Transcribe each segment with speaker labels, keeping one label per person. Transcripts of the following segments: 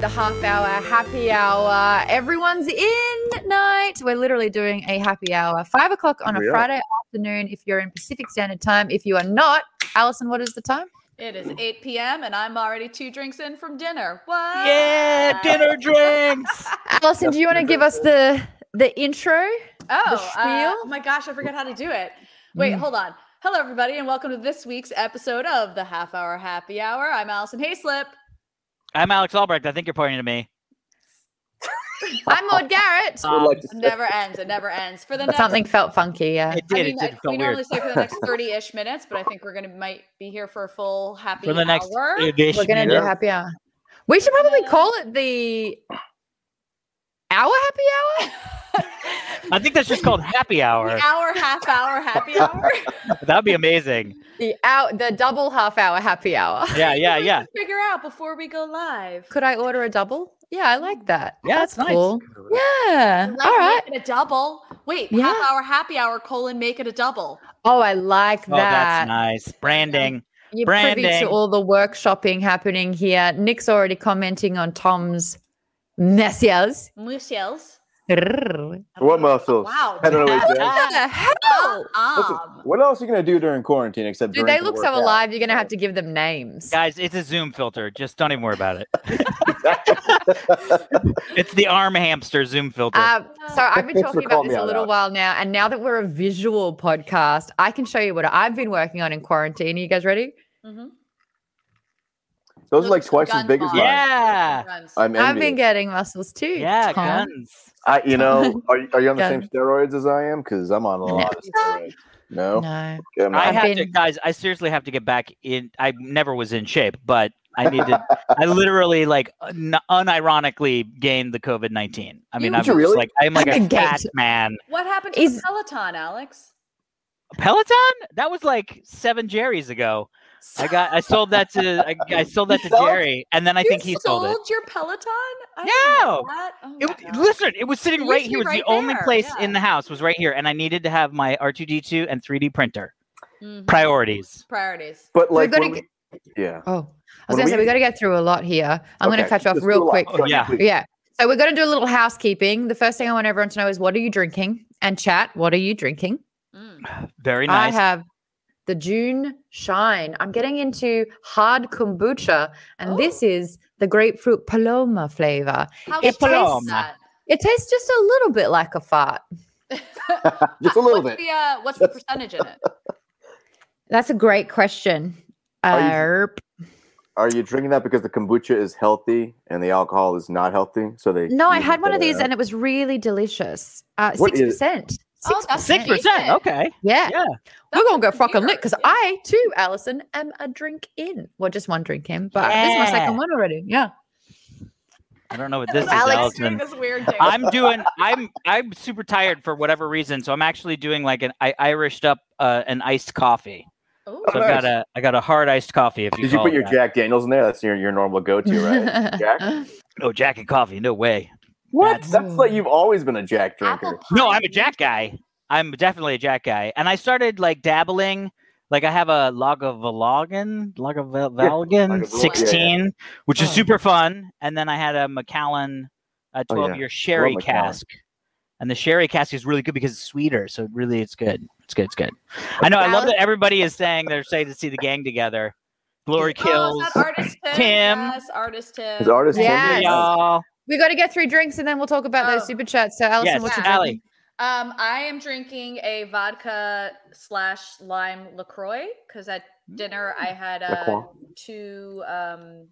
Speaker 1: the half hour, happy hour. Everyone's in night. We're literally doing a happy hour, five o'clock on a
Speaker 2: We are.
Speaker 1: Friday afternoon if you're in Pacific Standard Time. If you are not, Allison, what is the time?
Speaker 3: It is 8 p.m. and I'm already two drinks in from dinner. What?
Speaker 4: Yeah, dinner drinks.
Speaker 1: Allison, do you want to give us the the intro?
Speaker 3: Oh, uh,
Speaker 1: spiel?
Speaker 3: oh my gosh, I forgot how to do it.
Speaker 4: Mm.
Speaker 3: Wait, hold on. Hello, everybody, and welcome to this week's episode of the Half Hour Happy Hour. I'm Allison Hayslip.
Speaker 4: I'm Alex Albrecht. I think you're pointing to me.
Speaker 1: I'm Maud Garrett.
Speaker 2: I would like to
Speaker 3: It never ends. It never ends. For the next,
Speaker 1: Something felt funky, yeah.
Speaker 4: It
Speaker 3: I
Speaker 4: did.
Speaker 3: mean,
Speaker 4: it did
Speaker 3: I-
Speaker 4: feel
Speaker 3: we
Speaker 4: weird.
Speaker 3: normally say for the next 30-ish minutes, but I think we're gonna might be here for a full happy
Speaker 4: For the next
Speaker 3: hour.
Speaker 4: eight-ish
Speaker 1: We're gonna do
Speaker 4: minutes.
Speaker 2: Yeah.
Speaker 1: happy hour. We should probably call it the hour happy hour.
Speaker 4: I think that's just called happy hour.
Speaker 3: The hour, half hour, happy hour.
Speaker 4: That'd be amazing.
Speaker 1: The out the double half hour happy hour.
Speaker 4: Yeah, yeah, yeah.
Speaker 3: Figure out before we go live.
Speaker 1: Could I order a double? Yeah, I like that.
Speaker 4: Yeah,
Speaker 1: that's
Speaker 4: it's nice.
Speaker 1: cool. Yeah.
Speaker 3: Like
Speaker 1: All right.
Speaker 3: Make it a double. Wait,
Speaker 1: Yeah.
Speaker 3: half hour, happy hour, colon, make it a double.
Speaker 1: Oh, I like
Speaker 4: Oh,
Speaker 1: that.
Speaker 4: that's nice. Branding.
Speaker 1: You're privy
Speaker 4: Branding.
Speaker 1: to all the workshopping happening here. Nick's already commenting on Tom's messias.
Speaker 3: Muscles.
Speaker 1: Grrr.
Speaker 2: What muscles?
Speaker 3: Oh, Wow.
Speaker 2: I don't know what he's doing.
Speaker 1: What the hell?
Speaker 2: Listen,
Speaker 3: Um,
Speaker 2: what else are you gonna do during quarantine except
Speaker 1: Dude,
Speaker 2: drink
Speaker 1: they
Speaker 2: and
Speaker 1: look
Speaker 2: work
Speaker 1: so
Speaker 2: out?
Speaker 1: alive. You're gonna have to give them names.
Speaker 4: Guys, it's a Zoom filter. Just don't even worry about it. it's the arm hamster Zoom filter.
Speaker 3: Ah,
Speaker 1: Uh, so I've been
Speaker 2: Thanks for
Speaker 1: talking about
Speaker 2: calling
Speaker 1: this
Speaker 2: me
Speaker 1: a
Speaker 2: out,
Speaker 1: little
Speaker 2: Alex.
Speaker 1: while now, and now that we're a visual podcast, I can show you what I've been working on in quarantine. Are you guys ready?
Speaker 3: mhm.
Speaker 2: Those are like
Speaker 3: Those
Speaker 2: twice as
Speaker 3: gun
Speaker 2: big as
Speaker 3: balls.
Speaker 2: mine.
Speaker 4: yeah.
Speaker 3: mm-hmm. Rhymes.
Speaker 2: I'm
Speaker 1: I've been
Speaker 2: envious.
Speaker 1: getting muscles too.
Speaker 4: Yeah,
Speaker 1: Tom.
Speaker 4: guns.
Speaker 2: I, you know, are, you- are you on the
Speaker 1: Gun.
Speaker 2: same steroids as I am? Because I'm on a lot of steroids. No,
Speaker 1: No.
Speaker 2: Okay, I'm not.
Speaker 4: I
Speaker 1: I've
Speaker 4: have to,
Speaker 1: been-
Speaker 4: guys. I seriously have to get back in. I never was in shape, but I need to. I literally, like, un- unironically gained the COVID nineteen. I mean,
Speaker 2: You-
Speaker 4: I'm
Speaker 2: You
Speaker 4: just,
Speaker 2: really?
Speaker 4: like, I'm like a
Speaker 1: Gained
Speaker 4: fat
Speaker 1: it.
Speaker 4: man.
Speaker 3: What happened to
Speaker 1: Is-
Speaker 3: the Peloton, Alex?
Speaker 4: Peloton? That was like seven Jerry's ago. I got. I sold that to. I, I sold that to
Speaker 2: Sold?
Speaker 4: Jerry, and then I think he sold it.
Speaker 3: your Peloton? I
Speaker 4: No.
Speaker 3: didn't know that. Oh
Speaker 4: It,
Speaker 3: my
Speaker 4: w-
Speaker 3: God.
Speaker 4: listen, it was sitting
Speaker 3: It
Speaker 4: right
Speaker 3: used to
Speaker 4: here. It
Speaker 3: be
Speaker 4: was the
Speaker 3: right
Speaker 4: only
Speaker 3: there,
Speaker 4: place
Speaker 3: yeah.
Speaker 4: in the house was right here, and I needed to have my R2D2 and 3D printer.
Speaker 3: Mhm.
Speaker 4: Priorities.
Speaker 3: Priorities.
Speaker 2: But like,
Speaker 1: gotta
Speaker 2: when we- yeah.
Speaker 1: Oh, I was
Speaker 2: When
Speaker 1: gonna say
Speaker 2: we-
Speaker 1: we got to get through a lot here. I'm gonna
Speaker 2: Okay,
Speaker 1: catch up
Speaker 2: just
Speaker 1: real
Speaker 2: do a
Speaker 1: quick.
Speaker 2: lot.
Speaker 4: Yeah.
Speaker 2: Please.
Speaker 1: Yeah. So we're gonna do a little housekeeping. The first thing I want everyone to know is what are you drinking? And chat, what are you drinking?
Speaker 3: Mm.
Speaker 4: Very nice.
Speaker 1: I have the June Shine. I'm getting into hard kombucha, and
Speaker 3: Oh.
Speaker 1: this is the grapefruit paloma flavor.
Speaker 3: How
Speaker 1: It
Speaker 3: it
Speaker 4: tastes-
Speaker 3: that?
Speaker 1: It tastes just a little bit like a fart.
Speaker 2: Just a little
Speaker 3: what's
Speaker 2: bit.
Speaker 3: The, uh, what's the percentage in it?
Speaker 1: That's a great question. Uh,
Speaker 2: Are you-
Speaker 1: Erp.
Speaker 2: Are you drinking that because the kombucha is healthy and the alcohol is not healthy? So they
Speaker 1: no, I
Speaker 2: use
Speaker 1: had one of
Speaker 2: that,
Speaker 1: these,
Speaker 2: uh,
Speaker 1: and it was really delicious. Uh,
Speaker 2: What
Speaker 1: Six
Speaker 2: is-
Speaker 1: percent.
Speaker 3: Oh,
Speaker 1: Six
Speaker 3: that's
Speaker 4: Six percent.
Speaker 3: decent.
Speaker 4: Okay.
Speaker 1: Yeah.
Speaker 4: Yeah.
Speaker 1: We're
Speaker 3: That's
Speaker 1: going to go fucking
Speaker 3: beer,
Speaker 1: lit because
Speaker 3: yeah.
Speaker 1: I too, Allison, am a drink in. Well, just one drink in, but this is my second
Speaker 4: Yeah.
Speaker 1: one already. Yeah.
Speaker 4: I don't know what this is,
Speaker 3: Alex doing
Speaker 4: Allison.
Speaker 3: this weird thing.
Speaker 4: I'm doing. I'm. I'm super tired for whatever reason, so I'm actually doing like an. I Irished up uh, an iced coffee.
Speaker 3: Ooh.
Speaker 4: So I've got a. I got a hard iced coffee. If you
Speaker 2: Oh, Did
Speaker 1: Oh,
Speaker 2: you
Speaker 4: call
Speaker 2: put
Speaker 4: it
Speaker 2: your
Speaker 4: that.
Speaker 2: Jack Daniels in there? That's your, your normal go to, right? Jack?
Speaker 4: No Jack and coffee. No way.
Speaker 2: What?
Speaker 1: That's-
Speaker 2: That's like you've always been a Jack
Speaker 3: Apple
Speaker 2: drinker.
Speaker 3: pie.
Speaker 4: No, I'm a Jack guy. I'm definitely a Jack guy, and I started like dabbling. Like I have a Lagavulin, Lagavulin
Speaker 2: Lagavulin, yeah, yeah.
Speaker 4: sixteen, which is
Speaker 1: Oh.
Speaker 4: super fun, and then I had a Macallan,
Speaker 2: Oh,
Speaker 4: a
Speaker 2: yeah.
Speaker 4: twelve year sherry
Speaker 2: Macallan.
Speaker 4: cask, and the sherry cask is really good because it's sweeter, so it really it's good. It's good. It's good. I know. I love that everybody is saying they're saying to see the gang together. Glory
Speaker 3: Oh,
Speaker 4: kills.
Speaker 3: is that artist Tim?
Speaker 4: Tim.
Speaker 3: Yes, artist Tim.
Speaker 2: His artist
Speaker 1: Yeah.
Speaker 2: Tim,
Speaker 1: Yes.
Speaker 4: Hey, y'all.
Speaker 1: we got to get three drinks and then we'll talk about
Speaker 3: Oh.
Speaker 1: those super chats. So, Allison,
Speaker 4: Yes,
Speaker 1: what's your
Speaker 4: Allie.
Speaker 1: drinking?
Speaker 3: Um, I am drinking a vodka slash lime Lacroix because at dinner I had uh,
Speaker 2: Mm. LaCroix.
Speaker 3: two um,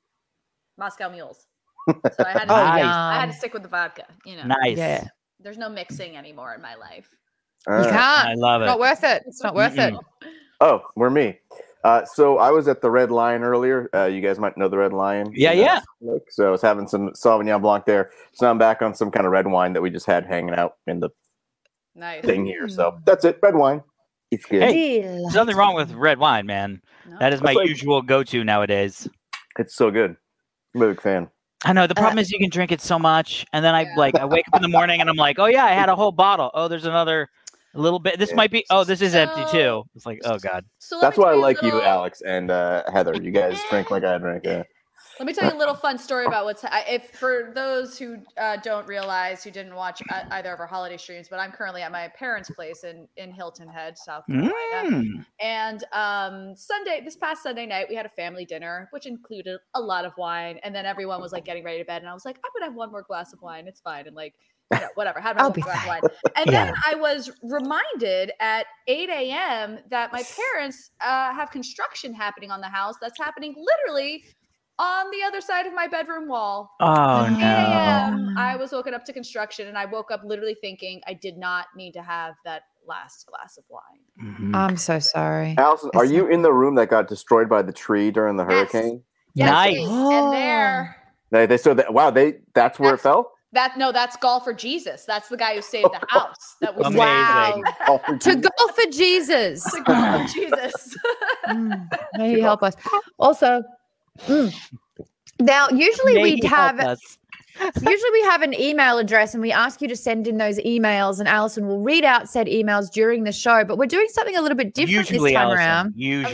Speaker 3: Moscow mules, so I had to,
Speaker 1: Oh,
Speaker 4: Nice.
Speaker 3: I had
Speaker 1: yum.
Speaker 3: to stick with the vodka. You know,
Speaker 4: Nice.
Speaker 1: Yeah.
Speaker 3: there's no mixing anymore in my life.
Speaker 2: All
Speaker 1: You
Speaker 2: right.
Speaker 4: I
Speaker 1: can't.
Speaker 4: love
Speaker 1: It's not
Speaker 4: it.
Speaker 1: worth it. It's not worth it.
Speaker 4: Mm-mm.
Speaker 2: Oh, we're me. Uh, so I was at the Red Lion earlier. Uh, you guys might know the Red Lion.
Speaker 4: Yeah,
Speaker 2: You know,
Speaker 4: yeah.
Speaker 2: look, So I was having some Sauvignon Blanc there. So now I'm back on some kind of red wine that we just had hanging out in the
Speaker 3: Nice.
Speaker 2: thing here.
Speaker 1: Mm.
Speaker 2: So that's it. Red wine. It's good.
Speaker 4: Hey, There's nothing wrong with red wine, man.
Speaker 3: No?
Speaker 4: That is my
Speaker 2: That's like-
Speaker 4: usual go-to nowadays.
Speaker 2: It's so good. I'm a big fan.
Speaker 4: I know the
Speaker 1: Uh,
Speaker 4: problem is you can drink it so much, and then I
Speaker 3: Yeah.
Speaker 4: like I wake up in the morning and I'm like, oh yeah, I had a whole bottle. Oh, there's another little bit. This
Speaker 2: Yeah.
Speaker 4: might be. Oh, this is empty too.
Speaker 3: So-
Speaker 4: It's like, oh god.
Speaker 3: So let
Speaker 2: That's
Speaker 3: me
Speaker 2: why I
Speaker 3: tell a
Speaker 2: like you,
Speaker 3: little-
Speaker 2: Alex and uh, Heather. You guys drink like I drink. Uh,
Speaker 3: Let me tell you a little fun story about what's I- if for those who uh, don't realize who didn't watch uh, either of our holiday streams. But I'm currently at my parents' place in in Hilton Head, South
Speaker 1: Oh
Speaker 3: Carolina.
Speaker 4: Mm.
Speaker 3: And um, Sunday, this past Sunday night, we had a family dinner, which included a lot of wine. And then everyone was like getting ready to bed, and I was like, I'm gonna have one more glass of wine. It's fine. And like, you know, whatever, had my
Speaker 1: I'll
Speaker 3: one
Speaker 1: be
Speaker 3: glass of
Speaker 1: fine.
Speaker 3: wine. And then I was reminded at 8 a.m. that my parents uh, have construction happening on the house. That's happening literally on the other side of my bedroom wall.
Speaker 4: Oh
Speaker 3: 8
Speaker 4: no.
Speaker 3: a.m.
Speaker 1: Oh.
Speaker 3: I was woken up to construction, and I woke up literally thinking I did not need to have that last glass of wine.
Speaker 4: Mhm.
Speaker 1: I'm so sorry.
Speaker 2: Allison, are you in the room that got destroyed by the tree during the
Speaker 3: Yes.
Speaker 2: hurricane?
Speaker 4: Nice.
Speaker 3: it is. And there,
Speaker 2: They, they so that wow, they that's where
Speaker 3: That's-
Speaker 2: it fell.
Speaker 3: that no, that's golf for Jesus. That's the guy who saved the house. That was
Speaker 4: Amazing. Wow.
Speaker 2: Oh,
Speaker 1: To go for Jesus.
Speaker 3: That's the golf for Jesus.
Speaker 1: Mm, may he help us. Also, mm, now usually
Speaker 4: May
Speaker 1: we
Speaker 4: he help
Speaker 1: have
Speaker 4: us.
Speaker 1: usually we have an email address and we ask you to send in those emails and Alison will read out said emails during the show. But we're doing something a little bit different
Speaker 4: usually
Speaker 1: this time
Speaker 4: Allison,
Speaker 1: around.
Speaker 3: I was,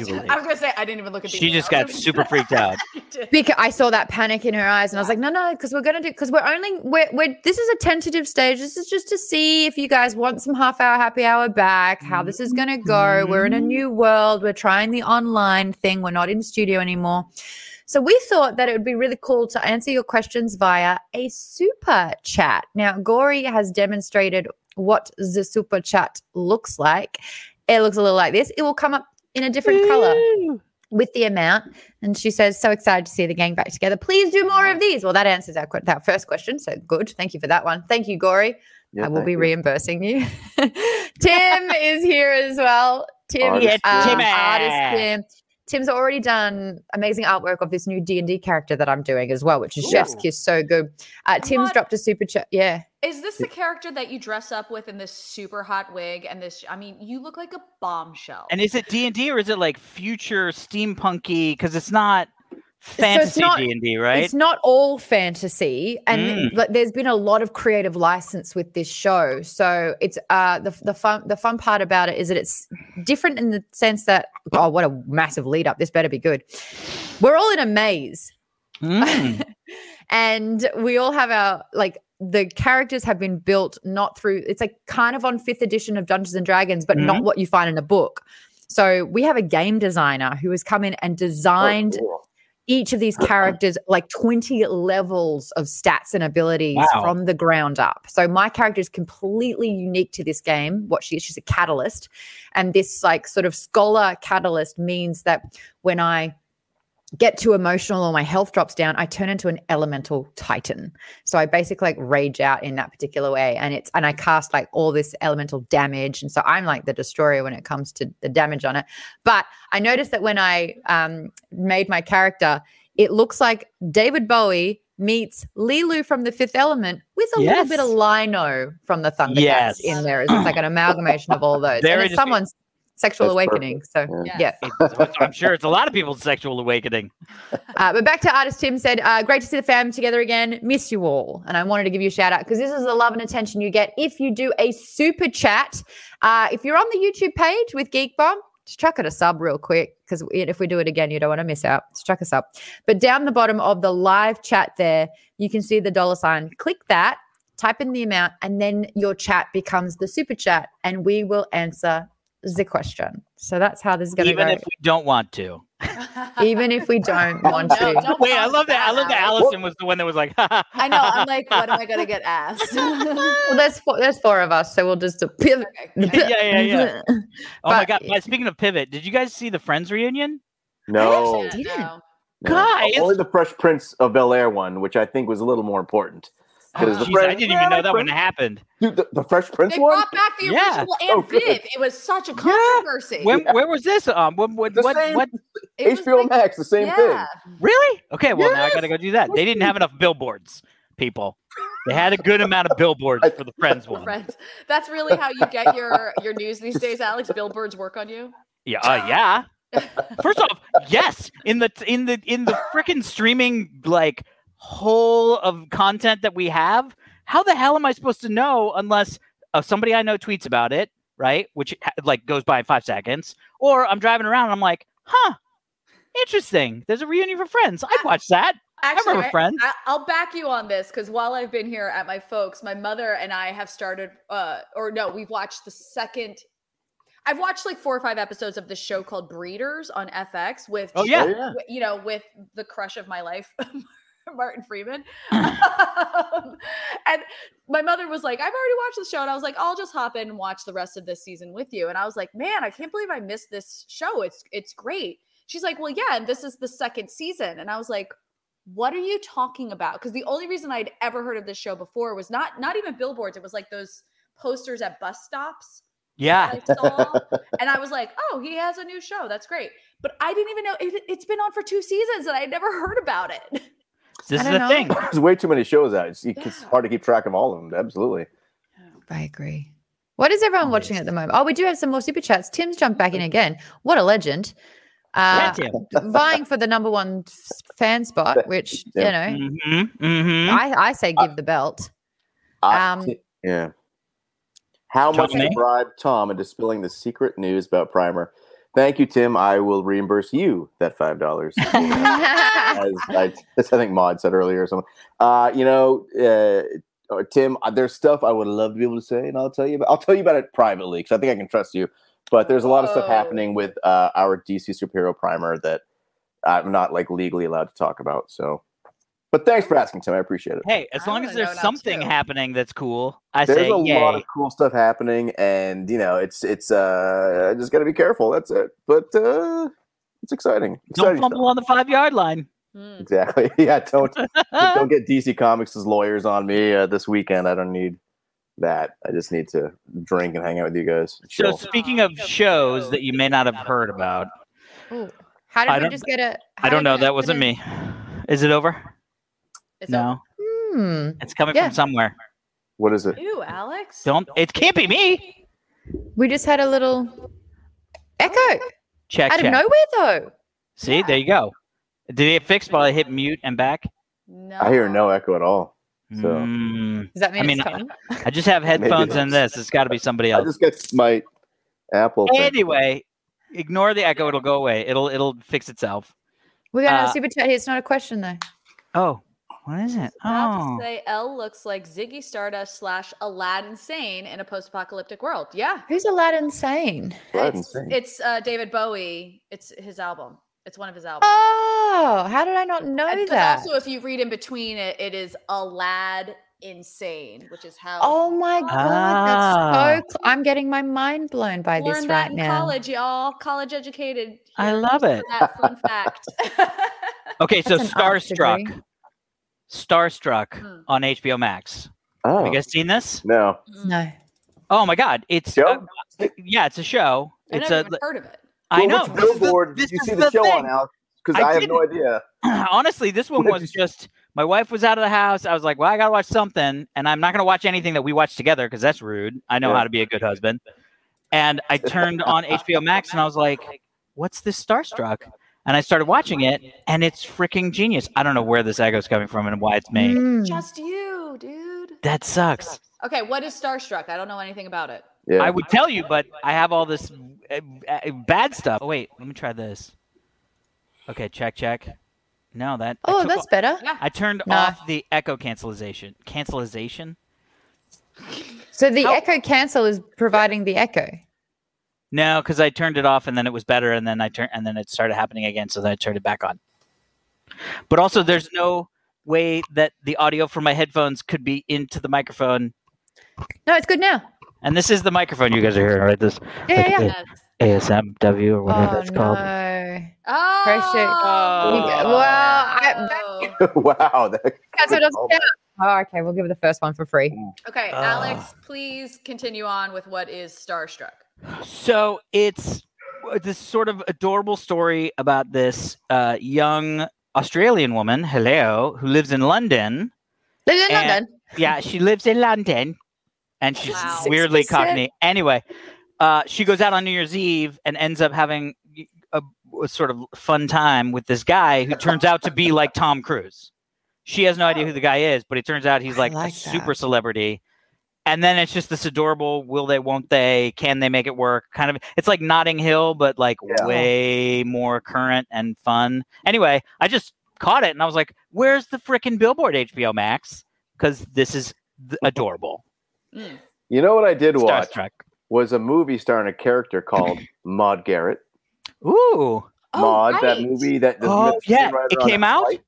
Speaker 4: Usually.
Speaker 3: I was gonna say I didn't even look at the.
Speaker 4: She just
Speaker 3: email.
Speaker 4: got super freaked out.
Speaker 3: I did.
Speaker 1: Because I saw that panic in her eyes, and I was
Speaker 3: Yeah.
Speaker 1: like, "No, no, because we're gonna do because we're only we're, we're this is a tentative stage. This is just to see if you guys want some half hour happy hour back. How this is gonna go. We're in a new world. We're trying the online thing. We're not in studio anymore. So we thought that it would be really cool to answer your questions via a super chat. Now, Gory has demonstrated what the super chat looks like. It looks a little like this. It will come up in a different color with the amount. And she says, so excited to see the gang back together. Please do more of these. Well, that answers our, que- our first question. So good. Thank you for that one. Thank you, Gory. I will be reimbursing you. Tim is here as well. Tim,
Speaker 2: Artist
Speaker 1: um,
Speaker 4: Tim.
Speaker 1: artist Tim. Tim's already done amazing artwork of this new D and D character that I'm doing as well, which is Chef's
Speaker 2: Ooh.
Speaker 1: Kiss. So good. Uh, Tim's
Speaker 3: What?
Speaker 1: dropped a super chat. Yeah,
Speaker 3: Is this the character that you dress up with in this super hot wig and this? I mean, you look like a bombshell.
Speaker 4: And is it D and D or is it like future steampunky? Because it's not fantasy
Speaker 1: not-
Speaker 4: D and D, right?
Speaker 1: It's not all fantasy, and like there's been a lot of creative license with this show. So it's uh, the the fun the fun part about it is that it's different in the sense that oh, what a massive lead up! This better be good. We're all in a maze,
Speaker 4: Mm.
Speaker 1: and we all have our like the characters have been built not through it's like kind of on fifth edition of dungeons and dragons but not what you find in a book so we have a game designer who has come in and
Speaker 2: Oh,
Speaker 1: designed each of these characters like 20 levels of stats and abilities
Speaker 4: Wow.
Speaker 1: from the ground up. So my character is completely unique to this game. What she is, she's a catalyst. And this like sort of scholar catalyst means that when I get too emotional or my health drops down, I turn into an elemental titan. So I basically like rage out in that particular way. And it's and I cast like all this elemental damage. And so I'm like the destroyer when it comes to the damage on it. But I noticed that when I um, made my character, it looks like David Bowie meets Lilu from The Fifth Element with a little
Speaker 4: Yes.
Speaker 1: bit of Lino from the Thundercats
Speaker 4: Yes.
Speaker 1: in there. It's like an amalgamation of all those.
Speaker 4: Very
Speaker 1: and it's
Speaker 4: distinct.
Speaker 1: someone's sexual
Speaker 2: That's
Speaker 1: awakening. So
Speaker 3: Yes.
Speaker 1: yeah.
Speaker 4: It's- I'm sure it's a lot of people's sexual awakening.
Speaker 1: Uh, but back to artist Tim said, uh, great to see the fam together again. Miss you all. And I wanted to give you a shout out because this is the love and attention you get if you do a super chat. Uh, if you're on the YouTube page with Geek Bomb, just chuck it a sub real quick because if we do it again, you don't want to miss out. Just chuck us up. But down the bottom of the live chat there, you can see the dollar sign. Click that, type in the amount, and then your chat becomes the super chat and we will answer the question. So that's how this is going to
Speaker 4: Even
Speaker 1: go.
Speaker 4: if we don't want to.
Speaker 1: even if we don't want
Speaker 3: No,
Speaker 1: to.
Speaker 3: don't
Speaker 4: Wait, I
Speaker 3: bounce
Speaker 4: love that. I love that
Speaker 3: out.
Speaker 4: Allison was the one that was like,
Speaker 3: I know. I'm like, what am I gonna get asked?
Speaker 1: Well, there's four, there's four of us, so we'll just do pivot.
Speaker 4: Yeah, yeah, yeah. Oh my
Speaker 1: But-
Speaker 4: god! But speaking of pivot, did you guys see the Friends reunion?
Speaker 2: No,
Speaker 1: actually didn't.
Speaker 3: No.
Speaker 2: no.
Speaker 4: Guys!
Speaker 2: only the Fresh Prince of Bel Air one, which I think was a little more important.
Speaker 4: Oh,
Speaker 2: Because the
Speaker 4: jeez, I
Speaker 2: Friends-
Speaker 4: didn't even know that one happened.
Speaker 2: Dude, the, the Fresh Prince
Speaker 3: Uh-huh. They
Speaker 2: one.
Speaker 3: brought back the
Speaker 4: Yeah.
Speaker 3: original
Speaker 2: So
Speaker 3: and
Speaker 2: good.
Speaker 3: Viv. It was such a controversy.
Speaker 4: When, Where was this? Um, what, what,
Speaker 2: The
Speaker 4: what,
Speaker 2: same-
Speaker 4: what?
Speaker 3: It was
Speaker 2: HBO
Speaker 3: like-
Speaker 2: Max, the same
Speaker 3: yeah.
Speaker 4: Really? Okay. Well, now I gotta
Speaker 2: Yes.
Speaker 4: go do that. They didn't have enough billboards, people. They had a good amount of billboards for the Friends one.
Speaker 3: Friends. That's really how you get your your news these days, Alex. Billboards work on you.
Speaker 4: Yeah, uh, yeah. First off, yes, in the in the in the freaking streaming like whole of content that we have, how the hell am I supposed to know unless uh, somebody I know tweets about it, right? Which ha- like goes by in five seconds, or I'm driving around and I'm like, huh, interesting. There's a reunion for friends. I'd watch that. I
Speaker 3: Actually,
Speaker 4: remember friends.
Speaker 3: I, I'll back you on this because while I've been here at my folks, my mother and I have started, uh, or no, we've watched the second. I've watched like four or five episodes of this show called Breeders on FX with,
Speaker 4: Oh, yeah.
Speaker 2: Oh, yeah.
Speaker 3: w- you know, with the crush of my life, Martin Freeman. Um, and my mother was like, I've already watched the show. And I was like, I'll just hop in and watch the rest of this season with you. And I was like, man, I can't believe I missed this show. It's it's great. She's like, well, yeah, and this is the second season. And I was like, what are you talking about? Because the only reason I'd ever heard of this show before was not not even billboards. It was like those posters at bus stops
Speaker 4: Yeah.
Speaker 3: I saw, and I was like, "Oh, he has a new show. That's great." But I didn't even know it, it's been on for two seasons, and I never heard about it.
Speaker 4: This
Speaker 1: I
Speaker 4: is
Speaker 1: don't
Speaker 4: the
Speaker 1: know.
Speaker 4: thing.
Speaker 2: There's way too many shows out. It's, it's
Speaker 3: Yeah.
Speaker 2: hard to keep track of all of them. Absolutely.
Speaker 1: I agree. What is everyone watching at the moment? Oh, we do have some more super chats. Tim's jumped back in again. What a legend.
Speaker 4: Yeah,
Speaker 1: Uh,
Speaker 4: Tim.
Speaker 1: vying for the number one s- fan spot, which, you
Speaker 2: Yeah.
Speaker 1: know,
Speaker 4: Mm-hmm, mm-hmm.
Speaker 1: I, I say give the belt.
Speaker 2: I-
Speaker 1: Um,
Speaker 2: yeah. How much
Speaker 4: Tony?
Speaker 2: to bribe Tom into spilling the secret news about Primer? Thank you, Tim. I will reimburse you that five dollars. as, I, as I think Maud said earlier or something. Uh, you know, uh, uh, Tim, uh, there's stuff I would love to be able to say, and I'll tell you about. I'll tell you about it privately because I think I can trust you. But there's a lot of stuff
Speaker 4: Oh.
Speaker 3: Whoa.
Speaker 2: happening with uh, our DC superhero primer that I'm not like legally allowed to talk about. So, but thanks for asking, Tim. I appreciate it.
Speaker 4: Hey, as
Speaker 3: I
Speaker 4: long
Speaker 3: wanna
Speaker 4: as
Speaker 3: know
Speaker 4: there's
Speaker 3: now,
Speaker 4: something
Speaker 3: too.
Speaker 4: happening that's cool, I
Speaker 2: There's
Speaker 4: say
Speaker 2: a
Speaker 4: yay.
Speaker 2: lot of cool stuff happening, and you know, it's it's uh, I just gotta be careful. That's it. But uh, it's exciting.
Speaker 4: Don't
Speaker 2: exciting
Speaker 4: fumble
Speaker 2: stuff.
Speaker 4: on the five yard line.
Speaker 3: Hmm.
Speaker 2: Exactly. Yeah. Don't Just
Speaker 4: Uh.
Speaker 2: don't get DC Comics' lawyers on me uh, this weekend. I don't need that. I just need to drink and hang out with you guys.
Speaker 4: so
Speaker 2: Chill.
Speaker 4: speaking of shows that you may not have heard about,
Speaker 1: Ooh. How did
Speaker 4: I
Speaker 1: we
Speaker 4: don't-
Speaker 1: just get a?
Speaker 4: I
Speaker 1: how did
Speaker 4: don't know.
Speaker 1: we
Speaker 4: That
Speaker 1: just
Speaker 4: wasn't
Speaker 1: get
Speaker 4: me. Is it over?
Speaker 3: It's
Speaker 4: No,
Speaker 1: a- Hmm.
Speaker 4: it's coming
Speaker 1: Yeah.
Speaker 4: from somewhere.
Speaker 2: what is it?
Speaker 3: a- Ew, Alex.
Speaker 4: Don't. It can't be me.
Speaker 1: We just had a little
Speaker 4: Oh,
Speaker 1: echo
Speaker 4: Check.
Speaker 1: out of
Speaker 4: check.
Speaker 1: nowhere, though.
Speaker 4: See, there you go. Did it fix while I hit mute and back?
Speaker 3: No.
Speaker 2: I hear no echo at all. So-
Speaker 4: Mm,
Speaker 1: Does that mean
Speaker 4: I mean,
Speaker 1: it's coming?
Speaker 4: I just have headphones and
Speaker 2: that's-
Speaker 4: this. It's got to be somebody
Speaker 2: I
Speaker 4: else.
Speaker 2: just got my Apple. thing.
Speaker 4: Anyway, ignore the echo. It'll go away. It'll it'll fix itself.
Speaker 1: We got
Speaker 4: uh,
Speaker 1: a super chat here. It's not a question though.
Speaker 4: Oh, what is it?
Speaker 3: I'll
Speaker 4: Oh,
Speaker 3: just say L looks like Ziggy Stardust slash Aladdin Sane in a post-apocalyptic world. Yeah,
Speaker 1: Who's Aladdin saying?
Speaker 2: Aladdin
Speaker 3: it's,
Speaker 2: Sane.
Speaker 3: it's uh, David Bowie. It's his album. It's one of his albums.
Speaker 1: Oh, how did I not know
Speaker 3: And 'cause
Speaker 1: that?
Speaker 3: also, if you read in between it, it is Alad Insane, which is how.
Speaker 1: oh my god,
Speaker 4: Ah.
Speaker 1: that's so! Cl- I'm getting my mind blown by
Speaker 3: Learned
Speaker 1: this
Speaker 3: that
Speaker 1: right
Speaker 3: in
Speaker 1: now.
Speaker 3: college, y'all. College educated.
Speaker 4: I
Speaker 3: Here,
Speaker 4: love
Speaker 3: just
Speaker 4: it.
Speaker 3: for That fun fact.
Speaker 4: okay. So
Speaker 1: That's an art
Speaker 4: Starstruck,
Speaker 1: degree.
Speaker 4: Starstruck
Speaker 3: Hmm.
Speaker 4: on HBO Max.
Speaker 2: Oh
Speaker 4: Have you guys seen this?
Speaker 2: no!
Speaker 1: No,
Speaker 4: Oh my God! It's
Speaker 2: Show?
Speaker 4: uh, yeah, it's a show.
Speaker 3: I
Speaker 4: It's
Speaker 3: never
Speaker 4: a
Speaker 3: even heard of it.
Speaker 4: I
Speaker 2: Well,
Speaker 4: know.
Speaker 2: which
Speaker 4: this is the-
Speaker 2: billboard
Speaker 4: this
Speaker 2: did you
Speaker 4: is
Speaker 2: see the show on,
Speaker 4: thing.
Speaker 2: Alex? Because
Speaker 4: I
Speaker 2: I, have no idea.
Speaker 4: Honestly, this one
Speaker 2: What
Speaker 4: was
Speaker 2: is-
Speaker 4: just my wife was out of the house. I was like, well, I gotta watch something, and I'm not gonna watch anything that we watched together because that's rude. I know
Speaker 2: Yeah.
Speaker 4: how to be a good husband. And I turned on HBO Max, and I was like, what's this Starstruck? And I started watching it, and it's freaking genius. I don't know where this echo's coming from and why it's made.
Speaker 1: Mm.
Speaker 3: Just you, dude.
Speaker 4: That sucks.
Speaker 3: Okay, what is Starstruck? I don't know anything about it.
Speaker 2: Yeah.
Speaker 4: I would tell you, but I have all this uh, uh, bad stuff. Oh, wait, let me try this. Okay, check, check. No, that. I
Speaker 1: oh,
Speaker 4: took
Speaker 1: that's better.
Speaker 4: I turned
Speaker 1: No.
Speaker 4: off the echo cancelization. Cancelization?
Speaker 1: So the
Speaker 4: How-
Speaker 1: echo cancel is providing the echo.
Speaker 4: No, because I turned it off and then it was better, and then I turned and then it started happening again, so then I turned it back on. But also, there's no way that the audio from my headphones could be into the microphone.
Speaker 1: No, it's good now.
Speaker 4: And this is the microphone you guys are hearing, right? This
Speaker 1: Yeah, yeah. yeah.
Speaker 4: Okay.
Speaker 3: Yes.
Speaker 4: ASMW or whatever
Speaker 1: Oh
Speaker 4: it's called.
Speaker 1: no.
Speaker 3: Oh,
Speaker 1: You g- well, I,
Speaker 3: Oh.
Speaker 2: wow. That,
Speaker 1: that's what I was
Speaker 2: Oh.
Speaker 1: saying. Oh, okay. We'll give it the first one for free.
Speaker 3: okay,
Speaker 4: Oh.
Speaker 3: Alex, please continue on with what is Starstruck.
Speaker 4: So it's uh, this sort of adorable story about this uh, young Australian woman, Hello, who lives in London.
Speaker 1: Lives in
Speaker 4: And-
Speaker 1: London.
Speaker 4: Yeah, she lives in London, and she's
Speaker 3: Wow.
Speaker 4: weirdly
Speaker 1: 6%.
Speaker 4: cockney. Anyway, uh, she goes out on New Year's Eve and ends up having a, a sort of fun time with this guy who turns out to be like Tom Cruise. She has no idea who the guy is, but it turns out he's
Speaker 1: I
Speaker 4: like, a
Speaker 1: like that.
Speaker 4: super celebrity, and then it's just this adorable will they won't they can they make it work kind of it's like notting hill but like
Speaker 2: Yeah.
Speaker 4: way more current and fun anyway i just caught it and i was like where's the frickin' billboard hbo max because this is th- adorable
Speaker 3: Mm.
Speaker 2: You know what I did watch
Speaker 4: Starstruck.
Speaker 2: was a movie starring a character called Maud Garrett.
Speaker 4: ooh
Speaker 3: Oh,
Speaker 2: Maud, that
Speaker 3: right.
Speaker 2: movie that the
Speaker 4: Oh,
Speaker 2: Myth
Speaker 4: yeah.
Speaker 2: screenwriter
Speaker 4: It
Speaker 2: on
Speaker 4: came
Speaker 2: that
Speaker 4: out?
Speaker 2: flight.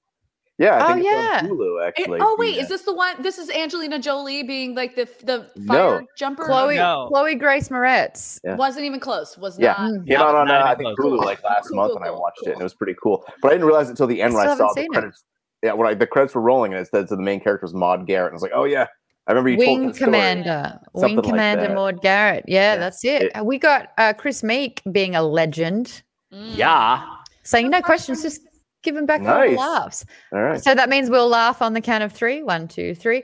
Speaker 2: Yeah, I
Speaker 1: Oh,
Speaker 2: think it's
Speaker 1: yeah.
Speaker 2: on Hulu
Speaker 3: It-
Speaker 2: actually.
Speaker 3: oh wait,
Speaker 2: Yeah.
Speaker 3: is this the one? This is Angelina Jolie being like the the
Speaker 2: No.
Speaker 3: fire jumper.
Speaker 1: Chloe,
Speaker 4: no.
Speaker 1: Chloe Grace Moretz.
Speaker 2: Yeah.
Speaker 3: wasn't even close. Was
Speaker 2: Yeah.
Speaker 3: not.
Speaker 1: Mm.
Speaker 2: Came out on
Speaker 4: Not
Speaker 2: uh,
Speaker 4: even
Speaker 2: I think
Speaker 4: close.
Speaker 2: Hulu like last
Speaker 3: Cool,
Speaker 2: month,
Speaker 3: cool,
Speaker 2: and I
Speaker 3: cool,
Speaker 2: watched it, and
Speaker 3: cool.
Speaker 2: it was pretty cool. But I didn't realize until the end
Speaker 1: I
Speaker 2: when I,
Speaker 1: still
Speaker 2: saw
Speaker 1: haven't
Speaker 2: the
Speaker 1: seen it.
Speaker 2: credits. Yeah, when I, the credits were rolling, and it said so the main character was Maud Garrett, and I was like, oh yeah, I remember you told
Speaker 1: Wing
Speaker 2: this story.
Speaker 1: Commander,
Speaker 2: Something
Speaker 1: Wing
Speaker 2: like
Speaker 1: Commander
Speaker 2: that.
Speaker 1: Maud Garrett. Yeah,
Speaker 2: Yeah.
Speaker 1: that's it.
Speaker 2: It-
Speaker 1: And we got uh, Chris Meek being a legend,
Speaker 3: Mm.
Speaker 4: yeah
Speaker 1: saying no questions, just giving back all the
Speaker 2: Nice.
Speaker 1: laughs.
Speaker 2: All right,
Speaker 1: So that means we'll laugh on the count of three. One, two, three.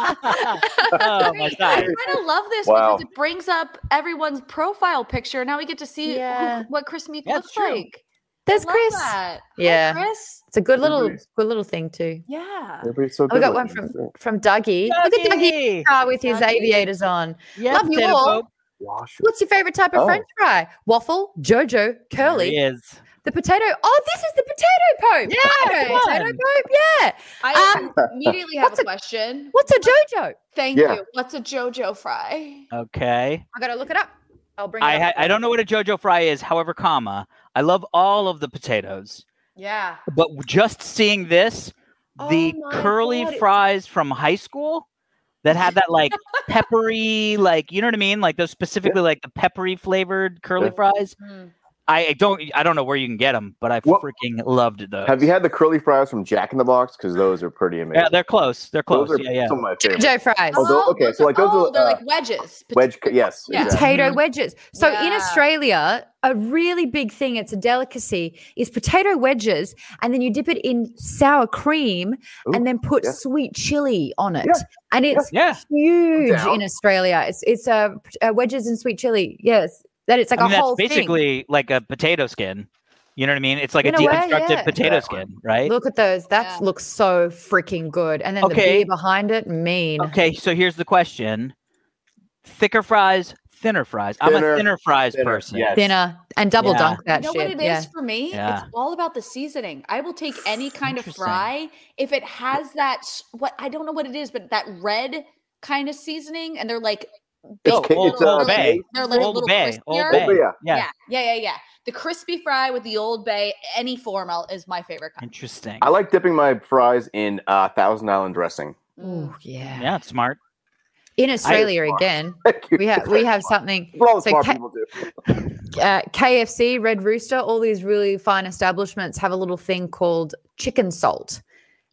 Speaker 4: oh my
Speaker 3: Great. I
Speaker 4: god
Speaker 3: kind of love this
Speaker 2: Wow.
Speaker 3: because it brings up everyone's profile picture. Now we get to see who-
Speaker 1: Yeah.
Speaker 3: what Chris Meek
Speaker 4: Yeah, it's
Speaker 3: looks
Speaker 4: true.
Speaker 3: like. I
Speaker 1: There's
Speaker 3: love
Speaker 1: Chris.
Speaker 3: that. Hi,
Speaker 1: Yeah.
Speaker 3: Chris.
Speaker 1: It's a good little,
Speaker 2: Chris.
Speaker 1: good little thing too.
Speaker 3: Yeah.
Speaker 2: everybody's so
Speaker 1: Oh, we
Speaker 2: good.
Speaker 1: got one
Speaker 2: looking.
Speaker 1: from
Speaker 2: That's right.
Speaker 1: from Dougie. Look at Dougie in
Speaker 4: Dougie.
Speaker 1: the car with his
Speaker 3: Dougie.
Speaker 1: aviators on.
Speaker 4: Yes,
Speaker 1: Love you
Speaker 4: Dana
Speaker 1: all.
Speaker 4: Pope.
Speaker 2: Washer.
Speaker 1: What's your favorite type of
Speaker 2: Oh.
Speaker 1: French fry? Waffle, Jojo,
Speaker 4: There
Speaker 1: curly,
Speaker 4: he is.
Speaker 1: the potato. Oh, this is the potato pope.
Speaker 4: Yeah,
Speaker 1: Potato, potato
Speaker 4: fun.
Speaker 1: pope. Yeah.
Speaker 3: I
Speaker 1: Um,
Speaker 3: immediately have
Speaker 1: what's
Speaker 3: a
Speaker 1: a-
Speaker 3: question.
Speaker 1: What's a JoJo?
Speaker 3: Thank
Speaker 2: Yeah.
Speaker 3: you. What's a JoJo fry?
Speaker 4: Okay.
Speaker 1: I gotta look it up. I'll bring. It
Speaker 4: I
Speaker 1: up.
Speaker 4: ha- I don't know what a JoJo fry is. However, comma I love all of the potatoes,
Speaker 3: Yeah.
Speaker 4: but just seeing this, the
Speaker 1: Oh my
Speaker 4: curly
Speaker 1: God, it's-
Speaker 4: fries from high school that had that like peppery, like you know what I mean, like those specifically like the peppery flavored curly
Speaker 2: Yeah.
Speaker 4: fries.
Speaker 3: Mm.
Speaker 4: I, I don't I don't know where you can get them, but I
Speaker 2: What-
Speaker 4: freaking loved those.
Speaker 2: Have you had the curly fries from Jack in the Box? Because those are pretty amazing.
Speaker 4: Yeah, they're close. They're
Speaker 2: those
Speaker 4: close.
Speaker 2: are
Speaker 4: yeah, yeah.
Speaker 2: some of my favorite.
Speaker 1: JoJo fries.
Speaker 2: Oh, tho- okay, so like those
Speaker 3: oh,
Speaker 2: are,
Speaker 3: they're
Speaker 2: uh,
Speaker 3: like wedges. Pot-
Speaker 2: Wedge, yes.
Speaker 3: Yeah.
Speaker 2: exactly.
Speaker 1: potato
Speaker 4: Mhm.
Speaker 1: wedges. So in
Speaker 3: Yeah.
Speaker 1: Australia, a really big thing, it's a delicacy, is potato wedges. And then you dip it in sour cream
Speaker 2: Ooh,
Speaker 1: and then put
Speaker 2: yeah.
Speaker 1: sweet chili on it.
Speaker 2: Yeah,
Speaker 1: And it's
Speaker 4: Yeah.
Speaker 1: huge
Speaker 2: down.
Speaker 1: in Australia. It's it's uh, p- uh, wedges and sweet chili. Yes. That it's like
Speaker 4: I mean,
Speaker 1: a whole
Speaker 4: that's basically like a potato skin. You know what I mean? It's like
Speaker 1: In
Speaker 4: a
Speaker 1: a way,
Speaker 4: deconstructed
Speaker 1: yeah.
Speaker 4: potato
Speaker 2: Exactly.
Speaker 4: skin, right?
Speaker 1: thing. Look at those. That
Speaker 3: Yeah.
Speaker 1: looks so freaking good. And then
Speaker 4: Okay.
Speaker 1: the beer behind it, mean.
Speaker 4: Okay, so here's the question: thicker fries, thinner fries. I'm
Speaker 2: Thinner,
Speaker 4: a thinner fries
Speaker 2: thinner,
Speaker 4: person.
Speaker 2: yes.
Speaker 1: Dinner and double
Speaker 4: Yeah.
Speaker 1: dunk that
Speaker 3: you know
Speaker 1: shit.
Speaker 3: what it is
Speaker 1: yeah.
Speaker 3: for me?
Speaker 4: Yeah.
Speaker 3: It's all about the seasoning. I will take any kind of
Speaker 4: Interesting.
Speaker 3: fry if it has that s- what I don't know what it is, but that red kind of seasoning, and they're like
Speaker 2: It's
Speaker 4: Oh,
Speaker 2: ca-
Speaker 4: Old,
Speaker 2: it's, uh,
Speaker 4: Old Bay.
Speaker 3: they're like a
Speaker 4: Old
Speaker 3: little
Speaker 4: Bay. Old
Speaker 3: crispier.
Speaker 4: Bay.
Speaker 2: Old Bay, Oh, yeah.
Speaker 4: Yeah.
Speaker 3: yeah, yeah, yeah, yeah. The crispy fry with the Old Bay, any form I'll, is my favorite kind.
Speaker 4: Interesting.
Speaker 2: I like dipping my fries in uh, Thousand Island dressing.
Speaker 3: Mm.
Speaker 1: Ooh, yeah.
Speaker 4: yeah, it's smart.
Speaker 1: In Australia
Speaker 2: smart.
Speaker 1: again, we have we have something
Speaker 2: Well,
Speaker 1: so
Speaker 2: smart
Speaker 1: ca-
Speaker 2: people do.
Speaker 1: uh, KFC, Red Rooster, all these really fine establishments have a little thing called chicken salt.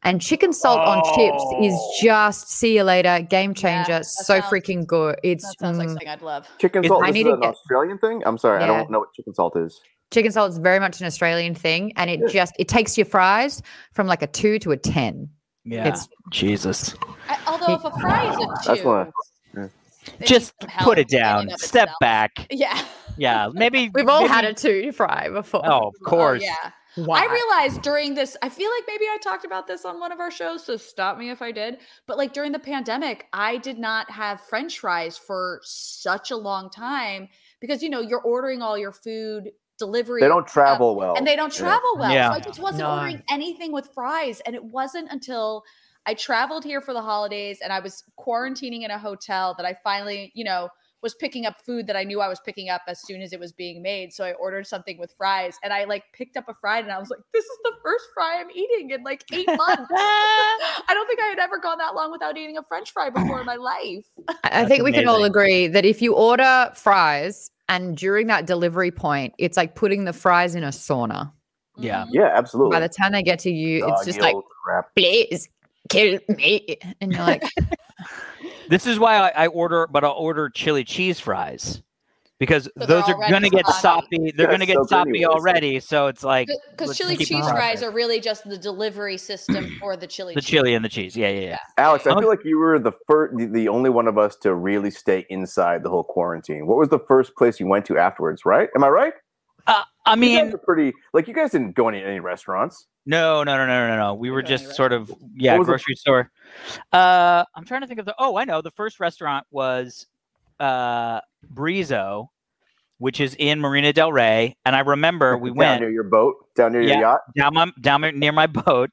Speaker 1: And chicken salt on chips is
Speaker 4: Oh.
Speaker 1: just see you later, game changer.
Speaker 3: that
Speaker 1: so
Speaker 3: sounds-
Speaker 1: freaking good. It's
Speaker 3: That sounds like
Speaker 1: mm,
Speaker 3: something I'd love.
Speaker 2: Chicken
Speaker 4: It's-
Speaker 2: salt.
Speaker 1: I
Speaker 2: This
Speaker 1: need
Speaker 2: is
Speaker 1: to
Speaker 2: an
Speaker 1: get-
Speaker 2: Australian thing. I'm sorry, I
Speaker 1: Yeah.
Speaker 2: don't know what chicken salt is.
Speaker 1: chicken salt is very much an Australian thing, and it just it takes your fries from like a two to a ten.
Speaker 4: Yeah.
Speaker 1: It's
Speaker 4: Jesus.
Speaker 3: I, although if a fry is a
Speaker 2: That's
Speaker 3: two,
Speaker 2: one of-
Speaker 3: it needs
Speaker 4: Just
Speaker 3: some help
Speaker 4: put it
Speaker 3: in and
Speaker 4: down.
Speaker 3: of
Speaker 4: Step
Speaker 3: itself.
Speaker 4: back.
Speaker 3: Yeah.
Speaker 4: Yeah. Maybe
Speaker 1: we've all had a
Speaker 4: maybe-
Speaker 1: two fry before.
Speaker 4: Oh, of course.
Speaker 3: Oh, yeah.
Speaker 1: Why?
Speaker 3: I realized during this, I feel like maybe I talked about this on one of our shows, so stop me if I did. But like during the pandemic, I did not have french fries for such a long time because you know, you're ordering all your food delivery
Speaker 2: They don't
Speaker 1: Oh,
Speaker 2: travel well.
Speaker 3: and they don't
Speaker 2: Yeah.
Speaker 3: travel well.
Speaker 4: Yeah.
Speaker 3: So I just wasn't
Speaker 1: No.
Speaker 3: ordering anything with fries. And it wasn't until I traveled here for the holidays and I was quarantining in a hotel that I finally, you know, was picking up food that I knew I was picking up as soon as it was being made. So I ordered something with fries and I like picked up a fry and I was like, this is the first fry I'm eating in like eight months. I don't think I had ever gone that long without eating a french fry before in my life.
Speaker 1: I I
Speaker 4: That's
Speaker 1: think we can all
Speaker 4: amazing.
Speaker 1: agree that if you order fries and during that delivery point, it's like putting the fries in a sauna.
Speaker 4: Yeah.
Speaker 3: Mhm.
Speaker 2: Yeah, absolutely.
Speaker 1: By the time they get to you, it's
Speaker 3: Uh,
Speaker 2: Oh,
Speaker 1: just
Speaker 2: you
Speaker 1: like,
Speaker 2: old crap.
Speaker 1: please kill me. And you're like,
Speaker 4: This is why I, I order, but I'll order chili cheese fries because
Speaker 3: they're
Speaker 4: those are
Speaker 3: already
Speaker 4: gonna get
Speaker 3: soggy.
Speaker 4: soppy. They're
Speaker 2: Yeah,
Speaker 4: gonna get
Speaker 2: so good
Speaker 4: soppy
Speaker 2: anyways.
Speaker 4: already. So it's like
Speaker 3: Because
Speaker 4: let's
Speaker 3: chili
Speaker 4: keep it
Speaker 3: cheese
Speaker 4: on.
Speaker 3: fries are really just the delivery system for the chili
Speaker 4: the
Speaker 3: cheese.
Speaker 4: chili and the cheese. Yeah, yeah, yeah.
Speaker 2: Alex, I
Speaker 4: I'm-
Speaker 2: feel like you were the first, the, the only one of us to really stay inside the whole quarantine. What was the first place you went to afterwards? Right? Am I right?
Speaker 4: I
Speaker 2: You guys
Speaker 4: mean,
Speaker 2: are pretty like you guys didn't go any any restaurants.
Speaker 4: No, no, no, no, no, no. We were
Speaker 3: going
Speaker 4: just
Speaker 3: anywhere.
Speaker 4: sort of yeah,
Speaker 2: What was the-
Speaker 4: grocery store. Uh, I'm trying to think of the. Oh, I know. The first restaurant was uh, Brizo, which is in Marina Del Rey, and I remember we
Speaker 2: down
Speaker 4: went
Speaker 2: near your boat, down near
Speaker 4: Yeah.
Speaker 2: your yacht.
Speaker 4: down my down near my boat,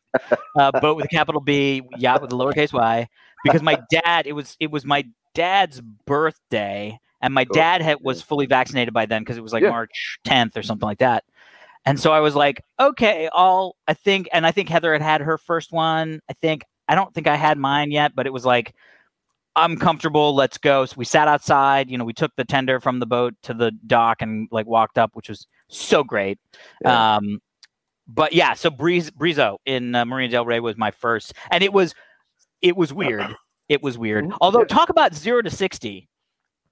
Speaker 4: uh, boat with a capital B, yacht with a lowercase y, because my dad. It was it was my dad's birthday, and my
Speaker 2: Cool.
Speaker 4: dad had, was fully vaccinated by then because it was like
Speaker 2: Yeah.
Speaker 4: March 10th or something like that. And so I was like, okay, I'll I think, and I think Heather had had her first one. I think I don't think I had mine yet, but it was like. I'm comfortable. Let's go. So we sat outside. You know, we took the tender from the boat to the dock and like walked up, which was so great.
Speaker 2: Yeah.
Speaker 4: Um, but yeah, so Breeze Brizo in uh, Marina Del Rey was my first, and it was it was weird. It was weird.
Speaker 2: Mhm.
Speaker 4: Although
Speaker 2: Yeah.
Speaker 4: talk about zero to sixty,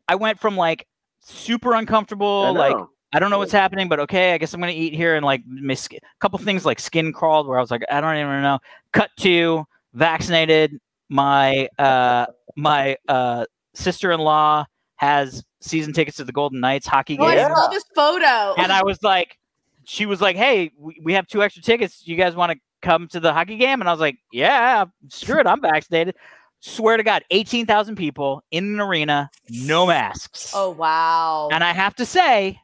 Speaker 4: I went from like super uncomfortable,
Speaker 2: I
Speaker 4: like
Speaker 2: know.
Speaker 4: I don't know what's happening, but okay, I guess I'm gonna eat here and like miss a couple things like skin crawled where I was like, I don't even know. Cut to vaccinated. My uh my uh sister in law has season tickets to the Golden Knights hockey
Speaker 3: Oh,
Speaker 4: game.
Speaker 2: Yeah.
Speaker 3: I saw this photo. Oh,
Speaker 4: And I was like, she was like, hey, we, we have two extra tickets. You guys want to come to the hockey game? And I was like, yeah, screw it. I'm vaccinated. Swear to God, 18,000 people in an arena, no masks.
Speaker 3: oh wow.
Speaker 4: And I have to say,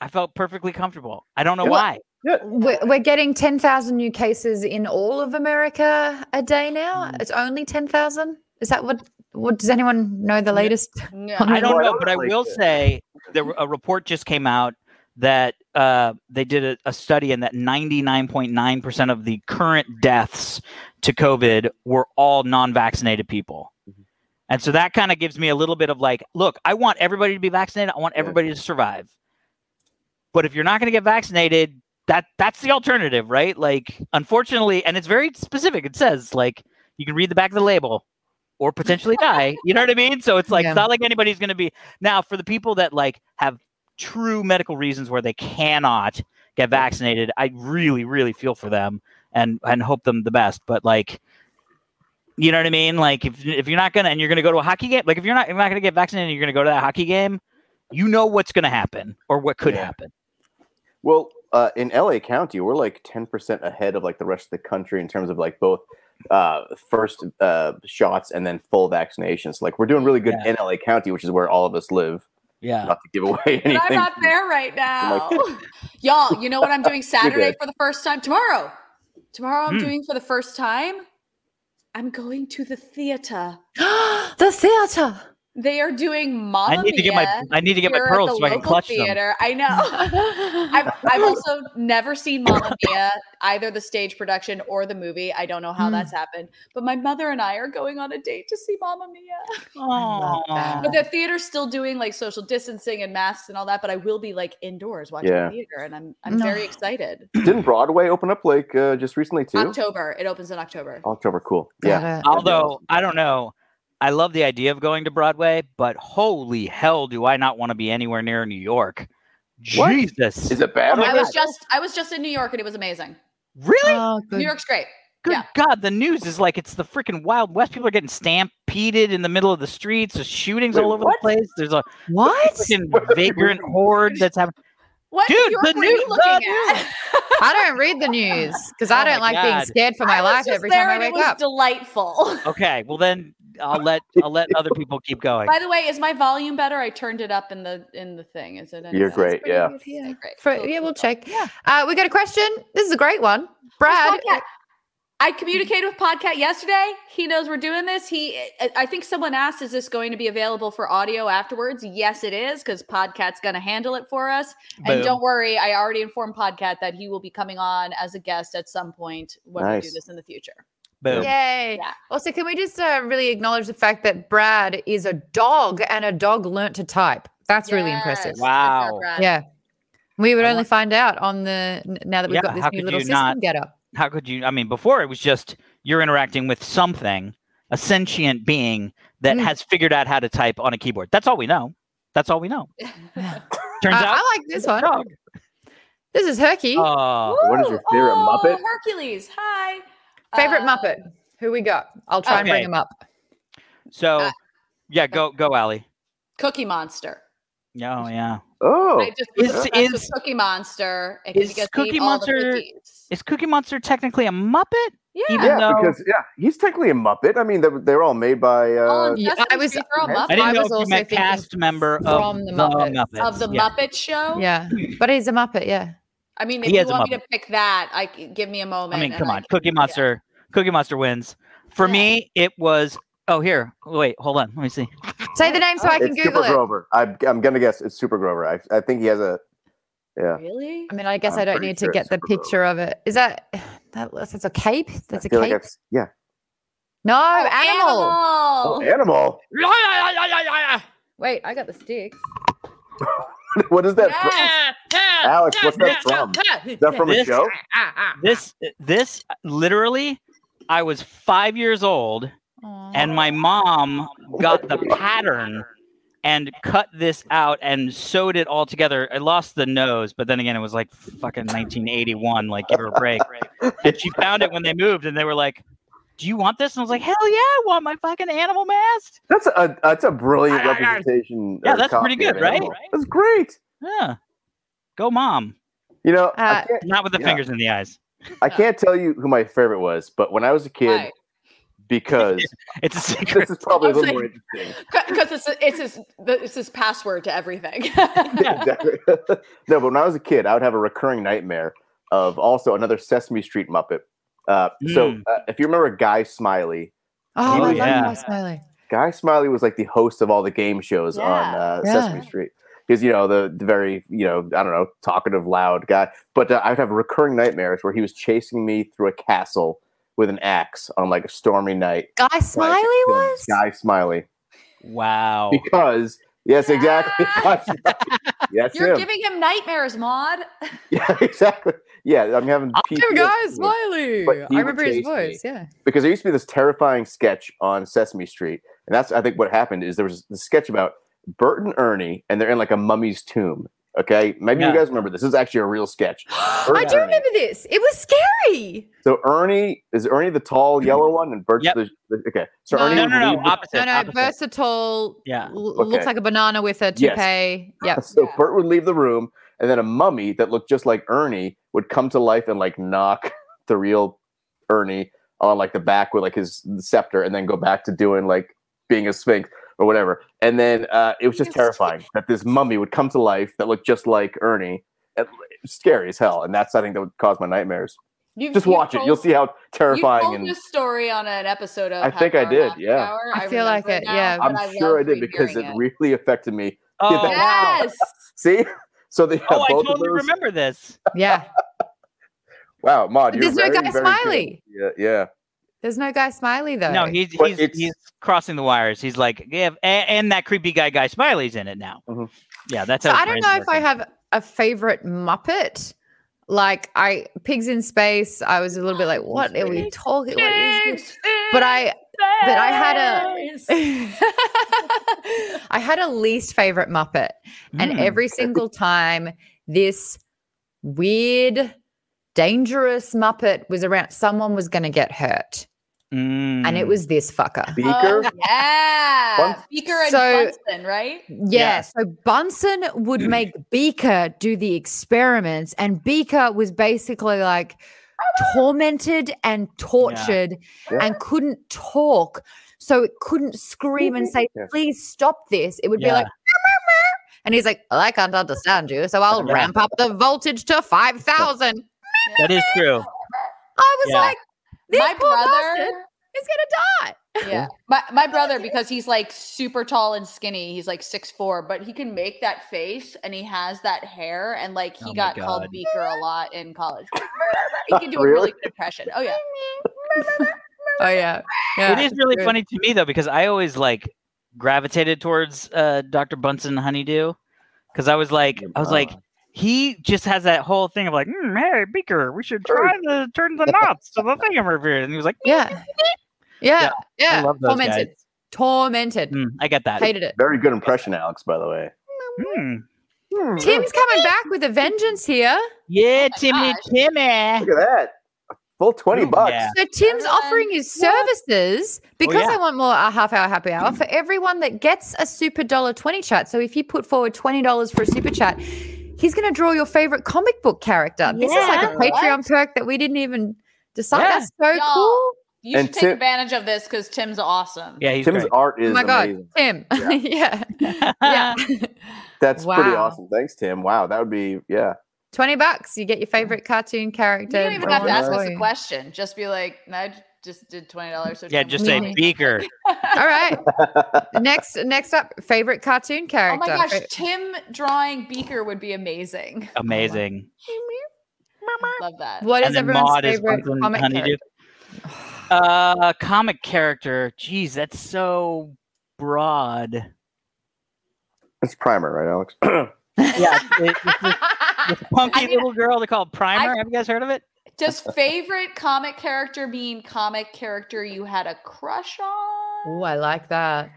Speaker 4: I felt perfectly comfortable. I don't know
Speaker 2: Yeah.
Speaker 4: why.
Speaker 1: We're, we're getting 10,000 new cases in all of America a day now. It's only 10,000. Is that what? What does anyone know the
Speaker 4: Yeah.
Speaker 1: latest?
Speaker 3: no,
Speaker 4: I don't
Speaker 2: Well, I
Speaker 4: know,
Speaker 2: don't
Speaker 4: but I
Speaker 2: like uh,
Speaker 4: will
Speaker 2: it.
Speaker 4: say there were- a report just came out that uh, they did a, a study and that 99.9% of the current deaths to COVID were all non-vaccinated people.
Speaker 2: Mhm.
Speaker 4: And so that kind of gives me a little bit of like, look, I want everybody to be vaccinated. I want
Speaker 2: Yeah.
Speaker 4: everybody to survive. But if you're not going to get vaccinated, that that's the alternative, right? Like, unfortunately, and it's very specific. It says like you can read the back of the label or potentially die. You know what I mean? So it's like
Speaker 1: Yeah.
Speaker 4: it's not like anybody's going to be now for the people that like have true medical reasons where they cannot get vaccinated. I really, really feel for them and and hope them the best. But like, you know what I mean? Like if if you're not gonna and you're gonna go to a hockey game, like if you're not you're not gonna get vaccinated, and you're gonna go to that hockey game. You know what's going to happen or what could
Speaker 2: Yeah.
Speaker 4: happen.
Speaker 2: Well, uh, in LA County, we're like ten percent ahead of like the rest of the country in terms of like both uh, first uh, shots and then full vaccinations. Like we're doing really good in LA County, which is where all of us live.
Speaker 4: Yeah.
Speaker 2: Not to give away
Speaker 3: But
Speaker 2: anything.
Speaker 3: I'm not there right now. Y'all, you know what I'm doing Saturday
Speaker 2: good.
Speaker 3: for the first time? Tomorrow. Tomorrow I'm
Speaker 4: Hmm.
Speaker 3: doing for the first time. I'm going to the theater.
Speaker 1: the theater.
Speaker 3: They are doing Mamma
Speaker 4: I need to get my
Speaker 3: Mia
Speaker 4: I need to get my
Speaker 3: here at
Speaker 4: pearls
Speaker 3: the
Speaker 4: so I can
Speaker 3: local
Speaker 4: clutch them.
Speaker 3: theater. I know. I've, I've also never seen Mamma Mia, either the stage production or the movie. I don't know how
Speaker 4: Hmm.
Speaker 1: Mm.
Speaker 3: that's happened. But my mother and I are going on a date to see Mamma Mia.
Speaker 1: love that.
Speaker 3: But the
Speaker 2: Uh-huh.
Speaker 3: theater's still doing like social distancing and masks and all that. But I will be like indoors watching
Speaker 2: Yeah.
Speaker 3: theater, and I'm I'm
Speaker 1: No.
Speaker 3: very excited.
Speaker 2: Didn't Broadway open up like uh, just recently too?
Speaker 3: October. It opens in October.
Speaker 2: October, cool. Yeah.
Speaker 1: Got it.
Speaker 2: That'd be
Speaker 4: Although
Speaker 2: awesome.
Speaker 4: I don't know, I love the idea of going to Broadway, but holy hell, do I not want to be anywhere near New York?
Speaker 2: What?
Speaker 4: Jesus,
Speaker 2: Is it bad?
Speaker 4: Oh
Speaker 2: or
Speaker 4: my
Speaker 3: I
Speaker 2: good?
Speaker 3: was just I was just in New York and it was amazing.
Speaker 4: really?
Speaker 1: Oh,
Speaker 3: New
Speaker 1: good.
Speaker 3: York's great.
Speaker 4: Good
Speaker 3: yeah.
Speaker 4: God, the news is like it's the freaking Wild West. People are getting stampeded in the middle of the streets. There's shootings
Speaker 2: Wait,
Speaker 4: all over
Speaker 2: what?
Speaker 4: the place. There's a
Speaker 1: What?
Speaker 4: freaking
Speaker 2: What are we
Speaker 4: vagrant
Speaker 2: doing?
Speaker 4: horde that's happening.
Speaker 3: What
Speaker 4: Dude,
Speaker 3: New York
Speaker 4: the
Speaker 3: were
Speaker 4: new-
Speaker 3: you looking
Speaker 4: the
Speaker 3: at?
Speaker 1: I don't read the news because
Speaker 4: Oh
Speaker 1: I don't
Speaker 4: my
Speaker 1: like being
Speaker 4: God.
Speaker 1: scared for my
Speaker 3: I was
Speaker 1: life
Speaker 3: just
Speaker 1: every
Speaker 3: there
Speaker 1: time I
Speaker 3: and
Speaker 1: wake
Speaker 3: it was
Speaker 1: up.
Speaker 3: Delightful.
Speaker 4: Okay, well then I'll let I'll let other people keep going.
Speaker 3: By the way, is my volume better? I turned it up in the in the thing. Is it? any
Speaker 2: You're
Speaker 3: better?
Speaker 2: great.
Speaker 1: pretty
Speaker 2: Yeah.
Speaker 1: good.
Speaker 3: Okay,
Speaker 1: Yeah.
Speaker 3: great.
Speaker 1: For,
Speaker 3: Cool,
Speaker 1: yeah,
Speaker 3: cool,
Speaker 1: we'll
Speaker 3: cool.
Speaker 1: check.
Speaker 4: Yeah.
Speaker 1: Uh, we got a question. This is a great one.
Speaker 3: Where's
Speaker 1: Brad,
Speaker 3: Podcat? I communicated with Podcat yesterday. He knows we're doing this. He, I- I think someone asked, is this going to be available for audio afterwards? Yes, it is, because Podcat's going to handle it for us. And
Speaker 4: Boom.
Speaker 3: don't worry, I already informed Podcat that he will be coming on as a guest at some point when we do
Speaker 2: Nice.
Speaker 3: this in the future.
Speaker 4: Boom.
Speaker 1: Yay.
Speaker 3: Yeah.
Speaker 1: Also, can we just uh, really acknowledge the fact that Brad is a dog and a dog learnt to type? That's really impressive.
Speaker 3: Yes, good job,
Speaker 4: Wow.
Speaker 3: Brad.
Speaker 1: Yeah. We would
Speaker 4: I
Speaker 1: only
Speaker 4: want-
Speaker 1: find out on the n- now that we've
Speaker 4: Yeah,
Speaker 1: got this
Speaker 4: how
Speaker 1: new
Speaker 4: could
Speaker 1: little
Speaker 4: you
Speaker 1: system
Speaker 4: not-
Speaker 1: get up.
Speaker 4: how could you i mean before it was just you're interacting with something a sentient being that
Speaker 1: Mm.
Speaker 4: has figured out how to type on a keyboard that's all we know that's all we know turns
Speaker 1: I-
Speaker 4: out
Speaker 1: I like this
Speaker 4: it's a
Speaker 1: one.
Speaker 4: dog.
Speaker 1: This is Herky.
Speaker 4: Oh,
Speaker 2: Uh, What is your favorite
Speaker 3: oh,
Speaker 2: Muppet?
Speaker 3: Hercules. Hi.
Speaker 1: Favorite
Speaker 3: Uh,
Speaker 1: Muppet. Who we got? I'll try and bring
Speaker 4: Okay.
Speaker 1: him up.
Speaker 4: so
Speaker 3: Uh,
Speaker 4: yeah go go Allie.
Speaker 3: Cookie Monster.
Speaker 4: Oh yeah.
Speaker 2: Oh,
Speaker 3: I just was
Speaker 4: Is-
Speaker 3: obsessed with
Speaker 4: is-
Speaker 3: Cookie Monster. I could
Speaker 4: is
Speaker 3: get to
Speaker 4: Cookie
Speaker 3: eat all the
Speaker 4: Monster-
Speaker 3: cookies.
Speaker 4: Is Cookie Monster technically a Muppet?
Speaker 3: Yeah.
Speaker 4: even
Speaker 2: yeah,
Speaker 4: though-
Speaker 2: because yeah, he's technically a Muppet. I mean, they're, they're all made by.
Speaker 3: All
Speaker 2: Uh,
Speaker 3: in
Speaker 1: yeah,
Speaker 3: Sesame
Speaker 1: I was-
Speaker 3: Street, they're
Speaker 2: I
Speaker 3: all
Speaker 4: I
Speaker 3: Muppets.
Speaker 4: didn't
Speaker 1: I
Speaker 4: know
Speaker 1: was
Speaker 4: if you
Speaker 1: also
Speaker 4: meant
Speaker 1: thinking
Speaker 4: cast member of
Speaker 1: from the Muppets.
Speaker 4: Muppets.
Speaker 3: of the
Speaker 4: yeah.
Speaker 3: Muppet Show.
Speaker 1: Yeah, but he's a Muppet. Yeah.
Speaker 3: I mean,
Speaker 4: He
Speaker 3: if you
Speaker 4: is a
Speaker 3: want me to pick that, I give me a moment.
Speaker 4: I mean,
Speaker 3: and
Speaker 4: come on,
Speaker 3: can-
Speaker 4: Cookie Monster. Cookie Monster wins. For
Speaker 3: Yeah.
Speaker 4: me, it was. Oh, here. Wait, hold on. Let me see.
Speaker 1: Say the name so I can
Speaker 2: it's Super
Speaker 1: Google it.
Speaker 2: Grover. I, I'm gonna guess it's Super Grover. I, I think he has a. Yeah,
Speaker 3: Really?
Speaker 1: I mean, I guess I'm
Speaker 2: I'm
Speaker 1: I do not
Speaker 2: pretty
Speaker 1: need to
Speaker 2: sure
Speaker 1: get the
Speaker 2: it's Super
Speaker 1: picture of it. Is that that? That's a cape. That's a
Speaker 2: I feel
Speaker 1: cape.
Speaker 2: like I've- yeah.
Speaker 1: no,
Speaker 3: Oh,
Speaker 1: animal.
Speaker 2: Oh,
Speaker 3: animal.
Speaker 2: animal.
Speaker 1: Wait, I got the sticks.
Speaker 2: what is that? From?
Speaker 3: Yes.
Speaker 2: Alex, what's that from? Is that from a
Speaker 4: This-
Speaker 2: show?
Speaker 4: This, this literally, I was five years old, and my mom got the pattern and cut this out and sewed it all together. I lost the nose, but then again, it was like fucking 1981, like give her a break. and she found it when they moved, and they were like, "Do you want this?" And I was like, "Hell yeah, I want my fucking animal mask."
Speaker 2: That's a that's a brilliant representation.
Speaker 4: Yeah,
Speaker 2: or
Speaker 4: that's pretty
Speaker 2: copy of
Speaker 4: good, right?
Speaker 2: Animal. That's great.
Speaker 4: Yeah. Go mom.
Speaker 2: You know, I
Speaker 1: Uh,
Speaker 2: can't
Speaker 4: Not with the
Speaker 2: Yeah.
Speaker 4: fingers in the eyes.
Speaker 2: I can't tell you who my favorite was, but when I was a kid,
Speaker 3: Why?
Speaker 2: because
Speaker 4: It's a secret.
Speaker 2: this is probably a
Speaker 3: I was
Speaker 2: little more interesting.
Speaker 3: Because it's it's his the- it's his password to everything.
Speaker 4: Yeah.
Speaker 2: Exactly. no, but when I was a kid, I would have a recurring nightmare of also another Sesame Street Muppet. Uh, So
Speaker 3: Hmm.
Speaker 4: Mm.
Speaker 2: uh, if you remember Guy Smiley,
Speaker 1: Oh, I
Speaker 4: yeah.
Speaker 1: love Ross Smiley.
Speaker 2: Guy Smiley was like the host of all the game shows on
Speaker 3: Yeah.
Speaker 2: uh,
Speaker 1: Yeah.
Speaker 2: Sesame Street. He's, you know, the, the very, you know, I don't know, talkative, loud guy. But uh, I'd have recurring nightmares where he was chasing me through a castle with an axe on like a stormy night.
Speaker 1: Guy Smiley was.
Speaker 2: Guy Smiley.
Speaker 3: Oh.
Speaker 4: Wow.
Speaker 2: Because, yes, exactly. yes,
Speaker 3: You're
Speaker 2: him.
Speaker 3: giving him nightmares, Maud.
Speaker 2: yeah, exactly. Yeah, I'm having
Speaker 1: Damn, Guy
Speaker 2: PTSD.
Speaker 1: Smiley.
Speaker 2: But he
Speaker 1: I
Speaker 2: would
Speaker 1: remember his
Speaker 2: chase me.
Speaker 1: voice. Yeah.
Speaker 2: because there used to be this terrifying sketch on Sesame Street, and that's I think what happened is there was this sketch about Bert and Ernie, and they're in like a mummy's tomb. Okay, maybe
Speaker 4: Yeah.
Speaker 2: you guys remember this. This is actually a real sketch.
Speaker 1: I do remember this. It was scary.
Speaker 2: So Ernie is Ernie the tall yellow one, and Bert's
Speaker 4: Yep.
Speaker 2: the, the okay. So
Speaker 1: No,
Speaker 2: Ernie
Speaker 4: No, no,
Speaker 2: would
Speaker 4: no.
Speaker 2: leave the-
Speaker 4: Opposite.
Speaker 1: No, no,
Speaker 4: opposite.
Speaker 1: versatile.
Speaker 4: Yeah.
Speaker 1: l-
Speaker 2: Okay.
Speaker 1: Looks like a banana with a
Speaker 2: Yes.
Speaker 1: toupee. Yep.
Speaker 2: so
Speaker 3: Yeah.
Speaker 2: Bert would leave the room, and then a mummy that looked just like Ernie would come to life and like knock the real Ernie on like the back with like his scepter, and then go back to doing like being a sphinx or whatever. And then uh, it was just terrifying that this mummy would come to life that looked just like Ernie. And it was scary as hell, and that's I think that would cause my nightmares.
Speaker 3: You've,
Speaker 2: Just
Speaker 3: you've
Speaker 2: watch it; you'll
Speaker 3: told-
Speaker 2: see how
Speaker 3: You
Speaker 2: terrifying
Speaker 3: told
Speaker 2: and
Speaker 3: this story on an episode of.
Speaker 2: I think I
Speaker 3: Half Hour
Speaker 2: did,
Speaker 3: Happy
Speaker 2: yeah.
Speaker 3: Hour.
Speaker 1: I feel like
Speaker 3: remember
Speaker 1: it, yeah.
Speaker 3: now,
Speaker 2: I'm
Speaker 3: but
Speaker 2: sure I
Speaker 3: love
Speaker 2: did because it
Speaker 3: rehearing
Speaker 2: really affected me.
Speaker 4: Oh,
Speaker 2: that-
Speaker 4: wow.
Speaker 3: Yes.
Speaker 2: See, so they
Speaker 4: oh I
Speaker 2: both of
Speaker 4: totally
Speaker 2: those.
Speaker 4: remember this.
Speaker 1: Yeah.
Speaker 2: Wow, Maud, you're
Speaker 1: There's no
Speaker 2: very,
Speaker 1: Guy
Speaker 2: very good.
Speaker 1: Smiley.
Speaker 2: Yeah, yeah.
Speaker 1: There's no Guy Smiley though.
Speaker 4: No, he's
Speaker 2: But
Speaker 4: he's,
Speaker 2: it's-
Speaker 4: he's crossing the wires. He's like, yeah, and, and that creepy guy, Guy Smiley's in it now.
Speaker 2: Mhm.
Speaker 4: Yeah, that's
Speaker 1: So
Speaker 4: how
Speaker 1: I
Speaker 4: his
Speaker 1: don't
Speaker 4: brain's
Speaker 1: know if I
Speaker 4: working.
Speaker 1: have a favorite Muppet. Like I pigs in space, I was a little bit like, what are we
Speaker 3: Space.
Speaker 1: talking? What is this? But I but I had
Speaker 3: a.
Speaker 1: I had a least favorite Muppet. And
Speaker 4: Mm.
Speaker 1: every single time this weird, dangerous Muppet was around, someone was gonna get hurt. And it
Speaker 4: Mm.
Speaker 1: was this fucker.
Speaker 2: Beaker.
Speaker 3: Oh, yeah.
Speaker 2: One-
Speaker 3: Beaker and
Speaker 1: So-
Speaker 3: Bunsen, right?
Speaker 1: Yeah, So Bunsen would make Beaker do the experiments, and Beaker was basically like tormented and tortured
Speaker 2: Yeah.
Speaker 1: and couldn't talk. So it couldn't scream and say,
Speaker 2: Yeah.
Speaker 1: please stop this. It would be
Speaker 4: Yeah.
Speaker 1: like, "Meow, meow, meow." and he's like, well, I can't understand you. So I'll
Speaker 4: Yeah.
Speaker 1: ramp up the voltage to 5,000.
Speaker 4: that is true.
Speaker 1: I was
Speaker 4: Yeah.
Speaker 1: like, this
Speaker 3: my
Speaker 1: poor
Speaker 3: brother.
Speaker 1: bastard is going to die.
Speaker 3: Yeah. My, my brother, because he's like super tall and skinny, he's like six four, but he can make that face and he has that hair. And like
Speaker 4: Oh
Speaker 3: he
Speaker 4: my
Speaker 3: got called
Speaker 4: God.
Speaker 3: Beaker a lot in college. he can do a
Speaker 2: Really?
Speaker 3: really good impression. Oh yeah.
Speaker 1: Oh, yeah. yeah.
Speaker 4: it is really
Speaker 1: good.
Speaker 4: funny to me though because I always like gravitated towards uh, Dr. Bunsen Honeydew because I was like I was
Speaker 2: Uh-huh.
Speaker 4: like he just has that whole thing of like "Hmm, hey Beaker we should try to turn the knots to the thingamajigger and he was like
Speaker 1: Yeah. Yeah. Yeah.
Speaker 4: I love those
Speaker 1: Tormented.
Speaker 4: guys.
Speaker 1: Tormented.
Speaker 4: "Hmm, I get that
Speaker 1: Hated it.
Speaker 2: Very good impression, Alex. By the way.
Speaker 4: Hmm.
Speaker 1: Tim's coming back with a vengeance here.
Speaker 4: yeah Timmy
Speaker 3: gosh.
Speaker 4: Timmy
Speaker 2: Look at that. full 20 bucks.
Speaker 4: Yeah.
Speaker 1: So Tim's
Speaker 3: then-
Speaker 1: offering his
Speaker 3: Yeah.
Speaker 1: services because
Speaker 4: yeah.
Speaker 1: I want more a half hour happy hour for everyone that gets a super dollar twenty chat. So if you put forward twenty dollars for a super chat, he's going to draw your favorite comic book character. This is like a
Speaker 3: Yeah.
Speaker 1: Patreon perk that we didn't even decide.
Speaker 4: Yeah.
Speaker 1: That's so
Speaker 3: Y'all,
Speaker 1: cool.
Speaker 3: You should
Speaker 2: And
Speaker 3: take
Speaker 2: Tim-
Speaker 3: advantage of this because Tim's awesome.
Speaker 4: Yeah, he's
Speaker 2: Tim's
Speaker 4: great.
Speaker 2: art is
Speaker 1: Oh my god,
Speaker 2: amazing.
Speaker 1: Tim!
Speaker 2: Yeah.
Speaker 1: yeah, yeah.
Speaker 2: That's pretty
Speaker 1: Wow.
Speaker 2: awesome. Thanks, Tim. Wow, that would be yeah.
Speaker 1: Twenty bucks, you get your favorite cartoon
Speaker 3: You
Speaker 1: character.
Speaker 3: don't even have to ask us a
Speaker 1: drawing.
Speaker 3: question. Just be like, I just did twenty dollars.
Speaker 4: yeah, just
Speaker 1: say
Speaker 4: a
Speaker 1: Mhm.
Speaker 4: beaker.
Speaker 1: All right. Next, next up, favorite cartoon
Speaker 3: Oh
Speaker 1: character.
Speaker 3: my gosh,
Speaker 1: Fa-
Speaker 3: Tim drawing Beaker would be amazing.
Speaker 4: Amazing.
Speaker 3: Love that.
Speaker 1: What is
Speaker 4: and then
Speaker 1: everyone's
Speaker 4: Maud is
Speaker 1: favorite
Speaker 4: Bunsen
Speaker 1: comic
Speaker 4: Honeydew.
Speaker 1: character?
Speaker 4: Uh, comic character. Jeez, that's so broad.
Speaker 2: It's primer, right, Alex?
Speaker 4: Yeah, it- it's this- this punky
Speaker 3: I mean,
Speaker 4: little girl they call Primer. Have you guys heard of it?
Speaker 3: Does favorite comic character mean comic character you had a crush on?
Speaker 1: Oh, I like that.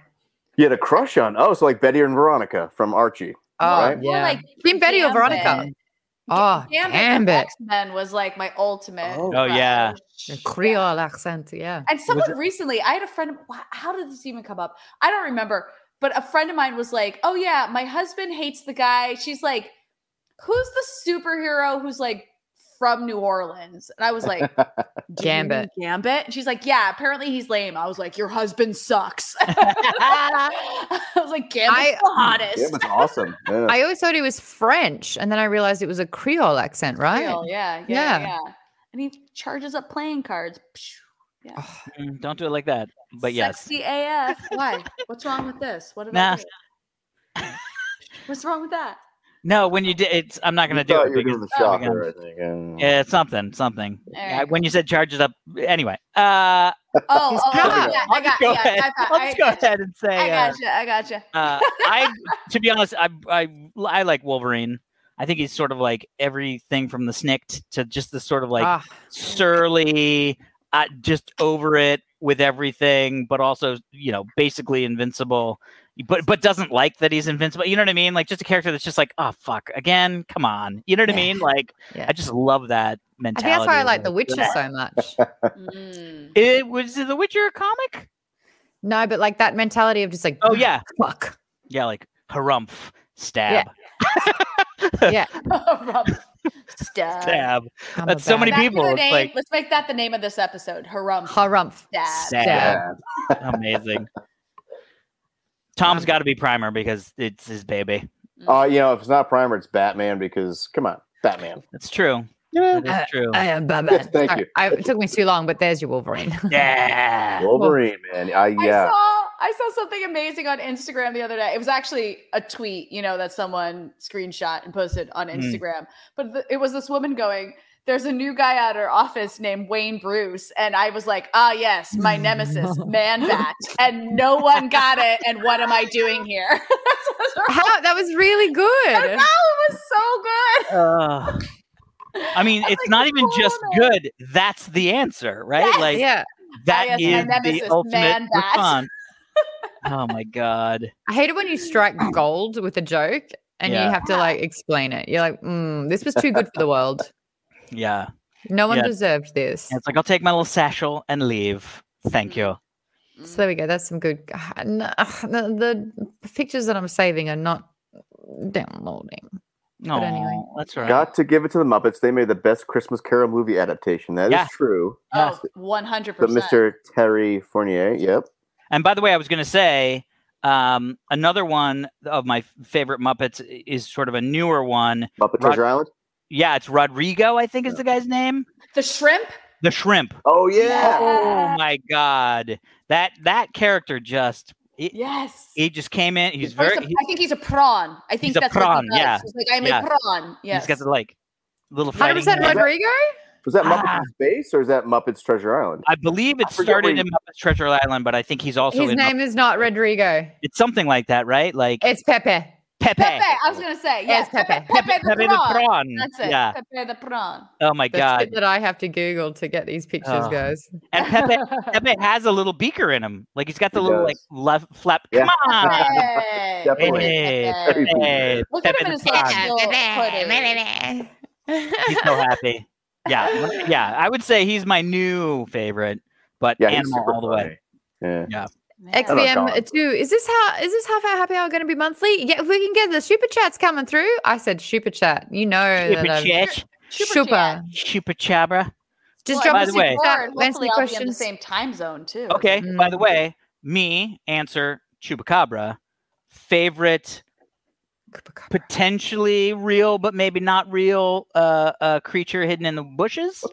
Speaker 2: you had a crush on. Oh, so like Betty and Veronica from Archie.
Speaker 1: Oh,
Speaker 2: Right?
Speaker 3: More
Speaker 1: yeah.
Speaker 3: like
Speaker 1: Team Betty or
Speaker 3: Gambit.
Speaker 1: Veronica? Oh, Gambit.
Speaker 3: X Men was like my ultimate.
Speaker 2: Oh.
Speaker 4: Oh, yeah.
Speaker 1: A
Speaker 3: crush.
Speaker 1: Creole accent, yeah.
Speaker 3: And someone recently, I had a friend. wow, How did this even come up? I don't remember. But a friend of mine was like, "Oh yeah, my husband hates the guy." She's like, "Who's the superhero who's like from New Orleans?" And I was like, "Do you mean
Speaker 1: Gambit.
Speaker 3: Gambit." And she's like, "Yeah, apparently he's lame." I was like, "Your husband sucks." I was like, "Gambit's
Speaker 1: I-
Speaker 3: the hottest."
Speaker 2: Yeah, it's awesome. Yeah.
Speaker 1: I always thought he was French, and then I realized it was a Creole accent, right?
Speaker 3: Real, yeah, yeah,
Speaker 1: Yeah.
Speaker 3: yeah, And he charges up playing cards. Psh,
Speaker 4: Mm, Don't do it like that. But yes,
Speaker 3: sexy AF. Why? What's wrong with this? What did
Speaker 4: Nah.
Speaker 3: I do? What's wrong with that?
Speaker 4: no. When you did, it's I'm not gonna
Speaker 2: You
Speaker 4: do
Speaker 2: thought
Speaker 4: it
Speaker 2: you were
Speaker 4: because
Speaker 2: doing the
Speaker 3: oh,
Speaker 2: shocker, I think. Yeah.
Speaker 4: yeah, it's something, something.
Speaker 3: All
Speaker 4: Yeah,
Speaker 3: right.
Speaker 4: when you said charges up, anyway. Uh,
Speaker 3: Oh, oh, oh,
Speaker 1: proud.
Speaker 3: yeah, I
Speaker 4: I'll
Speaker 3: got,
Speaker 4: just go
Speaker 3: yeah,
Speaker 4: ahead.
Speaker 3: I,
Speaker 4: I'll
Speaker 3: I,
Speaker 4: just
Speaker 3: I
Speaker 4: go
Speaker 3: gotcha.
Speaker 4: ahead and say.
Speaker 3: I
Speaker 4: uh,
Speaker 3: gotcha. I gotcha.
Speaker 4: uh, I, to be honest, I, I I like Wolverine. I think he's sort of like everything from the snicked to just this sort of like
Speaker 1: Ah,
Speaker 4: surly, uh, just over it with everything, but also you know basically invincible, but but doesn't like that he's invincible. You know what I mean? Like just a character that's just like, oh fuck, again, come on. You know what I
Speaker 1: Yeah.
Speaker 4: mean? Like
Speaker 1: Yeah.
Speaker 4: I just love that
Speaker 1: I
Speaker 4: mentality.
Speaker 1: think that's why I
Speaker 4: of,
Speaker 1: like The Witcher
Speaker 4: yeah.
Speaker 1: so much.
Speaker 3: Mm.
Speaker 4: It was it The Witcher a comic?
Speaker 1: No, but like that mentality of just like,
Speaker 4: Oh yeah,
Speaker 1: fuck.
Speaker 4: yeah, like harumph, stab,
Speaker 1: Yeah.
Speaker 3: Rump stab.
Speaker 4: stab.
Speaker 1: I'm
Speaker 4: That's
Speaker 1: a
Speaker 4: so
Speaker 1: bad-
Speaker 4: many
Speaker 3: That's
Speaker 4: people,
Speaker 3: the
Speaker 4: it's
Speaker 3: name-
Speaker 4: like-
Speaker 3: Let's make that the name of this episode. Harumph.
Speaker 1: Harumph.
Speaker 3: stab.
Speaker 4: Stab.
Speaker 1: Yeah.
Speaker 4: Amazing. Tom's got to be primer because it's his baby.
Speaker 3: Mm.
Speaker 2: Uh, you know, if it's not primer, it's Batman because come on, Batman.
Speaker 4: That's true.
Speaker 2: You know,
Speaker 4: That
Speaker 3: Uh,
Speaker 4: is true.
Speaker 1: I am Batman.
Speaker 2: Yes, thank
Speaker 1: Sorry,
Speaker 2: you.
Speaker 1: I, it took me too long, but there's your Wolverine.
Speaker 4: yeah.
Speaker 2: Wolverine, man. I
Speaker 3: I
Speaker 2: yeah.
Speaker 3: saw I saw something amazing on Instagram the other day. It was actually a tweet, you know, that someone screenshot and posted on
Speaker 4: Mm.
Speaker 3: Instagram. But th- it was this woman going, "There's a new guy at her office named Wayne Bruce," and I was like, "Ah, yes, my nemesis, Man Bat," and no one got it. And what am I doing here? That's what-
Speaker 1: How, that was really
Speaker 3: I
Speaker 1: good.
Speaker 3: know it was so good.
Speaker 4: Ugh. I mean,
Speaker 3: That's
Speaker 4: it's
Speaker 3: like
Speaker 4: not
Speaker 3: the
Speaker 4: even just
Speaker 3: corner.
Speaker 4: good. That's the answer, right?
Speaker 3: Yes. Oh,
Speaker 4: Like
Speaker 1: Yeah.
Speaker 4: that
Speaker 3: yes,
Speaker 4: is
Speaker 3: my
Speaker 4: the
Speaker 3: nemesis,
Speaker 4: ultimate
Speaker 3: man bat.
Speaker 4: response. oh my god.
Speaker 1: I hate it when you strike gold with a joke and
Speaker 4: Mm. Yeah.
Speaker 1: you have to like explain it. You're like, mm, this was too good for the world.
Speaker 4: Yeah.
Speaker 1: No one
Speaker 4: Yeah.
Speaker 1: deserved this.
Speaker 4: And It's like I'll take my little satchel and leave. Thank you.
Speaker 1: So there we go. That's some good. God, n- ugh, The, the pictures that I'm saving are not downloading.
Speaker 3: Mm-hmm.
Speaker 4: No,
Speaker 1: anyway.
Speaker 4: that's all right.
Speaker 2: Got to give it to the Muppets. They made the best Christmas Carol movie adaptation. That is
Speaker 4: Yeah.
Speaker 2: true.
Speaker 3: Oh, 100%.
Speaker 2: But Mr. Terry Fournier, yep.
Speaker 4: And by the way, I was going to say um, another one of my f- favorite Muppets i- is sort of a newer one.
Speaker 2: Muppet
Speaker 4: Rod-
Speaker 2: Treasure Island.
Speaker 4: Yeah, it's Rodrigo, I think is the guy's name.
Speaker 3: The shrimp?
Speaker 4: The shrimp.
Speaker 2: Oh yeah.
Speaker 4: Oh my god, that that character just
Speaker 3: Yes.
Speaker 4: he just came in. He's
Speaker 3: Or he's
Speaker 4: very
Speaker 3: a-
Speaker 4: he,
Speaker 3: I think he's a prawn. I think
Speaker 4: a
Speaker 3: that's what he
Speaker 4: prawn,
Speaker 3: does.
Speaker 4: yeah.
Speaker 3: He's like I'm
Speaker 4: Yeah.
Speaker 3: a prawn. Yes.
Speaker 4: he's got the like little
Speaker 1: Hundred
Speaker 4: fighting.
Speaker 1: percent Rodrigo.
Speaker 2: Was that Muppets
Speaker 4: Ah.
Speaker 2: in Space or is that Muppets Treasure Island?
Speaker 4: I believe it
Speaker 2: I forget where
Speaker 4: started
Speaker 2: he-
Speaker 4: in Muppets Treasure Island, but I think he's also
Speaker 1: His
Speaker 4: in.
Speaker 1: name is not Rodrigo.
Speaker 4: it's something like that, right? Like
Speaker 1: It's Pepe.
Speaker 4: Pepe.
Speaker 3: Pepe. I was gonna say yes.
Speaker 1: Yes, Pepe.
Speaker 3: Pepe, the
Speaker 4: Pepe
Speaker 3: prawn.
Speaker 4: the prawn.
Speaker 3: That's it.
Speaker 4: Yeah.
Speaker 3: Pepe the prawn.
Speaker 4: Oh my
Speaker 1: The
Speaker 4: god.
Speaker 1: shit that I have to Google to get these pictures,
Speaker 4: Oh.
Speaker 1: guys.
Speaker 4: And Pepe Pepe has a little beaker in him. Like he's got the
Speaker 2: He
Speaker 4: little
Speaker 2: does.
Speaker 4: like left flap.
Speaker 2: Yeah.
Speaker 4: Come on.
Speaker 3: Hey.
Speaker 2: Definitely.
Speaker 4: Hey,
Speaker 3: Pepe.
Speaker 4: Pepe.
Speaker 3: Look at
Speaker 4: Pepe
Speaker 3: him in
Speaker 4: the
Speaker 3: his
Speaker 4: prawn.
Speaker 3: little footage.
Speaker 4: He's so happy. yeah, one- yeah. I would say he's my new favorite, but
Speaker 2: Yeah, he's
Speaker 4: animal
Speaker 2: super
Speaker 4: all the way.
Speaker 2: Yeah. Hello,
Speaker 3: Man.
Speaker 2: Colin.
Speaker 1: XVM uh, two. Is this how is this half hour happy hour going to be monthly? Yeah, if we can get the super chats coming through. I said super chat. You know,
Speaker 4: Super
Speaker 1: that I'm-
Speaker 4: chich,
Speaker 3: Super
Speaker 1: super.
Speaker 3: chat.
Speaker 4: super chabra.
Speaker 1: Just
Speaker 3: Well,
Speaker 1: drop
Speaker 4: By
Speaker 1: a
Speaker 4: the
Speaker 1: super
Speaker 4: way-
Speaker 1: chat.
Speaker 3: Lauren,
Speaker 1: Answer
Speaker 3: Hopefully,
Speaker 1: the
Speaker 3: I'll be in the
Speaker 1: questions.
Speaker 3: same time zone too.
Speaker 4: Okay. By the
Speaker 1: Mm.
Speaker 4: way, me answer chupacabra. Favorite potentially real but maybe not real uh, uh, creature hidden in the bushes.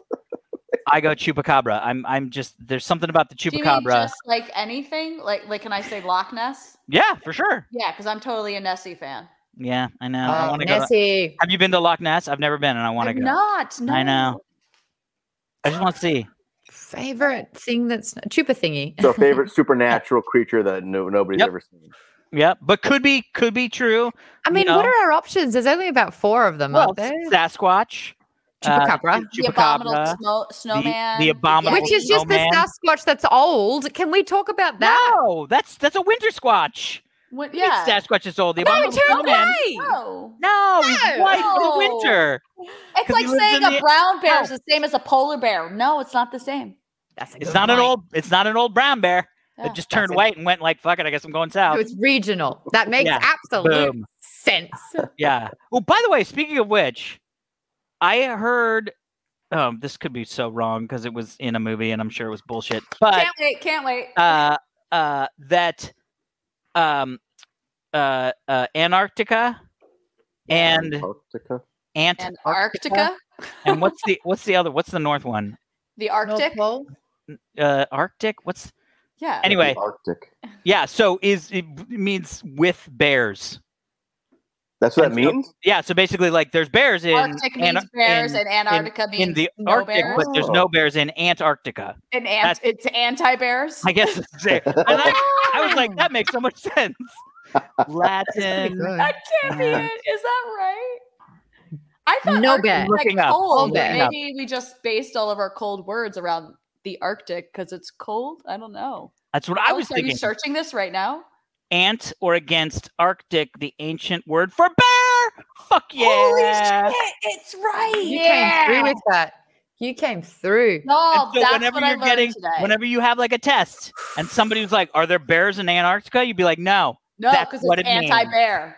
Speaker 4: I go chupacabra. I'm I'm just there's something about the
Speaker 3: Do you mean
Speaker 4: chupacabra.
Speaker 3: just like anything? Like, like, can I say Loch Ness?
Speaker 4: Yeah, for sure.
Speaker 3: Yeah, because I'm totally a Nessie fan.
Speaker 4: Yeah, I know. I
Speaker 1: Oh,
Speaker 4: want to go. to-
Speaker 1: Nessie.
Speaker 4: Have you been to Loch Ness? I've never been, and I want to
Speaker 3: I'm
Speaker 4: go.
Speaker 3: Not. No.
Speaker 4: I know. I just want to see.
Speaker 1: Favorite thing that's chupa thingy.
Speaker 2: So favorite supernatural creature that no, nobody's
Speaker 4: Yep.
Speaker 2: ever seen.
Speaker 4: Yeah, but could be could be true.
Speaker 1: I
Speaker 4: you
Speaker 1: mean, what
Speaker 4: know.
Speaker 1: are our options? There's only about four of them,
Speaker 4: Well,
Speaker 1: aren't there?
Speaker 4: Sasquatch, uh,
Speaker 1: Chupacabra.
Speaker 3: The abominable
Speaker 4: Chupacabra.
Speaker 3: snow, snowman.
Speaker 4: abominable
Speaker 1: Which
Speaker 3: Yeti.
Speaker 1: is just the
Speaker 4: Snowman.
Speaker 1: Sasquatch that's old. Can we talk about that?
Speaker 4: No, that's that's a winter squatch.
Speaker 3: What-
Speaker 4: You mean
Speaker 3: yeah.
Speaker 4: Sasquatch is old. The
Speaker 1: No,
Speaker 4: abominable
Speaker 1: Terry
Speaker 4: snowman.
Speaker 1: Gray!
Speaker 3: No.
Speaker 4: No, he's
Speaker 1: No.
Speaker 4: white for
Speaker 3: No.
Speaker 4: winter.
Speaker 3: It's
Speaker 4: 'Cause
Speaker 3: like
Speaker 4: he lives
Speaker 3: saying
Speaker 4: in
Speaker 3: a
Speaker 4: the- Oh.
Speaker 3: brown bear is the same as a polar bear. No, it's not the same.
Speaker 1: That's a
Speaker 4: It's
Speaker 1: good
Speaker 4: not an
Speaker 1: point.
Speaker 4: old. It's not an old brown bear.
Speaker 3: Yeah.
Speaker 4: It just turned
Speaker 1: That's it.
Speaker 4: white and went like, "Fuck it, I guess I'm going
Speaker 1: So
Speaker 4: south."
Speaker 1: it's regional. That makes
Speaker 4: Yeah.
Speaker 1: absolute
Speaker 4: Boom.
Speaker 1: sense.
Speaker 4: Yeah. Well, by the way, speaking of which, I heard. Um, this could be so wrong because it was in a movie, and I'm sure it was bullshit. But
Speaker 3: Can't wait. Can't wait.
Speaker 4: uh, uh, that um, uh, uh, Antarctica and
Speaker 2: Oh. Antarctica.
Speaker 4: Ant
Speaker 3: and Arctica,
Speaker 4: and what's the what's the other what's the north one?
Speaker 3: the Arctic.
Speaker 1: Pole.
Speaker 4: Uh, Arctic. What's
Speaker 3: Yeah.
Speaker 4: Anyway.
Speaker 2: The Arctic.
Speaker 4: yeah? So is it means with bears?
Speaker 2: That's what that
Speaker 4: And so-
Speaker 2: means.
Speaker 4: Yeah. So basically, like there's bears in
Speaker 3: Arctic means
Speaker 4: Antar-
Speaker 3: bears,
Speaker 4: in,
Speaker 3: and Antarctica means
Speaker 4: in the
Speaker 3: no
Speaker 4: Arctic,
Speaker 3: bears.
Speaker 4: but there's no bears in Antarctica.
Speaker 3: and ant- it's anti bears.
Speaker 4: I guess. that's it. And I, I was like, that makes so much sense. Latin.
Speaker 1: Uh,
Speaker 3: That can't be
Speaker 4: Yeah.
Speaker 3: it. Is that right? I thought
Speaker 1: No
Speaker 3: Arctic
Speaker 1: bet.
Speaker 3: was
Speaker 4: Looking
Speaker 3: like
Speaker 4: up,
Speaker 3: cold. but
Speaker 1: looking
Speaker 4: up.
Speaker 3: Maybe we just based all of our cold words around the Arctic because it's cold. I don't know.
Speaker 4: That's what I
Speaker 3: Alex,
Speaker 4: was
Speaker 3: are
Speaker 4: thinking.
Speaker 3: Oh, you searching this right now?
Speaker 4: Ant or against Arctic, the ancient word for bear. Fuck yeah.
Speaker 3: It's right.
Speaker 1: You came through with that. You came through.
Speaker 3: No,
Speaker 4: And so
Speaker 3: that's
Speaker 4: whenever
Speaker 3: what I
Speaker 4: you're
Speaker 3: learned
Speaker 4: getting,
Speaker 3: today.
Speaker 4: whenever you have like a test, and somebody was like, "Are there bears in Antarctica?" You'd be like, "No."
Speaker 3: no,
Speaker 4: that's
Speaker 3: because
Speaker 4: what
Speaker 3: it's
Speaker 4: it means.
Speaker 3: anti-bear.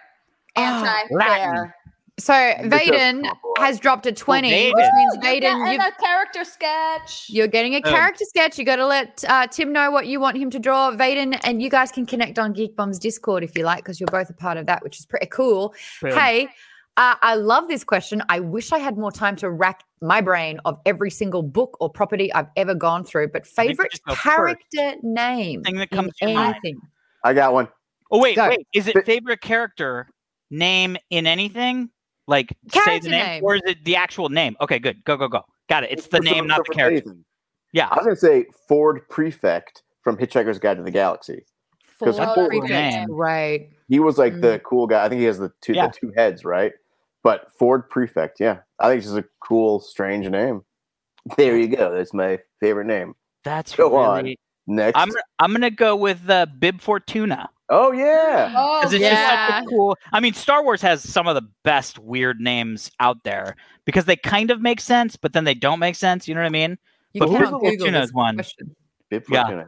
Speaker 4: Oh,
Speaker 3: Anti-bear.
Speaker 1: So Vaden has dropped a 20, which
Speaker 4: Vaden.
Speaker 1: means
Speaker 3: You're
Speaker 1: Vaden,
Speaker 3: getting
Speaker 1: you've,
Speaker 3: a character sketch.
Speaker 1: you're getting a
Speaker 4: Boom.
Speaker 1: character sketch. You got to let uh, Tim know what you want him to draw. Vaden, and you guys can connect on Geek Bomb's Discord if you like, because you're both a part of that, which is pretty cool.
Speaker 4: Boom.
Speaker 1: Hey, uh, I love this question. I wish I had more time to rack my brain of every single book or property I've ever gone through, but
Speaker 4: we
Speaker 1: favorite
Speaker 4: just go first.
Speaker 1: character name
Speaker 4: Thing that
Speaker 1: in
Speaker 4: comes to your mind.
Speaker 1: anything.
Speaker 2: I got one.
Speaker 4: Oh wait,
Speaker 1: Go.
Speaker 4: wait. Is
Speaker 2: But-
Speaker 4: it favorite character name in anything? Like say
Speaker 1: Character
Speaker 4: the name,
Speaker 1: name.
Speaker 4: or is it the actual name? Okay, good. Go go go. Got it. It's the
Speaker 2: So-
Speaker 4: name,
Speaker 2: so
Speaker 4: not the
Speaker 2: for
Speaker 4: character.
Speaker 2: anything.
Speaker 4: Yeah.
Speaker 2: I was gonna say Ford Prefect from Hitchhiker's Guide to the Galaxy.
Speaker 1: Full
Speaker 2: 'Cause
Speaker 3: I
Speaker 1: oh,
Speaker 3: thought-
Speaker 1: prefix.
Speaker 4: Man.
Speaker 1: Right.
Speaker 2: He was like the cool guy. I think he has the two
Speaker 4: Mm-hmm. Yeah.
Speaker 2: the two heads, right? But Ford Prefect, yeah. I think it's just a cool, strange name. There you go. That's my favorite name.
Speaker 4: That's
Speaker 2: Go on.
Speaker 4: really.
Speaker 2: Next.
Speaker 4: I'm I'm gonna go with uh, Bib Fortuna
Speaker 2: oh yeah.
Speaker 3: Oh,
Speaker 4: because it's just
Speaker 1: yeah.
Speaker 4: such a cool. I mean, Star Wars has some of the best weird names out there because they kind of make sense, but then they don't make sense. You know what I mean?
Speaker 1: You
Speaker 4: But
Speaker 1: cannot
Speaker 4: Bib
Speaker 1: Google
Speaker 4: Fortuna
Speaker 1: this
Speaker 4: is one.
Speaker 1: question.
Speaker 2: Bib
Speaker 4: Yeah.
Speaker 2: Fortuna.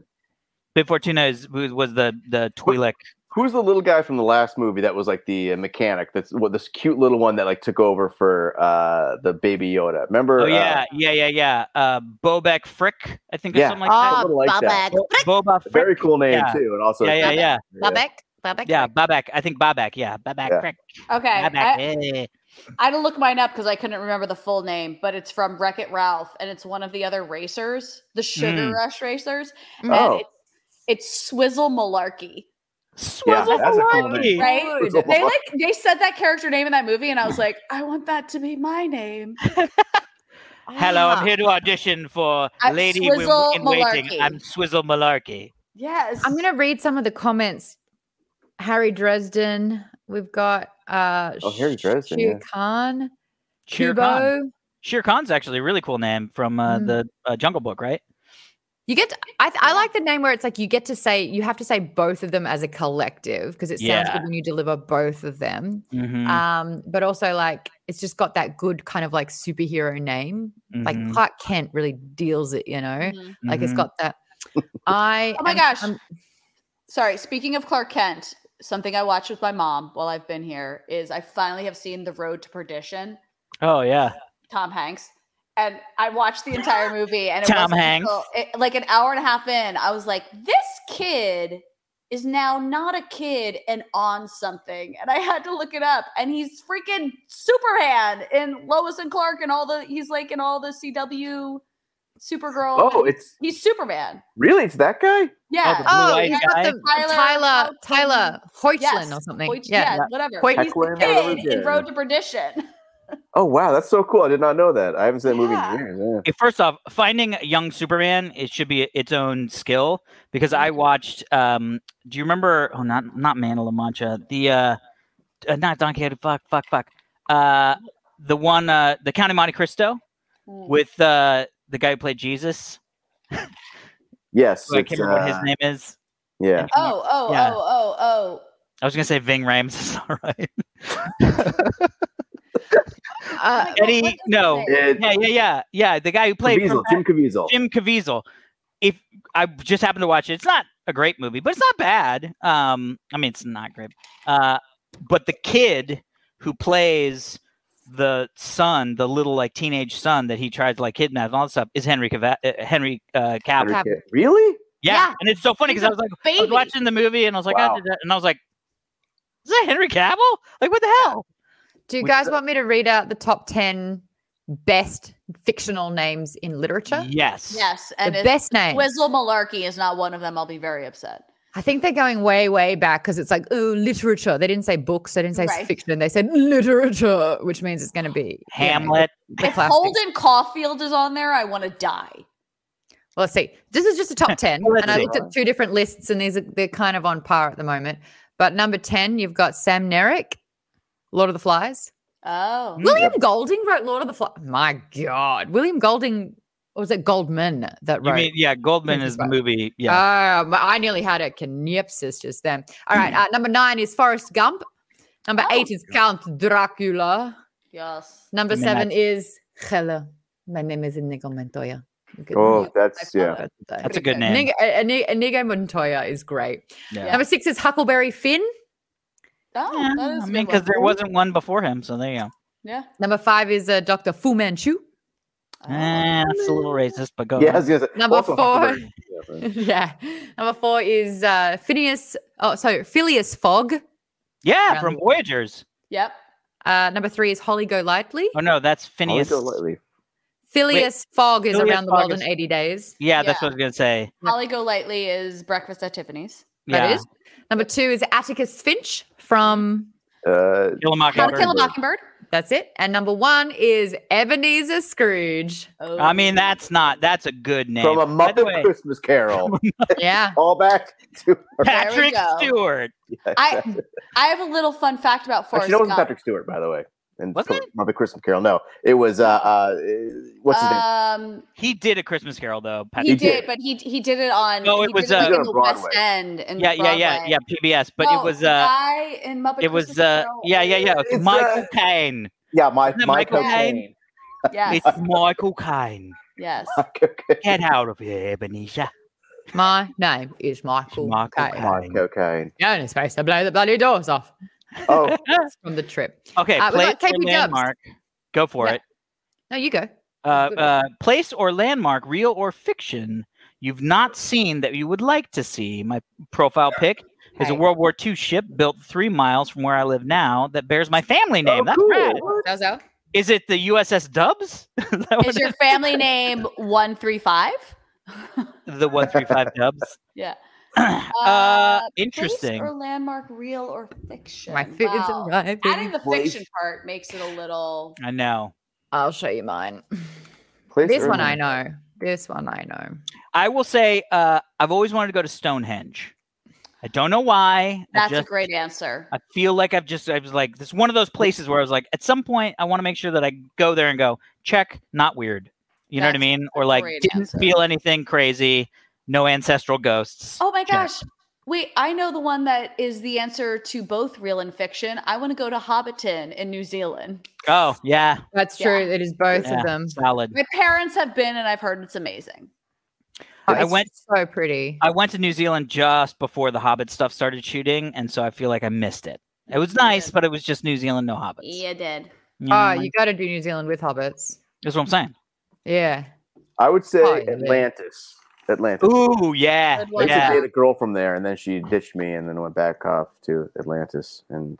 Speaker 4: Bib Fortuna is who was the the
Speaker 2: Wh-
Speaker 4: Twi'lek.
Speaker 2: Who's the little guy from the last movie that was like the uh, mechanic? That's what this cute little one that like took over for uh the baby Yoda. Remember?
Speaker 4: Oh
Speaker 2: uh,
Speaker 4: yeah, yeah, yeah, yeah. Uh, Bobek Frick, I think, or
Speaker 2: Yeah.
Speaker 4: something like
Speaker 2: a
Speaker 4: that.
Speaker 2: little like that.
Speaker 4: Bo- Boba Frick.
Speaker 2: Very cool name
Speaker 4: Yeah.
Speaker 2: too, and also
Speaker 4: yeah, yeah, yeah,
Speaker 1: Babek. Babek.
Speaker 4: yeah. Bobek. I think Bobek. Yeah, Bobek
Speaker 2: Yeah.
Speaker 4: Frick.
Speaker 3: okay.
Speaker 4: Bobek.
Speaker 3: I,
Speaker 4: eh.
Speaker 3: I had to look mine up because I couldn't remember the full name, but it's from Wreck It Ralph, and it's one of the other racers, the Sugar
Speaker 4: Mm.
Speaker 3: Rush racers,
Speaker 2: Oh.
Speaker 3: and it's, it's Swizzle Malarkey.
Speaker 4: Swizzle
Speaker 2: that's a cool
Speaker 4: Malarkey.
Speaker 2: name.
Speaker 3: Right?
Speaker 2: Swizzle
Speaker 3: They
Speaker 2: Malarkey.
Speaker 3: like they said that character name in that movie, and I was like, I want that to be my name.
Speaker 4: Hello,
Speaker 1: Ah.
Speaker 4: I'm here to audition for
Speaker 3: I'm
Speaker 4: Lady
Speaker 3: Swizzle
Speaker 4: in Waiting.
Speaker 3: Malarkey.
Speaker 4: I'm Swizzle Malarkey.
Speaker 3: Yes,
Speaker 1: I'm gonna read some of the comments. Harry Dresden. We've got uh
Speaker 2: Oh, Harry
Speaker 1: Sh-
Speaker 2: Dresden,
Speaker 1: Shu
Speaker 2: yeah.
Speaker 1: Khan.
Speaker 4: Shere Khan.
Speaker 1: Kubo.
Speaker 4: Shere Khan's actually a really cool name from uh,
Speaker 1: Mm.
Speaker 4: the uh, Jungle Book, right?
Speaker 1: You get. To, I, th- I like the name where it's like you get to say you have to say both of them as a collective because it sounds
Speaker 4: Yeah.
Speaker 1: good when you deliver both of them.
Speaker 4: Mhm,
Speaker 1: Um, but also like it's just got that good kind of like superhero name. Like
Speaker 4: mhm,
Speaker 1: Clark Kent really deals it, you know.
Speaker 3: Mhm.
Speaker 1: Like it's
Speaker 4: mhm.
Speaker 1: got that. I
Speaker 3: Oh my
Speaker 1: am-
Speaker 3: gosh.
Speaker 1: I'm-
Speaker 3: Sorry, speaking of Clark Kent, something I watched with my mom while I've been here is I finally have seen The Road to Perdition,
Speaker 4: Oh yeah.
Speaker 3: Tom Hanks. And I watched the entire movie and it
Speaker 4: Tom
Speaker 3: wasn't
Speaker 4: Hanks.
Speaker 3: until- it- like an hour and a half in, I was like, this kid is now not a kid and on something. And I had to look it up. And he's freaking Superman in Lois and Clark and all the he's like in all the CW Supergirl.
Speaker 2: Oh, it's
Speaker 3: he's Superman.
Speaker 2: really it's that guy.
Speaker 3: Yeah.
Speaker 4: the
Speaker 1: Oh,
Speaker 4: blue-eyed
Speaker 1: you got
Speaker 4: guy?
Speaker 1: the
Speaker 3: Tyler-
Speaker 1: Tyler Tyler Hoechlin
Speaker 3: Yes,
Speaker 1: or something.
Speaker 3: Hoyt-
Speaker 1: yeah.
Speaker 3: whatever.
Speaker 1: Hoyt-
Speaker 3: He's
Speaker 2: Heckler
Speaker 3: the
Speaker 2: and Hoyt,
Speaker 3: kid in
Speaker 2: yeah.
Speaker 3: Road to Perdition.
Speaker 2: Oh wow, that's so cool. I did not know that. I haven't seen that movie
Speaker 3: Yeah.
Speaker 2: in years. yeah.
Speaker 4: Okay, First off, finding a young Superman it should be its own skill because I watched. Um, do you remember? Oh, not not Man of La Mancha. The uh, uh, not Don Quixote. Fuck, fuck, fuck. Uh, the one, uh, the Count of Monte Cristo
Speaker 3: Mm.
Speaker 4: with uh, the guy who played Jesus.
Speaker 2: Yes.
Speaker 4: who I
Speaker 2: it's,
Speaker 4: can't remember what his
Speaker 2: uh,
Speaker 4: name is.
Speaker 2: Yeah.
Speaker 3: Oh, oh,
Speaker 4: Yeah.
Speaker 3: oh, oh, oh.
Speaker 4: I was gonna say Ving Rhames. It's all right.
Speaker 1: Uh,
Speaker 3: Wait, Oh what-
Speaker 4: Eddie-
Speaker 3: what's his
Speaker 4: no.
Speaker 3: name?
Speaker 2: It,
Speaker 4: Yeah, yeah, yeah, yeah. The guy who played from
Speaker 2: Caviezel, Jim Caviezel.
Speaker 4: Jim Caviezel. If I just happened to watch it, it's not a great movie, but it's not bad. Um, I mean, it's not great. Uh, but the kid who plays the son, the little like teenage son that he tried to like kidnap and all that stuff, is Henry Cav- uh, Henry uh, Cavill.
Speaker 2: Henry
Speaker 1: Cap-
Speaker 2: Cavill. Really?
Speaker 4: yeah.
Speaker 3: Yeah.
Speaker 4: and it's so funny
Speaker 3: He's
Speaker 4: because
Speaker 3: a
Speaker 4: I was like, I was
Speaker 3: Baby.
Speaker 4: watching the movie and I was like, ah,
Speaker 2: Wow.
Speaker 4: da, da, and I was like, is that Henry Cavill? Like, what the hell?
Speaker 1: do you
Speaker 4: Which-
Speaker 1: guys want me to read out the top ten best fictional names in literature?
Speaker 4: Yes.
Speaker 3: Yes, and
Speaker 1: the
Speaker 3: it's
Speaker 1: best names.
Speaker 3: Twizzle Malarkey is not one of them. I'll be very upset.
Speaker 1: I think they're going way, way back because it's like, ooh, literature. They didn't say books. They didn't say
Speaker 3: Right.
Speaker 1: fiction. They said literature, which means it's going to be you know,
Speaker 4: Hamlet.
Speaker 1: the
Speaker 3: if
Speaker 1: classics.
Speaker 3: Holden Caulfield is on there, I want to die.
Speaker 1: Well, let's see. This is just a top 10.
Speaker 4: Let's
Speaker 1: and I
Speaker 4: see.
Speaker 1: looked at two different lists, and these are, they're kind of on par at the moment. But number 10, you've got Sam Nerrick, Lord of the Flies.
Speaker 3: Oh,
Speaker 2: Mm.
Speaker 1: William Golding wrote Lord of the Flies. My God. William Golding, or was it Goldman that
Speaker 4: You
Speaker 1: wrote?
Speaker 4: mean yeah? Goldman
Speaker 1: Henry
Speaker 4: is the
Speaker 1: Cavill.
Speaker 4: movie. Yeah.
Speaker 3: Uh,
Speaker 4: Hmm.
Speaker 1: Oh, my- I nearly had a canepsis just then. All right. Uh, number nine is Forrest Gump. Number
Speaker 3: Oh.
Speaker 1: eight is Count Dracula.
Speaker 3: yes.
Speaker 1: Number
Speaker 4: I mean,
Speaker 1: seven is Hello. My name is Inigo Montoya. You could-
Speaker 2: Oh,
Speaker 1: you
Speaker 2: that's
Speaker 3: I
Speaker 2: yeah.
Speaker 3: follow.
Speaker 1: could-
Speaker 4: That's a good
Speaker 3: Okay.
Speaker 4: name.
Speaker 1: Inigo, Ini- Inigo Montoya is great.
Speaker 4: Yeah.
Speaker 1: Number six is Huckleberry Finn.
Speaker 3: Oh,
Speaker 4: Yeah,
Speaker 3: that is a
Speaker 4: I mean,
Speaker 3: good one.
Speaker 4: because there wasn't one before him, so there you go.
Speaker 3: Yeah.
Speaker 1: Number five is uh, Dr. Fu Manchu.
Speaker 3: Oh.
Speaker 4: Eh, that's a little racist, but go.
Speaker 2: Yeah, I
Speaker 4: on.
Speaker 2: was gonna say,
Speaker 1: Number
Speaker 2: also
Speaker 1: four.
Speaker 2: Huckleberry. Yeah, right.
Speaker 1: yeah. Number four is uh, Phineas. Oh, so Phileas Fogg.
Speaker 4: yeah, from
Speaker 1: Round.
Speaker 4: Voyagers.
Speaker 3: Yep.
Speaker 1: Uh, number three is Holly Golightly.
Speaker 4: Oh no, that's
Speaker 2: I'll
Speaker 4: Phineas.
Speaker 2: go lightly.
Speaker 1: Phileas Fogg is
Speaker 4: Phileas
Speaker 1: around the world
Speaker 4: Fogg
Speaker 1: in 80 days.
Speaker 4: Yeah, that's what I was gonna say.
Speaker 3: Holly Golightly is Breakfast at Tiffany's.
Speaker 4: Yeah,
Speaker 1: That is. Number two is Atticus Finch from
Speaker 2: Uh,
Speaker 4: Kill
Speaker 3: How to
Speaker 4: a Mockingbird.
Speaker 3: Kill a
Speaker 2: Mockingbird.
Speaker 3: Mockingbird.
Speaker 1: That's it. And number one is Ebenezer Scrooge.
Speaker 3: Oh.
Speaker 4: I mean, that's not. That's a good name.
Speaker 2: from a
Speaker 4: By the
Speaker 2: Muppet
Speaker 4: way,
Speaker 2: Christmas Carol.
Speaker 1: Yeah.
Speaker 2: All back to
Speaker 3: There we
Speaker 4: Patrick
Speaker 3: go.
Speaker 4: Stewart.
Speaker 3: I I have a little fun fact about Forrest
Speaker 2: Actually, no, it wasn't
Speaker 3: Gump.
Speaker 2: Patrick Stewart, by the way. And
Speaker 4: Wasn't
Speaker 2: from Muppet Christmas Carol. No, it was uh, uh what's his name?
Speaker 3: um,
Speaker 4: He did a Christmas Carol though.
Speaker 3: he,
Speaker 4: Patrick.
Speaker 2: He
Speaker 3: did,
Speaker 2: did.
Speaker 3: but he he did it on.
Speaker 4: No, it
Speaker 3: he
Speaker 4: was,
Speaker 3: did like,
Speaker 4: uh,
Speaker 2: He did
Speaker 3: in
Speaker 2: it
Speaker 3: the
Speaker 2: on
Speaker 3: West
Speaker 2: Broadway.
Speaker 3: End. And
Speaker 4: yeah, yeah, yeah, yeah. PBS, but
Speaker 3: No,
Speaker 4: it was.
Speaker 3: the
Speaker 4: uh
Speaker 3: guy in Muppet
Speaker 4: It was.
Speaker 3: Christmas
Speaker 4: uh
Speaker 3: Carol.
Speaker 4: Yeah, yeah, yeah.
Speaker 2: It's,
Speaker 4: Michael
Speaker 2: uh,
Speaker 4: Caine.
Speaker 2: Yeah, my,
Speaker 4: Isn't it
Speaker 2: Michael
Speaker 4: Michael Caine?
Speaker 2: Caine.
Speaker 3: Yes,
Speaker 4: It's Michael Caine.
Speaker 3: yes.
Speaker 2: Michael Caine.
Speaker 4: Get out of here, Ebenezer.
Speaker 1: My name is Michael.
Speaker 4: Michael
Speaker 1: Caine.
Speaker 4: Caine.
Speaker 2: Michael Caine.
Speaker 1: Yeah, and it's supposed to blow the bloody doors off
Speaker 2: Oh,
Speaker 1: from the trip.
Speaker 4: Okay,
Speaker 1: Uh, we
Speaker 4: place
Speaker 1: got
Speaker 4: or
Speaker 1: KP Dubs.
Speaker 4: landmark. Go for
Speaker 1: Yeah.
Speaker 4: it.
Speaker 1: No, you go.
Speaker 4: uh,
Speaker 1: good.
Speaker 4: uh, place or landmark, real or fiction, you've not seen that you would like to see. My profile pic is
Speaker 1: Okay.
Speaker 4: a World War II ship built three miles from where I live now that bears my family name. That's
Speaker 2: Oh, cool.
Speaker 4: rad.
Speaker 1: That was out.
Speaker 4: Is it the USS Dubs? Is that what
Speaker 3: Is
Speaker 4: it
Speaker 3: your family name one three five?
Speaker 4: is? the one three five Dubs?
Speaker 3: Yeah.
Speaker 4: uh,
Speaker 3: Place
Speaker 4: interesting.
Speaker 3: or landmark, real or fiction?
Speaker 1: My fig is
Speaker 3: Wow. Adding
Speaker 1: arriving.
Speaker 3: the
Speaker 2: Place-
Speaker 3: fiction part makes it a little.
Speaker 4: I know.
Speaker 1: I'll show you mine.
Speaker 2: place
Speaker 1: This one
Speaker 2: Irma.
Speaker 1: I know. This one I know.
Speaker 4: I will say uh, I've always wanted to go to Stonehenge. I don't know why.
Speaker 3: That's
Speaker 4: I
Speaker 3: a
Speaker 4: just,
Speaker 3: great answer.
Speaker 4: I feel like I've just I was like this is one of those places where I was like at some point I want to make sure that I go there and go check not weird. You know what I
Speaker 3: That's
Speaker 4: mean? Or like
Speaker 3: great
Speaker 4: didn't
Speaker 3: answer.
Speaker 4: feel anything crazy, no ancestral ghosts.
Speaker 3: Oh my
Speaker 4: Check.
Speaker 3: gosh. Wait, I know the one that is the answer to both real and fiction. I want to go to Hobbiton in New Zealand.
Speaker 4: Oh, yeah,
Speaker 1: That's
Speaker 3: Yeah.
Speaker 1: true. It is both
Speaker 4: Yeah.
Speaker 1: of them.
Speaker 4: solid.
Speaker 3: My parents have been and I've heard it's amazing.
Speaker 1: Oh,
Speaker 4: I
Speaker 1: it's
Speaker 4: went-
Speaker 1: so pretty.
Speaker 4: I went to New Zealand just before the Hobbit stuff started shooting, and so I feel like I missed it. It was nice, but it was just New Zealand, no hobbits.
Speaker 3: Ah, You did.
Speaker 4: You know,
Speaker 1: Oh,
Speaker 4: like-
Speaker 1: you got to do New Zealand with hobbits.
Speaker 4: that's what I'm saying.
Speaker 1: Yeah.
Speaker 2: I would say
Speaker 1: Oh, yeah.
Speaker 2: Atlantis. Atlantis.
Speaker 4: Ooh, yeah,
Speaker 3: Good
Speaker 2: I
Speaker 3: one.
Speaker 2: used to
Speaker 4: yeah.
Speaker 2: date a girl from there, and then she ditched me, and then went back off to Atlantis. And,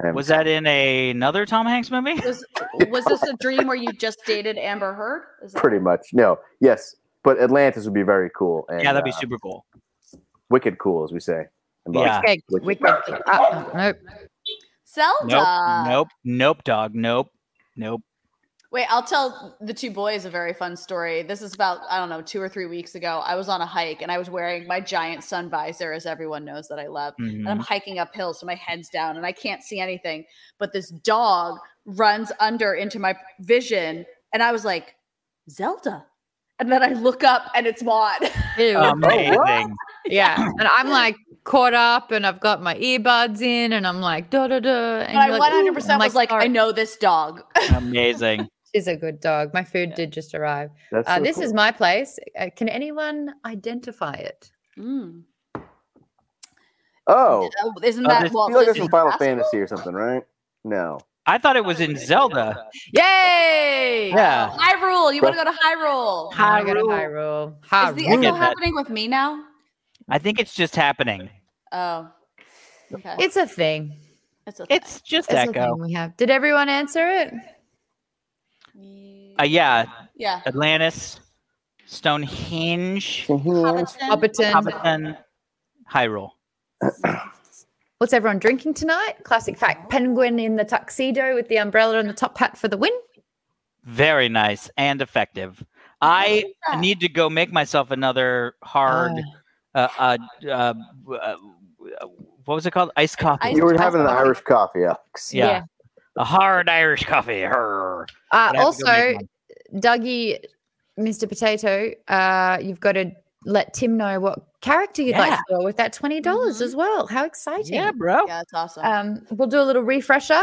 Speaker 2: and
Speaker 4: Was that in a- another Tom Hanks movie?
Speaker 3: Was, was this a dream where you just dated Amber Heard? Is that-
Speaker 2: pretty much no? Yes, but Atlantis would be very cool. And,
Speaker 4: Yeah, that'd be
Speaker 2: uh,
Speaker 4: super cool.
Speaker 2: wicked cool, as we say. in
Speaker 4: Yeah.
Speaker 2: Boston.
Speaker 1: Okay.
Speaker 2: Wicked.
Speaker 1: Wicked. Uh, nope.
Speaker 3: Zelda.
Speaker 4: Nope, nope, nope, dog, nope, nope.
Speaker 3: Wait, I'll tell the two boys a very fun story. This is about, I don't know, two or three weeks ago. I was on a hike and I was wearing my giant sun visor, as everyone knows that I love.
Speaker 4: Mhm.
Speaker 3: And I'm hiking uphill, so my head's down and I can't see anything. But this dog runs under into my vision. And I was like, Zelda. And then I look up and it's Maud.
Speaker 1: Ew.
Speaker 2: Oh,
Speaker 4: Oh, Amazing.
Speaker 1: yeah. And I'm like caught up and I've got my earbuds in and I'm like, da da da.
Speaker 3: And I 100%
Speaker 1: I'm
Speaker 3: was like, I
Speaker 1: sorry.
Speaker 3: know this dog.
Speaker 4: Amazing.
Speaker 1: She's a good dog. My food did just arrive.
Speaker 2: That's
Speaker 1: Uh,
Speaker 2: so
Speaker 1: this
Speaker 2: cool.
Speaker 1: is my place. Uh, can anyone identify it?
Speaker 3: Mm.
Speaker 2: oh,
Speaker 3: Oh, Isn't
Speaker 4: Oh,
Speaker 3: that
Speaker 4: this
Speaker 2: I
Speaker 3: Walt
Speaker 2: feel like it's
Speaker 3: Disney
Speaker 2: from Final
Speaker 3: Castle?
Speaker 2: Fantasy or something, right? No,
Speaker 4: I thought it was in Zelda.
Speaker 1: Yay!
Speaker 4: Yeah.
Speaker 3: Hyrule. You want to go to Hyrule?
Speaker 1: I gotta
Speaker 4: Hyrule.
Speaker 1: Hyrule.
Speaker 3: Is the
Speaker 4: I
Speaker 1: Hyrule.
Speaker 3: echo
Speaker 4: get that.
Speaker 3: happening with me now?
Speaker 4: I think it's just happening.
Speaker 3: Oh. Okay.
Speaker 1: It's a thing.
Speaker 3: It's a
Speaker 4: It's just
Speaker 1: It's a
Speaker 4: Echo.
Speaker 1: thing we have. Did everyone answer it?
Speaker 3: thing.
Speaker 4: Uh, yeah,
Speaker 3: yeah.
Speaker 4: Atlantis, Stonehenge,
Speaker 1: Hobbiton.
Speaker 4: Hobbiton, Hyrule.
Speaker 1: What's everyone drinking tonight? Classic fact: penguin in the tuxedo with the umbrella and the top hat for the win.
Speaker 4: Very nice and effective. I
Speaker 3: Yeah.
Speaker 4: need to go make myself another hard. Uh, uh, uh, uh, what was it called? Iced coffee.
Speaker 3: Iced-
Speaker 2: you were
Speaker 3: I-
Speaker 2: having an
Speaker 3: I-
Speaker 2: Irish coffee, Alex.
Speaker 4: yeah. a hard Irish coffee. Her.
Speaker 1: Uh,
Speaker 4: But I have to go
Speaker 1: also,
Speaker 4: make one.
Speaker 1: Dougie, Mr. Potato, uh, you've got to let Tim know what character you'd like
Speaker 4: Yeah.
Speaker 1: to go with that twenty dollars
Speaker 3: Mhm.
Speaker 1: as well. How exciting!
Speaker 4: yeah, bro.
Speaker 3: Yeah, it's awesome.
Speaker 1: Um, we'll do a little refresher.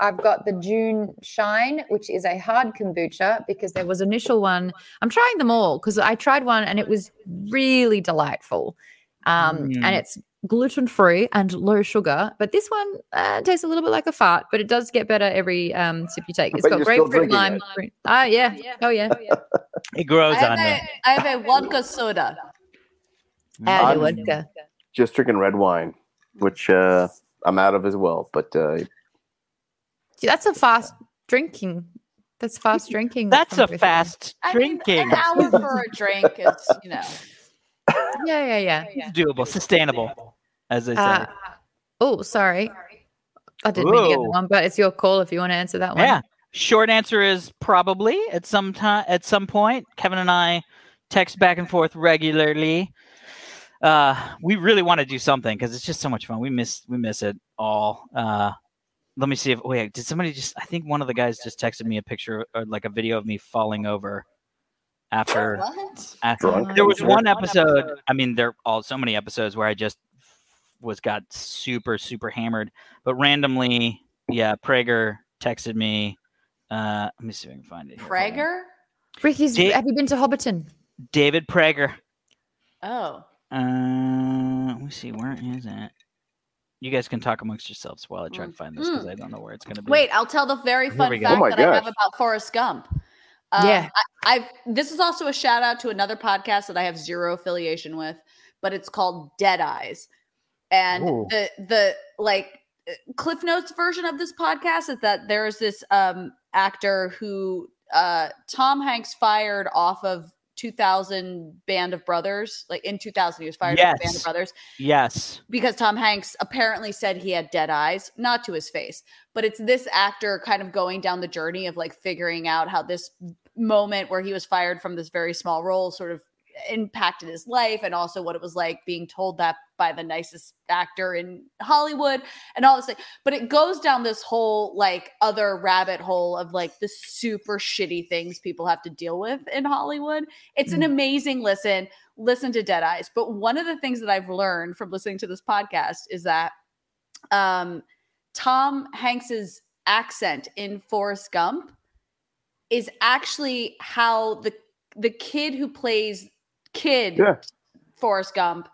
Speaker 1: I've got the June Shine, which is a hard kombucha because there was initial one. I'm trying them all because I tried one and it was really delightful. Um,
Speaker 4: Mm.
Speaker 1: And it's gluten free and low sugar, but this one uh, tastes a little bit like a fart, but it does get better every um, sip you take.
Speaker 2: I
Speaker 1: It's got
Speaker 2: bet you're still
Speaker 1: grapefruit,
Speaker 2: drinking
Speaker 1: lime.
Speaker 2: it.
Speaker 1: green- Ah, yeah. Oh, yeah.
Speaker 4: It
Speaker 3: I
Speaker 4: grows on
Speaker 3: have,
Speaker 4: me.
Speaker 3: a, I have a vodka soda.
Speaker 1: Add
Speaker 2: I'm-
Speaker 1: vodka.
Speaker 2: Just drinking red wine, which uh, I'm out of as well. But uh,
Speaker 1: See, That's a fast drinking. That's fast drinking.
Speaker 4: That's
Speaker 1: from
Speaker 4: a
Speaker 1: Griffin.
Speaker 4: fast
Speaker 3: I mean,
Speaker 4: drinking.
Speaker 3: an hour for a drink is, you know.
Speaker 1: Yeah, yeah, yeah.
Speaker 4: It's doable, sustainable, as they say.
Speaker 1: Uh, oh, sorry. I didn't mean the other
Speaker 4: Whoa.
Speaker 1: one, but it's your call if you want to answer that one.
Speaker 4: yeah. Short answer is probably at some time at some point. Kevin and I text back and forth regularly. Uh, we really want to do something because it's just so much fun. We miss we miss it all. Uh, let me see if wait, did somebody just? I think one of the guys just texted me a picture or like a video of me falling over after.
Speaker 3: What?
Speaker 4: after
Speaker 2: Drunk.
Speaker 4: there was
Speaker 2: Sure.
Speaker 4: one episode. I mean, there are all so many episodes where I just was got super super hammered, but randomly, yeah, Prager texted me. Uh, let me see if I can find it. here. Hold on.
Speaker 3: Prager?
Speaker 1: Ricky's.
Speaker 4: Did-
Speaker 1: have you been to Hobbiton?
Speaker 4: David Prager.
Speaker 3: Oh.
Speaker 4: Uh, let me see. Where is it? You guys can talk amongst yourselves while I try and find this because I don't know where it's gonna be.
Speaker 3: Wait, I'll tell the very
Speaker 4: Here
Speaker 3: fun
Speaker 4: we go. Oh
Speaker 3: fact
Speaker 2: my
Speaker 3: that I have
Speaker 2: gosh.
Speaker 3: about Forrest Gump. Um,
Speaker 1: Yeah.
Speaker 3: I, I've this is also a shout out to another podcast that I have zero affiliation with, but it's called Dead Eyes, and
Speaker 2: Ooh.
Speaker 3: the the like uh, Cliff Notes version of this podcast is that there is this um actor who uh Tom Hanks fired off of 2000 Band of Brothers, like in 2000 he was fired off of Band
Speaker 4: Yes.
Speaker 3: of Brothers
Speaker 4: Yes.
Speaker 3: because Tom Hanks apparently said he had dead eyes, not to his face, but it's this actor kind of going down the journey of like figuring out how this moment where he was fired from this very small role sort of impacted his life and also what it was like being told that by the nicest actor in Hollywood and all this thing. But it goes down this whole like other rabbit hole of like the super shitty things people have to deal with in Hollywood. It's an amazing listen. Listen to Dead Eyes. But one of the things that I've learned from listening to this podcast is that um Tom Hanks's accent in Forrest Gump is actually how the the kid who plays kid
Speaker 2: Yeah.
Speaker 3: Forrest Gump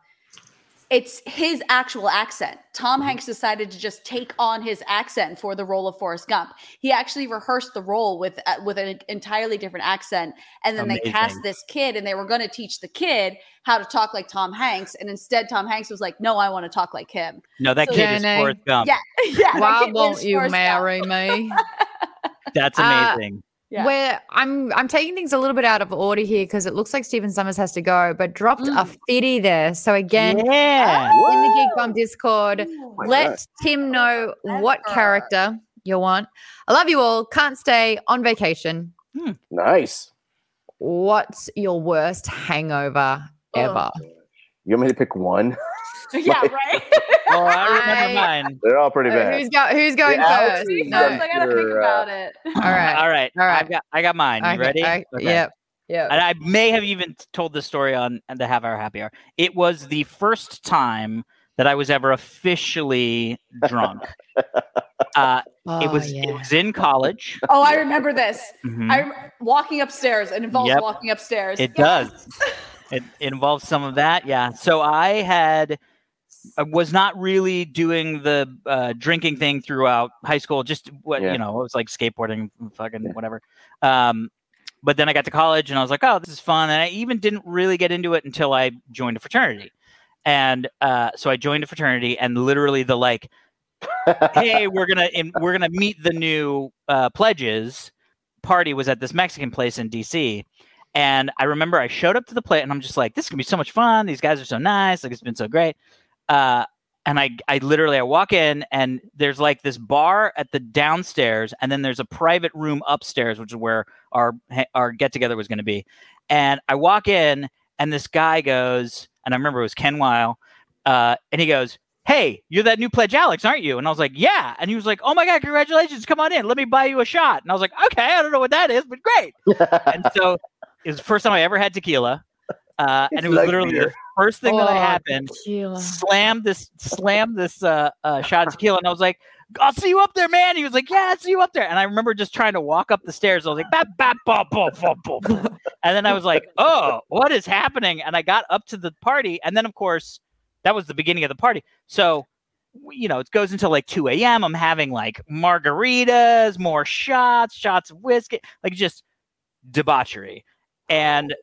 Speaker 3: it's his actual accent. Tom Hanks decided to just take on his accent for the role of Forrest Gump. He actually rehearsed the role with uh, with an entirely different accent, and then they cast
Speaker 4: Amazing.
Speaker 3: this kid, and they were going to teach the kid how to talk like Tom Hanks, and instead Tom Hanks was like, "No, I want to talk like him."
Speaker 4: No, that
Speaker 3: So-
Speaker 4: kid is
Speaker 1: Jenny.
Speaker 4: Forrest Gump.
Speaker 3: yeah, yeah. that
Speaker 1: Why
Speaker 3: kid is
Speaker 1: won't you
Speaker 3: Forrest Gump.
Speaker 1: marry me?
Speaker 4: That's
Speaker 1: Uh,
Speaker 4: amazing.
Speaker 3: Yeah.
Speaker 1: Where I'm, I'm taking things a little bit out of order here because it looks like Stephen Summers has to go, but dropped a fitty there. So again,
Speaker 4: yeah.
Speaker 1: in the Geek Bomb Discord,
Speaker 3: Ooh.
Speaker 2: Oh my
Speaker 1: let
Speaker 2: God.
Speaker 1: Tim know what
Speaker 3: Clever.
Speaker 1: character you want. I love you all. Can't stay on vacation.
Speaker 2: Nice.
Speaker 1: What's your worst hangover
Speaker 3: Ugh.
Speaker 1: ever?
Speaker 2: You want me to pick one?
Speaker 3: yeah, right.
Speaker 4: Well, I remember
Speaker 1: I-
Speaker 4: mine.
Speaker 2: They're all pretty
Speaker 1: Uh,
Speaker 2: bad.
Speaker 1: who's, go- who's going
Speaker 2: Alex
Speaker 1: first?
Speaker 2: is
Speaker 1: No.
Speaker 3: I was like, I gotta think
Speaker 2: Sure, uh,
Speaker 3: about it.
Speaker 1: All right.
Speaker 4: All right.
Speaker 1: All right.
Speaker 4: I've got, I got mine. You
Speaker 1: Okay,
Speaker 4: ready?
Speaker 1: I-
Speaker 4: Okay.
Speaker 1: Yep. Yep.
Speaker 4: And I may have even told this story on on the Half Hour Happy Hour. It was the first time that I was ever officially drunk. uh, it
Speaker 1: Oh,
Speaker 4: was
Speaker 1: yeah.
Speaker 4: it was in college.
Speaker 3: Oh, I remember this.
Speaker 4: Mhm.
Speaker 3: I'm walking upstairs. It involves
Speaker 4: Yep.
Speaker 3: walking upstairs.
Speaker 4: It does. It, it involves some of that, yeah. So I had, I was not really doing the uh, drinking thing throughout high school. Just what
Speaker 2: Yeah.
Speaker 4: you know, it was like skateboarding, and fucking
Speaker 2: Yeah.
Speaker 4: whatever. Um, but then I got to college and I was like, oh, this is fun. And I even didn't really get into it until I joined a fraternity. And uh, so I joined a fraternity, and literally the like hey, we're gonna and we're gonna meet the new uh, pledges. Party was at this Mexican place in DC, and I remember I showed up to the plate and I'm just like, this is gonna be so much fun. These guys are so nice. Like it's been so great. Uh, and I, I literally I walk in and there's like this bar at the downstairs, and then there's a private room upstairs, which is where our ha- our get together was gonna be. And I walk in and this guy goes, and I remember it was Ken Weil, uh, and he goes, hey, you're that new pledge Alex, aren't you? And I was like, yeah. And he was like, oh my God, congratulations. Come on in. Let me buy you a shot. And I was like, okay, I don't know what that is, but great. And so it was the first time I ever had tequila. Uh, and
Speaker 2: It's
Speaker 4: it was
Speaker 2: like
Speaker 4: literally the
Speaker 2: beer.
Speaker 4: first thing that
Speaker 1: Oh,
Speaker 4: happened.
Speaker 1: tequila.
Speaker 4: Slammed this, slammed this uh, uh, shot of tequila. And I was like, I'll see you up there, man. he was like, yeah, I'll see you up there. And I remember just trying to walk up the stairs. I was like, bap, bap, bop, bop, bop, bop. And then I was like, oh, what is happening? And I got up to the party. And then, of course, that was the beginning of the party. So, w- you know, it goes until like 2 a.m. I'm having like margaritas, more shots, shots of whiskey, like just debauchery. And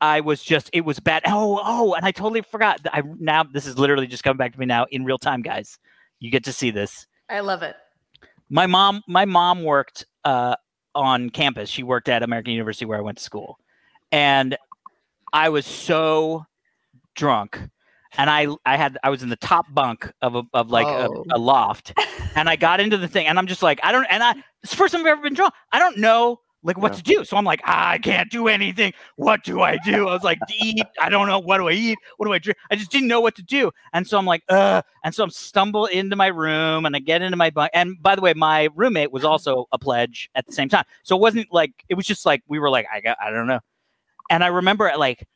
Speaker 4: I was just, it was bad. Oh, oh, and I totally forgot. that I now, this is literally just coming back to me now in real time, guys. You get to see this
Speaker 3: I love it.
Speaker 4: my mom my mom worked uh, on campus she worked at american university where i went to school and i was so drunk and i i had i was in the top bunk of a, of like
Speaker 1: Oh.
Speaker 4: a, a loft and i got into the thing and i'm just like i don't and i it's the first time i've ever been drunk i don't know like what
Speaker 2: Yeah.
Speaker 4: to do so i'm like "Ah, i can't do anything what do i do i was like to eat i don't know what do i eat what do i drink i just didn't know what to do and so I'm like, ugh. And so I'm stumble into my room and I get into my bunk. And by the way, my roommate was also a pledge at the same time. So it wasn't like it was just like we were like, I got I don't know. And I remember at like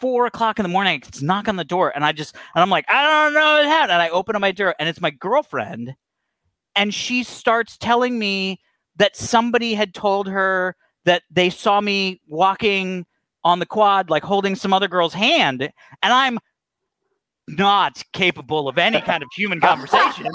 Speaker 4: four o'clock in the morning, it's knock on the door, and I just and I'm like, I don't know what happened. And I open up my door and it's my girlfriend, and she starts telling me that somebody had told her that they saw me walking on the quad, like holding some other girl's hand, and I'm not capable of any kind of human conversation.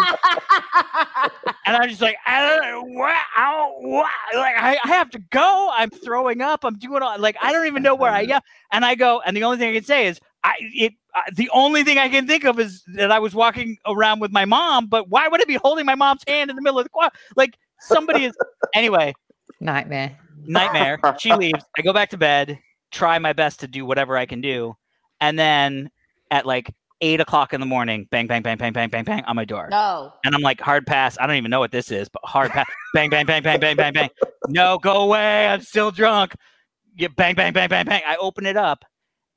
Speaker 4: and I'm just like, I don't know, what, I don't, what, like I, I have to go. I'm throwing up. I'm doing all, like I don't even know where I am. And I go, and the only thing I can say is, I it. I, the only thing I can think of is that I was walking around with my mom, but why would I be holding my mom's hand in the middle of the quad? Like somebody is. Anyway,
Speaker 1: Nightmare.
Speaker 4: nightmare. she leaves. I go back to bed, try my best to do whatever I can do, and then at like eight o'clock in the morning, bang, bang, bang, bang, bang, bang, bang on my door,
Speaker 3: No.
Speaker 4: and I'm like, hard pass. I don't even know what this is, but hard pass. bang, bang, bang, bang, bang, bang, bang. No, go away. I'm still drunk. Yeah, bang, bang, bang, bang, bang. I open it up,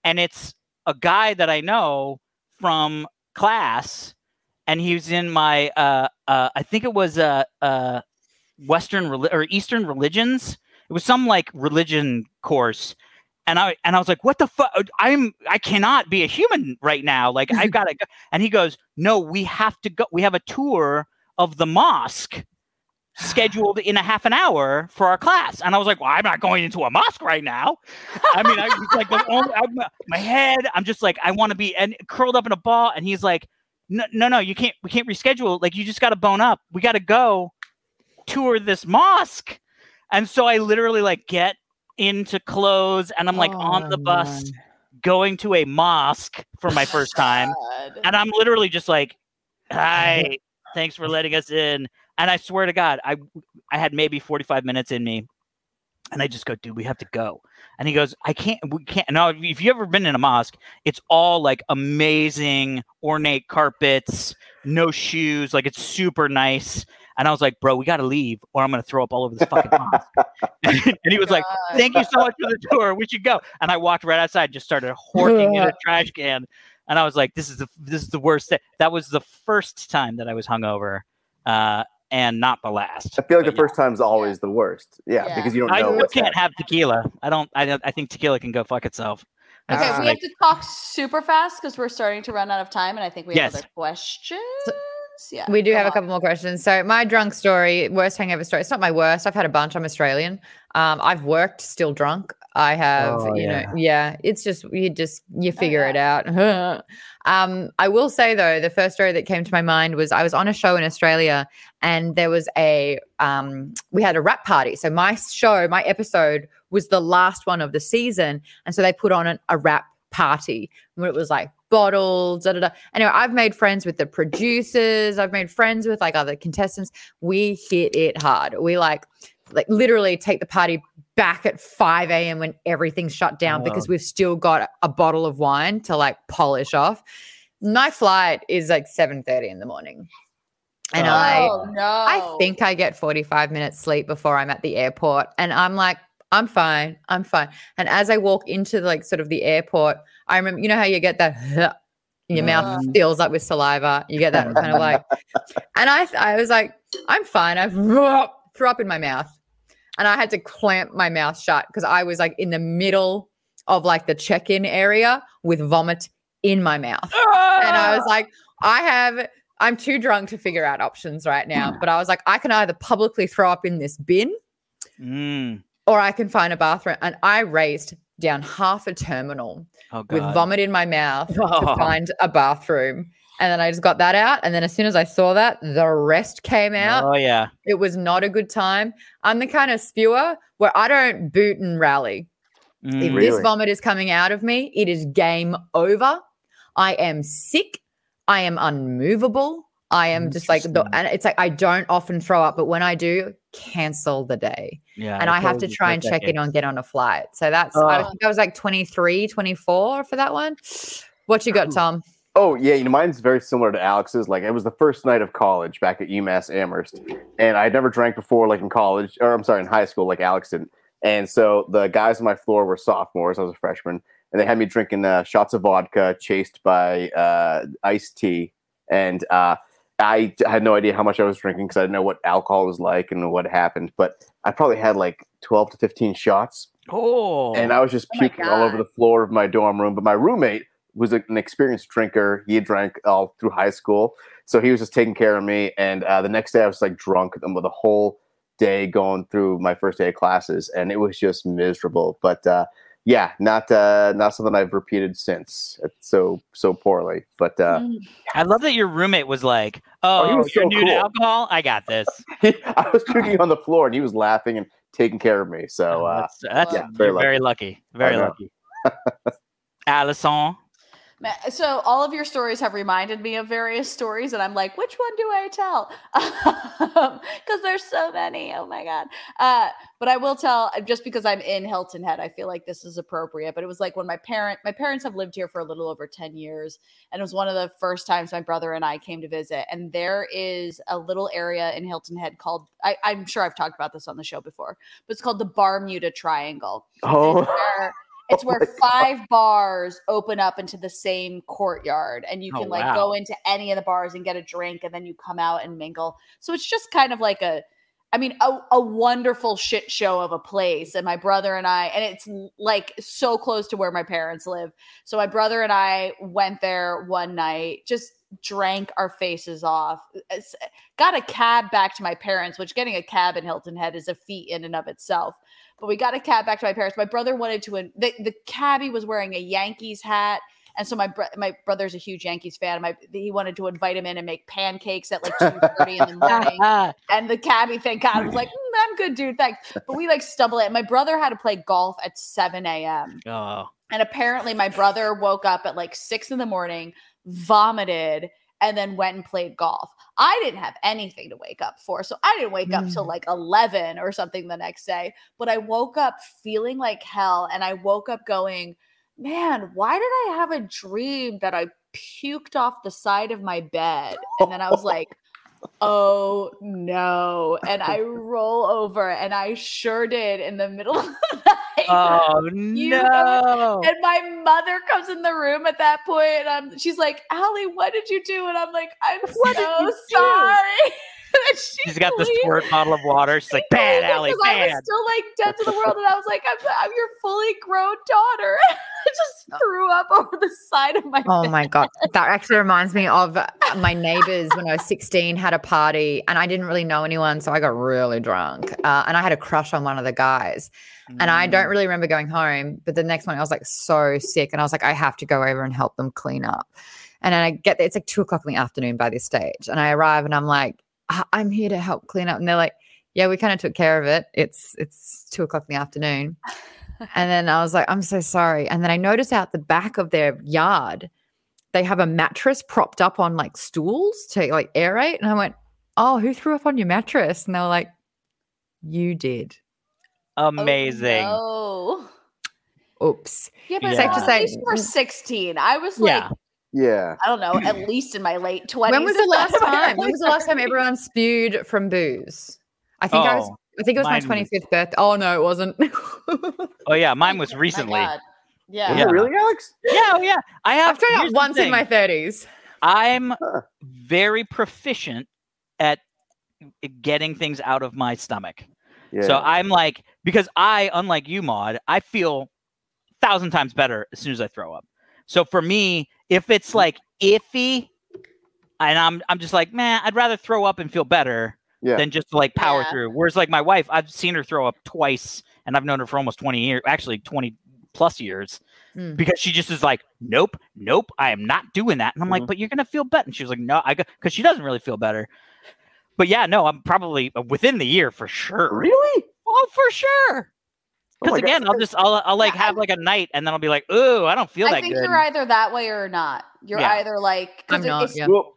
Speaker 4: and it's a guy that I know from class, and he was in my uh, uh I think it was uh uh Western reli- or Eastern religions. It was some like religion course, and I and I was like, "What the fuck? I'm I cannot be a human right now. Like I gotta." go. And he goes, "No, we have to go. We have a tour of the mosque." scheduled in a half an hour for our class. And I was like, well, I'm not going into a mosque right now. I mean, I was like, the only, I'm, my head, I'm just like, I want to be and curled up in a ball. And he's like, no, no, no, you can't, we can't reschedule. Like, you just got to bone up. We got to go tour this mosque. And so I literally like get into clothes and I'm like
Speaker 1: Oh,
Speaker 4: on the
Speaker 1: man.
Speaker 4: bus going to a mosque for my first time.
Speaker 3: God.
Speaker 4: And I'm literally just like, hi, thanks for letting us in. And I swear to God, I I had maybe 45 minutes in me. And I just go, dude, we have to go. And he goes, I can't, we can't. No, if you've ever been in a mosque, it's all like amazing, ornate carpets, no shoes, like it's super nice. And I was like, bro, we got to leave or I'm going to throw up all over this fucking mosque. and he was like,
Speaker 3: God.
Speaker 4: thank you so much for the tour. We should go. And I walked right outside, just started horking in a trash can. And I was like, this is the this is the worst thing. That was the first time that I was hungover. Uh, and not the last.
Speaker 2: I feel like the
Speaker 4: But
Speaker 2: first time's always the worst. Yeah,
Speaker 3: Yeah.
Speaker 2: because you don't
Speaker 4: yeah. I
Speaker 2: know
Speaker 4: still
Speaker 2: what's
Speaker 4: can't
Speaker 2: happening.
Speaker 4: have tequila. I don't I don't I think tequila can go fuck itself. That's
Speaker 3: Okay,
Speaker 4: just
Speaker 3: we
Speaker 4: like-
Speaker 3: have to talk super fast because we're starting to run out of time, and I think we have
Speaker 4: Yes.
Speaker 3: other questions. Yeah,
Speaker 1: We do
Speaker 3: come
Speaker 1: have a
Speaker 3: on.
Speaker 1: couple more questions. So my drunk story, worst hangover story. It's not my worst. I've had a bunch. I'm Australian. Um, I've worked still drunk. I have,
Speaker 4: Oh,
Speaker 1: you
Speaker 4: yeah.
Speaker 1: know, yeah. It's just you just you figure
Speaker 3: Oh, yeah.
Speaker 1: it out. um, I will say though, the first story that came to my mind was I was on a show in Australia, and there was a um, we had a rap party. So my show, my episode was the last one of the season, and so they put on an, a rap party where it was like bottles, da da da. Anyway, I've made friends with the producers. I've made friends with like other contestants. We hit it hard. We like, like literally take the party back at 5 a.m. when everything's shut down
Speaker 4: Oh, Wow.
Speaker 1: because we've still got a bottle of wine to like polish off. My flight is like 7:30 in the morning. And
Speaker 4: Oh.
Speaker 1: I
Speaker 3: Oh no!
Speaker 1: I think I get 45 minutes sleep before I'm at the airport. And I'm like, I'm fine. I'm fine. And as I walk into like sort of the airport, I remember, you know how you get that in your mouth
Speaker 3: Mm.
Speaker 1: fills up with saliva. You get that kind of like, and I, I was like, I'm fine. I threw up in my mouth and I had to clamp my mouth shut because I was like in the middle of like the check-in area with vomit in my mouth and I was like, I have, I'm too drunk to figure out options right now. But I was like, I can either publicly throw up in this bin
Speaker 4: Mm.
Speaker 1: or I can find a bathroom. And I raced down half a terminal
Speaker 4: Oh god.
Speaker 1: with vomit in my mouth to
Speaker 4: Oh.
Speaker 1: find a bathroom. And then I just got that out. And then as soon as I saw that, the rest came out.
Speaker 4: Oh yeah.
Speaker 1: It was not a good time. I'm the kind of spewer where I don't boot and rally. If
Speaker 4: Mm.
Speaker 1: this
Speaker 2: Really?
Speaker 1: vomit is coming out of me, it is game over. I am sick. I am unmovable. I am just like, the,
Speaker 4: Interesting.
Speaker 1: and it's like I don't often throw up, but when I do, cancel the day.
Speaker 4: Yeah.
Speaker 1: and I have to try and check in on get on a flight. So that's, I
Speaker 4: Oh.
Speaker 1: think I was like 23, 24 for that one. What you got, Tom?
Speaker 2: Oh yeah, you know mine's very similar to Alex's. Like it was the first night of college back at UMass Amherst, and I'd never drank before, like in college, or I'm sorry, in high school, like Alex did. not And so the guys on my floor were sophomores. I was a freshman, and they had me drinking uh, shots of vodka, chased by uh, iced tea, and uh, I d- had no idea how much I was drinking because I didn't know what alcohol was like and what happened. But I probably had like 12 to 15 shots
Speaker 4: Oh.
Speaker 2: and I was just
Speaker 3: Oh my
Speaker 2: puking all over the floor of my dorm room. But my roommate was a- an experienced drinker. He had drank all through high school, so he was just taking care of me. And uh, the next day, I was like drunk and with a whole day going through my first day of classes, and it was just miserable. But uh, yeah, not uh, not something I've repeated since. It's so so poorly, but. Uh,
Speaker 4: I love that your roommate was like,
Speaker 2: Oh,
Speaker 4: "Oh,
Speaker 2: he was
Speaker 4: you're
Speaker 2: so
Speaker 4: new
Speaker 2: cool.
Speaker 4: to alcohol. I got this."
Speaker 2: I was puking on the floor, and he was laughing and taking care of me. So
Speaker 4: Oh,
Speaker 2: uh,
Speaker 4: that's, that's
Speaker 2: yeah, very
Speaker 4: very, you're very lucky. Very
Speaker 2: I know.
Speaker 4: lucky. Allison.
Speaker 3: Ma- So all of your stories have reminded me of various stories, and I'm like, which one do I tell? Because there's so many. Oh my god! Uh, but I will tell uh, just because I'm in Hilton Head, I feel like this is appropriate. But it was like when my parent, my parents have lived here for a little over ten years, and it was one of the first times my brother and I came to visit. And there is a little area in Hilton Head called I, I'm sure I've talked about this on the show before, but it's called the Barmuda Triangle.
Speaker 2: oh,
Speaker 3: where It's
Speaker 2: Oh
Speaker 3: where
Speaker 2: my
Speaker 3: five bars open up into the same courtyard, and you
Speaker 4: Oh,
Speaker 3: can like
Speaker 4: wow.
Speaker 3: go into any of the bars and get a drink, and then you come out and mingle. So it's just kind of like a, I mean, a, a wonderful shit show of a place. And my brother and I, and it's l- like so close to where my parents live. So my brother and I went there one night, just drank our faces off. It's- eh, got a cab back to my parents, which getting a cab in Hilton Head is a feat in and of itself. But we got a cab back to my parents. My brother wanted to. in- The, the cabbie was wearing a Yankees hat, and so my bro- my brother's a huge Yankees fan. and My he wanted to invite him in and make pancakes at like two thirty in the morning. And the cabbie, thank God, was like, "Mm, "I'm good, dude, thanks." But we like stumbled it. My brother had to play golf at seven a.m.
Speaker 4: oh.
Speaker 3: And apparently, my brother woke up at like six in the morning, vomited, and then went and played golf. I didn't have anything to wake up for. So I didn't wake up till like 11 or something the next day. But I woke up feeling like hell. And I woke up going, man, why did I have a dream that I puked off the side of my bed? And then I was like, oh no. And I roll over and I sure did in the middle of the night.
Speaker 4: Oh
Speaker 3: You have-
Speaker 4: no.
Speaker 1: Oh.
Speaker 3: And my mother comes in the room at that point, and I'm, she's like, "Allie, what did you do?" And I'm like, "I'm
Speaker 4: What did you
Speaker 3: so
Speaker 4: do?"
Speaker 3: sorry." And she
Speaker 4: She's got the
Speaker 3: believed-
Speaker 4: squirt bottle of water. She's like, bad,
Speaker 3: believed it
Speaker 4: Allie,
Speaker 3: 'cause I
Speaker 4: bad.
Speaker 3: was still like dead to the world, and I was like, "I'm, I'm your fully grown daughter." I just threw up over the side of my.
Speaker 1: Oh
Speaker 3: bed.
Speaker 1: my god, that actually reminds me of uh, my neighbors when I was 16 had a party and I didn't really know anyone, so I got really drunk uh, and I had a crush on one of the guys. And I don't really remember going home, but the next morning I was like so sick and I was like, I have to go over and help them clean up. And then I get there, it's like two o'clock in the afternoon by this stage, and I arrive and I'm like, "I- I'm here to help clean up, and they're like, Yeah, we kind of took care of it. It's it's two o'clock in the afternoon. And then I was like, I'm so sorry. And then I noticed out the back of their yard, they have a mattress propped up on like stools to like aerate. And I went, Oh, who threw up on your mattress? And they were like, You did.
Speaker 4: Amazing.
Speaker 3: Oh,
Speaker 1: Oops.
Speaker 3: yeah, but
Speaker 4: It's safe
Speaker 3: yeah.
Speaker 4: to
Speaker 3: at
Speaker 1: say-
Speaker 3: least you were 16. I was like,
Speaker 4: Yeah.
Speaker 2: Yeah.
Speaker 3: I don't know, at least in my late 20s.
Speaker 1: When was the
Speaker 3: if
Speaker 1: last
Speaker 3: not in my
Speaker 1: time? When
Speaker 3: early
Speaker 1: was the last time
Speaker 3: 30s.
Speaker 1: everyone spewed from booze? I think I was
Speaker 4: Oh,
Speaker 1: I think it was my
Speaker 4: mine was-
Speaker 1: 25th birthday. Oh no, it wasn't.
Speaker 4: oh yeah, mine was
Speaker 3: Oh my
Speaker 4: recently.
Speaker 3: God. Yeah.
Speaker 2: Was
Speaker 4: Yeah.
Speaker 2: it really, Alex?
Speaker 4: Yeah, oh yeah. I have
Speaker 1: I've tried
Speaker 4: here's
Speaker 1: it
Speaker 4: the
Speaker 1: once in
Speaker 4: thing.
Speaker 1: my 30s.
Speaker 4: I'm
Speaker 2: Huh.
Speaker 4: very proficient at getting things out of my stomach.
Speaker 2: Yeah.
Speaker 4: So I'm like, because I, unlike you, Maud, I feel a thousand times better as soon as I throw up. So for me, if it's
Speaker 2: Mm.
Speaker 4: like iffy, and I'm I'm just like, man, I'd rather throw up and feel better
Speaker 2: Yeah.
Speaker 4: than just like power
Speaker 3: Yeah.
Speaker 4: through. Whereas like my wife, I've seen her throw up twice, and I've known her for almost twenty years, actually twenty plus years,
Speaker 1: Mm.
Speaker 4: because she just is like, nope, nope, I am not doing that. And I'm like,
Speaker 2: Mhm.
Speaker 4: but you're gonna feel better. And she was like, no, I because she doesn't really feel better. But yeah, no, I'm probably uh, within the year for sure.
Speaker 2: really?
Speaker 4: Oh, for sure.
Speaker 2: Oh
Speaker 4: Because
Speaker 2: my God.
Speaker 4: again, I'll just I'll, I'll like
Speaker 3: Yeah,
Speaker 4: have like a night, and then I'll be like, ooh, I don't feel
Speaker 3: I
Speaker 4: that
Speaker 3: think
Speaker 4: good.
Speaker 3: you're either that way or not. You're
Speaker 4: Yeah.
Speaker 3: either like 'cause
Speaker 1: I'm
Speaker 3: it-
Speaker 1: not.
Speaker 3: it's-
Speaker 1: Yeah.
Speaker 2: Well,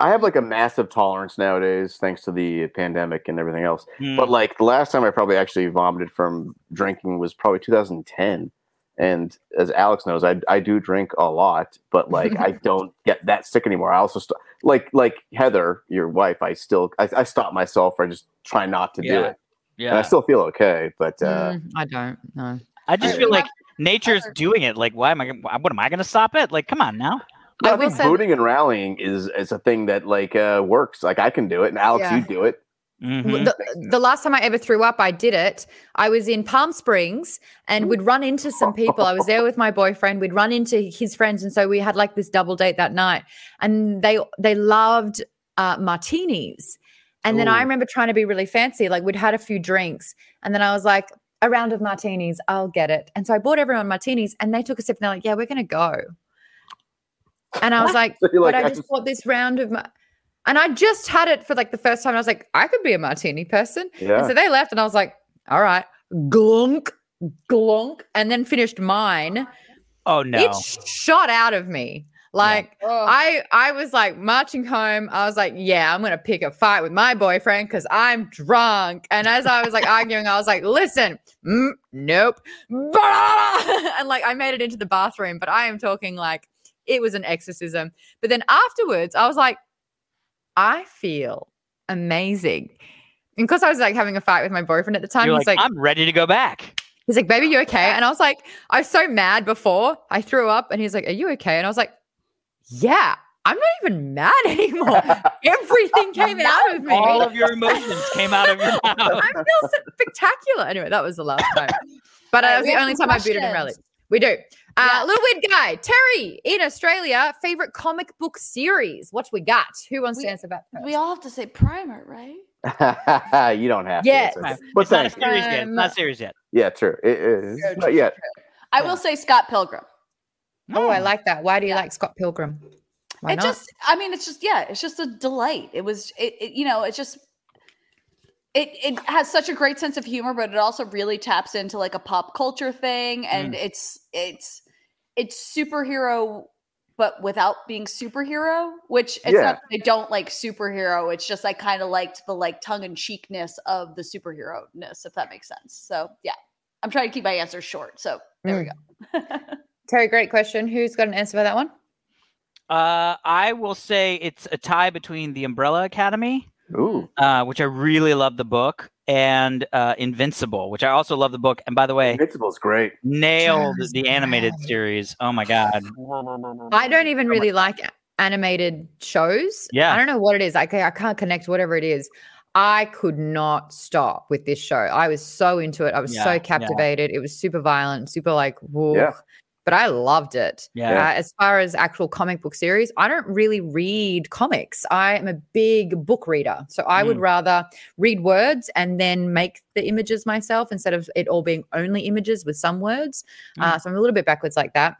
Speaker 2: I have like a massive tolerance nowadays, thanks to the pandemic and everything else.
Speaker 1: Hmm.
Speaker 4: Mm.
Speaker 2: But like the last time I probably actually vomited from drinking was probably 2010. And as Alex knows, I, I do drink a lot, but like I don't get that sick anymore. I also st- like like Heather, your wife. I still I, I stop myself. I just try not to do
Speaker 4: Yeah.
Speaker 2: it, and I
Speaker 4: yeah,
Speaker 2: still feel okay. But uh,
Speaker 1: Mm, I don't know.
Speaker 4: I just
Speaker 2: I-
Speaker 4: feel
Speaker 3: we
Speaker 4: like
Speaker 3: have
Speaker 4: nature's
Speaker 3: other-
Speaker 4: doing it. Like, why am I? gonna- why- What am I going to stop it? Like, come on now.
Speaker 2: no,
Speaker 1: I
Speaker 2: I
Speaker 1: will
Speaker 2: think
Speaker 1: say-
Speaker 2: voting and rallying is is a thing that like uh, works. Like I can do it, and Alex,
Speaker 1: Yeah.
Speaker 2: you do it.
Speaker 4: Mhm.
Speaker 1: W- The, the last time I ever threw up, I did it. I was in Palm Springs and would run into some people. I was there with my boyfriend. We'd run into his friends, and so we had like this double date that night. And they they loved uh, martinis. And then I
Speaker 2: Ooh.
Speaker 1: remember trying to be really fancy. Like we'd had a few drinks, and then I was like, "A round of martinis, I'll get it." And so I bought everyone martinis, and they took a sip, and they're like, "Yeah, we're gonna go." And I was like,
Speaker 2: So you're like,
Speaker 1: but I
Speaker 2: I
Speaker 1: just
Speaker 2: just-
Speaker 1: bought this round of my. And I just had it for like the first time. I was like, I could be a martini person. And
Speaker 2: yeah.
Speaker 1: so they left, and I was like, all right, glunk, glunk, and then finished mine.
Speaker 4: Oh no.
Speaker 1: It shot out of me. Like,
Speaker 4: Oh.
Speaker 3: Ugh.
Speaker 1: I, I was like marching home. I was like, yeah, I'm going to pick a fight with my boyfriend because I'm drunk. And as I was like arguing, I was like, listen, mm, nope. And like, I made it into the bathroom, but I am talking like it was an exorcism. But then afterwards, I was like, I feel amazing. And because I was like having a fight with my boyfriend at the time,
Speaker 4: You're
Speaker 1: he's
Speaker 4: like,
Speaker 1: like
Speaker 4: I'm ready to go back.
Speaker 1: He's like, baby, you okay? And I was like, I was so mad before. I threw up and he's like, Are you okay? And I was like, Yeah, I'm not even mad anymore. Everything came out of me.
Speaker 4: All of your emotions came out of your
Speaker 1: I
Speaker 4: mouth.
Speaker 1: feel spectacular. Anyway, that was the last time. But uh,
Speaker 3: All right,
Speaker 1: that was
Speaker 3: we
Speaker 1: the
Speaker 3: have
Speaker 1: only
Speaker 3: some
Speaker 1: time I booted in rally.
Speaker 3: questions.
Speaker 1: We do. Uh,
Speaker 3: Yeah.
Speaker 1: Little Weird Guy, Terry in Australia, favorite comic book series. What we got? Who wants
Speaker 3: We-
Speaker 1: to answer that? first?
Speaker 3: We all have to say primer, right?
Speaker 2: you don't have
Speaker 1: Yeah.
Speaker 2: to.
Speaker 4: Right.
Speaker 2: Yes. But
Speaker 4: it's not a
Speaker 2: thanks.
Speaker 4: series yet. It's not a series yet.
Speaker 2: Yeah, true. It is.
Speaker 3: True,
Speaker 2: Not yet.
Speaker 3: I will say Scott Pilgrim.
Speaker 1: oh, I
Speaker 4: Mm.
Speaker 1: like that. Why do you
Speaker 3: Yeah.
Speaker 1: like Scott Pilgrim? Why
Speaker 3: it
Speaker 1: not?
Speaker 3: just, I mean, it's just, yeah, it's just a delight. It was, it, it you know, it's just, it, it has such a great sense of humor, but it also really taps into like a pop culture thing. And
Speaker 1: Mm.
Speaker 3: it's, it's, it's superhero, but without being superhero, which it's
Speaker 2: Yeah.
Speaker 3: not, that I don't like superhero. It's just, I kind of liked the like tongue in cheekness of the superhero ness, if that makes sense. So, yeah, I'm trying to keep my answers short. So, there we go.
Speaker 1: Terry, great question. Who's got an answer for that one?
Speaker 4: Uh, I will say it's a tie between The Umbrella Academy,
Speaker 2: Ooh.
Speaker 4: uh, which I really love the book, and uh, Invincible, which I also love the book. And by the way,
Speaker 2: Invincible's great.
Speaker 4: nailed
Speaker 1: Just
Speaker 4: the animated series. Oh my god.
Speaker 1: I don't even
Speaker 4: my-
Speaker 1: really like a- animated shows.
Speaker 4: Yeah.
Speaker 1: I don't know what it is. I, ca- I can't connect whatever it is. I could not stop with this show. I was so into it. I was
Speaker 4: Yeah, yeah.
Speaker 1: so captivated. It was super violent, super like, whoa.
Speaker 2: Yeah.
Speaker 1: But I loved it.
Speaker 4: Yeah.
Speaker 1: Uh, as far as actual comic book series, I don't really read comics. I am a big book reader. So I would rather read words and then make the images myself instead of it all being only images with some words. Uh, so I'm a little bit backwards like that.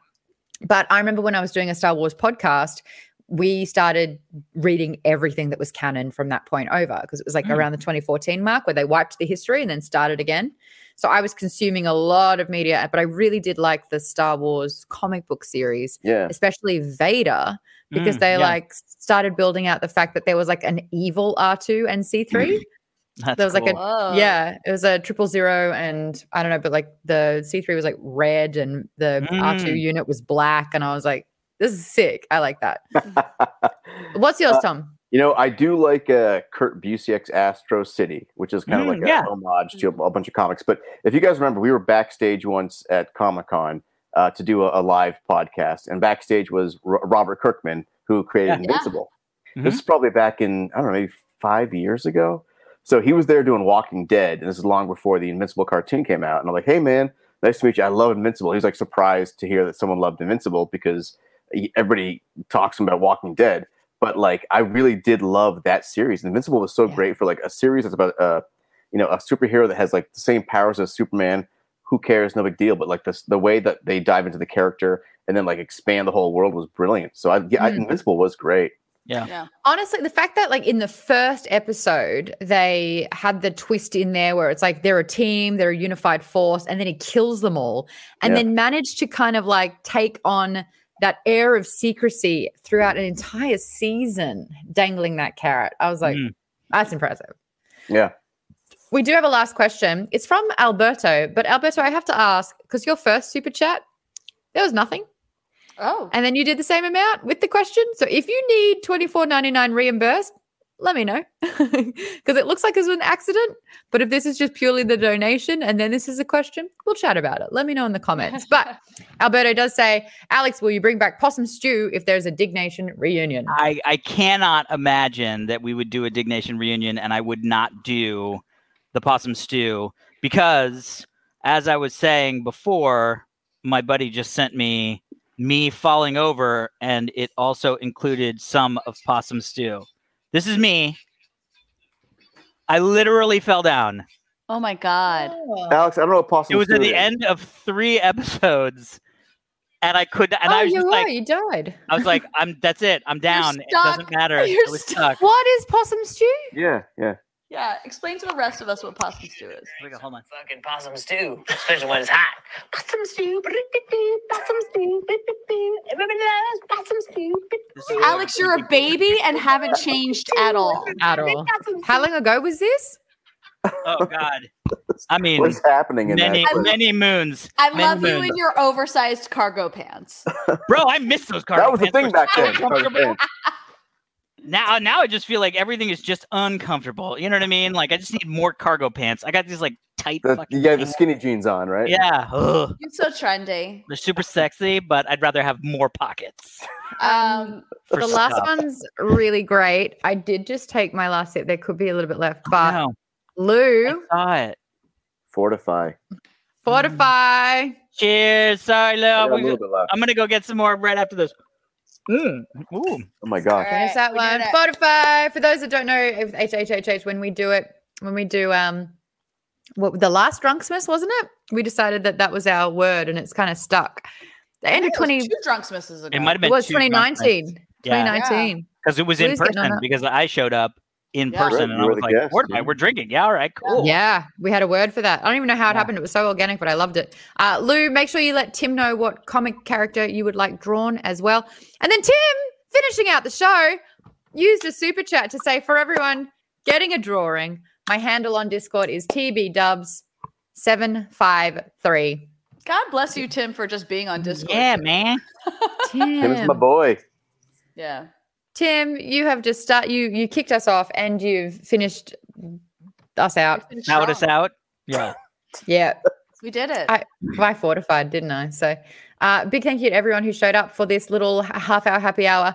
Speaker 1: But I remember when I was doing a Star Wars podcast, we started reading everything that was canon from that point over because it was like
Speaker 4: Mm.
Speaker 1: around the 2014 mark where they wiped the history and then started again. So I was consuming a lot of media, but I really did like the Star Wars comic book series,
Speaker 2: Yeah.
Speaker 1: especially Vader, because
Speaker 4: Mm,
Speaker 1: they
Speaker 4: yeah,
Speaker 1: like started building out the fact that there was like an evil R2 and C3.
Speaker 4: Mm-hmm. that's
Speaker 1: there was, like, a-
Speaker 4: cool.
Speaker 3: Whoa.
Speaker 1: yeah, it was a triple zero, and I don't know, but like the C3 was like red and the R2
Speaker 4: Mm.
Speaker 1: unit was black. And I was like, this is sick. I like that. What's yours, Tom?
Speaker 2: you know, I do like uh, Kurt Busiek's Astro City, which is kind of
Speaker 4: Mm,
Speaker 2: like a
Speaker 4: yeah.
Speaker 2: homage to a, a bunch of comics. But if you guys remember, we were backstage once at Comic Con uh, to do a, a live podcast, and backstage was R- Robert Kirkman, who created
Speaker 4: Yeah.
Speaker 2: Invincible.
Speaker 4: Yeah.
Speaker 2: This is probably back in I don't know, maybe five years ago. So he was there doing Walking Dead, and this is long before the Invincible cartoon came out. And I'm like, hey man, nice to meet you. I love Invincible. He was like surprised to hear that someone loved Invincible because he- everybody talks about Walking Dead. But like, I really did love that series. Invincible was so
Speaker 1: Yeah.
Speaker 2: great for like a series that's about uh, you know, a superhero that has like the same powers as Superman. Who cares? No big deal. But like this, the way that they dive into the character and then like expand the whole world was brilliant. So I, yeah, I,
Speaker 1: Mm.
Speaker 2: Invincible was great.
Speaker 1: Honestly, the fact that like in the first episode they had the twist in there where it's like they're a team, they're a unified force, and then he kills them all, and
Speaker 2: Yeah.
Speaker 1: then managed to kind of like take on that air of secrecy throughout an entire season, dangling that carrot. I was like,
Speaker 4: Mm.
Speaker 1: that's impressive.
Speaker 2: Yeah.
Speaker 1: We do have a last question. It's from Alberto, but Alberto, I have to ask because your first super chat, there was nothing.
Speaker 3: Oh.
Speaker 1: And then you did the same amount with the question. So if you need twenty four ninety nine reimbursed, let me know because it looks like it was an accident. But if this is just purely the donation and then this is a question, we'll chat about it. Let me know in the comments. But Alberto does say, Alex, will you bring back possum stew if there's a Dignation reunion?
Speaker 4: I, I cannot imagine that we would do a Dignation reunion and I would not do the possum stew because, as I was saying before, my buddy just sent me me falling over and it also included some of possum stew. This is me. I literally fell down.
Speaker 3: Oh my God.
Speaker 4: Uh,
Speaker 1: Oh,
Speaker 2: Alex, I don't know what possible.
Speaker 4: It was at
Speaker 2: Stew
Speaker 4: the
Speaker 2: is.
Speaker 4: end of three episodes and I could
Speaker 3: Oh,
Speaker 4: and I was
Speaker 1: Oh, you're
Speaker 4: just like
Speaker 1: you died.
Speaker 4: I was like, I'm that's it. I'm down. It doesn't
Speaker 3: stuck.
Speaker 4: matter. I
Speaker 3: You're
Speaker 4: was
Speaker 3: stuck.
Speaker 4: stuck.
Speaker 1: What is possum stew?
Speaker 2: Yeah, yeah.
Speaker 3: Yeah. Explain to the rest of us what possum stew is.
Speaker 4: Here we go, Hold on.
Speaker 5: Fucking possum stew, especially when it's hot. Possum stew, boo-doo-doo-doo, possum stew, boo-doo-doo. everybody loves possum stew.
Speaker 4: This is-
Speaker 3: Alex, you're a baby and haven't changed at all.
Speaker 1: At all. How long ago was this?
Speaker 4: Oh God. I mean,
Speaker 2: What's happening in
Speaker 4: many
Speaker 2: that? clip?
Speaker 4: many moons,
Speaker 3: I
Speaker 4: Many
Speaker 3: love you
Speaker 4: moons.
Speaker 3: in your oversized cargo pants.
Speaker 4: bro. I miss those cards.
Speaker 2: That was the thing back then. Okay.
Speaker 4: Now, now I just feel like everything is just uncomfortable. You know what I mean? Like I just need more cargo pants. I got these like tight
Speaker 2: The,
Speaker 4: fucking
Speaker 2: you got the
Speaker 4: thing.
Speaker 2: skinny jeans on, right?
Speaker 4: Yeah. Ugh.
Speaker 3: You're so trendy.
Speaker 4: They're super sexy, but I'd rather have more pockets.
Speaker 3: Um,
Speaker 4: For
Speaker 1: the last
Speaker 4: stuff.
Speaker 1: one's really great. I did just take my last sip. There could be a little bit left, but
Speaker 4: No, I
Speaker 1: Lou,
Speaker 4: saw it.
Speaker 2: Fortify.
Speaker 1: fortify.
Speaker 4: Cheers. Sorry, Lou.
Speaker 2: I got a
Speaker 4: I'm
Speaker 2: little
Speaker 4: gonna,
Speaker 2: bit left.
Speaker 4: I'm gonna go get some more right after this. Mm. Ooh.
Speaker 2: Oh my gosh.
Speaker 3: All right.
Speaker 1: Finish that
Speaker 3: we did
Speaker 1: one.
Speaker 3: it.
Speaker 1: Fortify. For those that don't know, if HHHH, when we do it, when we do um, what the last drunksmith wasn't it? We decided that that was our word, and it's kind of stuck. The end of
Speaker 3: I think it
Speaker 1: twenty
Speaker 3: was
Speaker 1: it
Speaker 3: two drunk misses ago.
Speaker 4: It might have been
Speaker 1: was
Speaker 4: two
Speaker 1: twenty nineteen. Twenty
Speaker 4: Yeah,
Speaker 1: nineteen.
Speaker 4: because it was in
Speaker 1: Lou's getting on
Speaker 4: person.
Speaker 1: that.
Speaker 4: Because I showed up in
Speaker 3: Yeah.
Speaker 2: Right,
Speaker 4: person, and
Speaker 2: you
Speaker 4: I
Speaker 2: were
Speaker 4: was
Speaker 2: the
Speaker 4: like,
Speaker 2: guest,
Speaker 4: "Fortify,
Speaker 2: yeah.
Speaker 4: we're drinking. Yeah, all right, cool.
Speaker 1: Yeah, we had a word for that. I don't even know how it
Speaker 4: Yeah.
Speaker 1: happened. It was so organic, but I loved it. Uh, Lou, make sure you let Tim know what comic character you would like drawn as well. And then Tim, finishing out the show, used a super chat to say for everyone getting a drawing, my handle on Discord is TBDubs753.
Speaker 3: God bless you, Tim, for just being on Discord.
Speaker 4: Yeah,
Speaker 3: too.
Speaker 4: man.
Speaker 2: Tim's my
Speaker 1: Tim,
Speaker 2: boy.
Speaker 3: Yeah.
Speaker 1: Tim, you have just start you you kicked us off and you've finished us out.
Speaker 3: It's been
Speaker 4: Shout us
Speaker 3: strong.
Speaker 4: out. Yeah.
Speaker 1: Yeah.
Speaker 3: We did it.
Speaker 1: I- I fortified, didn't I? So, uh, big thank you to everyone who showed up for this little h- half hour happy hour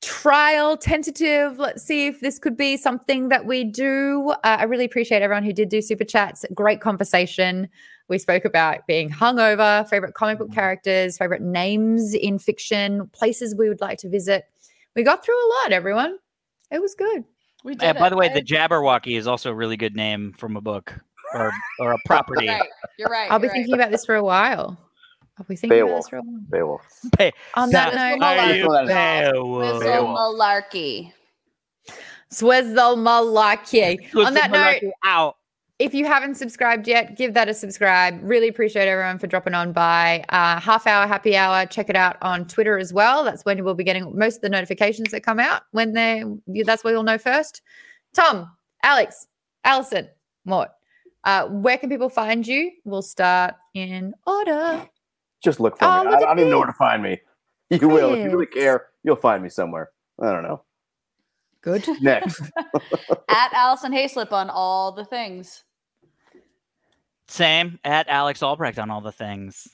Speaker 1: trial tentative. Let's see if this could be something that we do. Uh, I really appreciate everyone who did do super chats. Great conversation. We spoke about being hungover, favorite comic book characters, favorite names in fiction, places we would like to visit. We got through a lot, everyone. It was good.
Speaker 3: we did
Speaker 4: Uh, by the way,
Speaker 3: it.
Speaker 4: the Jabberwocky is also a really good name from a book or or a property.
Speaker 3: You're right. You're right.
Speaker 1: I'll be
Speaker 3: you're right.
Speaker 1: thinking about this for a while. I'll be thinking about
Speaker 2: Beowulf.
Speaker 1: this for a while.
Speaker 2: Beowulf.
Speaker 1: On
Speaker 4: Now-
Speaker 1: that note,
Speaker 3: Are
Speaker 4: Are
Speaker 3: you
Speaker 4: you Beowulf?
Speaker 3: Whistle malarkey.
Speaker 1: Swizzle malarkey. On that note,
Speaker 4: Malarkey out.
Speaker 1: if you haven't subscribed yet, give that a subscribe. Really appreciate everyone for dropping on by. Uh, half hour, happy hour. Check it out on Twitter as well. That's when we'll be getting most of the notifications that come out. When they, that's where you'll know first. Tom, Alex, Allison, Mort. Uh, where can people find you? We'll start in order.
Speaker 2: Just look for
Speaker 1: Oh,
Speaker 2: me.
Speaker 1: look
Speaker 2: I, I
Speaker 1: at
Speaker 2: don't even know where to
Speaker 1: this.
Speaker 2: find me. You will. If you really
Speaker 1: Chris.
Speaker 2: care, you'll find me somewhere. I don't know.
Speaker 1: Good.
Speaker 2: Next.
Speaker 3: At Allison Hayslip on all the things.
Speaker 4: Same at Alex Albrecht on all the things.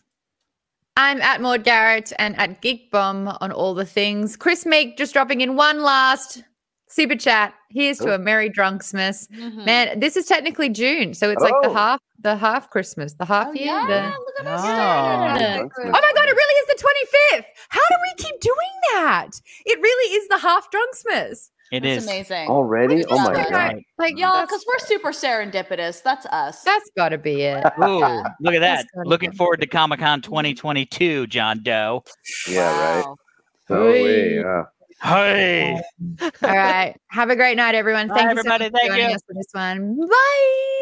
Speaker 1: I'm at Maud Garrett and at Geek Bomb on all the things. Chris Meek just dropping in one last super chat. Here's to
Speaker 2: Oh.
Speaker 1: a merry drunksmith.
Speaker 3: Mhm.
Speaker 1: Man, this is technically June, so it's like the
Speaker 2: Oh.
Speaker 1: half, the half Christmas, the half
Speaker 3: Oh,
Speaker 1: year.
Speaker 3: yeah,
Speaker 1: the-
Speaker 3: look at us.
Speaker 4: Oh.
Speaker 3: starting.
Speaker 2: Oh
Speaker 1: Oh my god, it really is the twenty fifth. How do we keep doing that? It really is the half drunksmith.
Speaker 4: It
Speaker 3: That's
Speaker 4: is
Speaker 3: amazing.
Speaker 2: Already?
Speaker 1: Look at
Speaker 2: Oh my
Speaker 1: this
Speaker 2: god.
Speaker 1: guy. Like
Speaker 3: Y'all,
Speaker 1: Mm, that's-
Speaker 3: because we're super serendipitous. That's us.
Speaker 1: that's got to be it.
Speaker 4: Ooh, look at that.
Speaker 1: That's gotta
Speaker 4: Looking
Speaker 1: be-
Speaker 4: forward to Comic Con 2022, John Doe.
Speaker 2: Yeah, right.
Speaker 3: Wow.
Speaker 2: Oh,
Speaker 1: Whee.
Speaker 2: yeah.
Speaker 4: Hey.
Speaker 1: All right, have a great night, everyone.
Speaker 4: Bye,
Speaker 1: Thank you so
Speaker 4: everybody.
Speaker 1: much for
Speaker 4: Thank
Speaker 1: joining
Speaker 4: you.
Speaker 1: us for this one. Bye.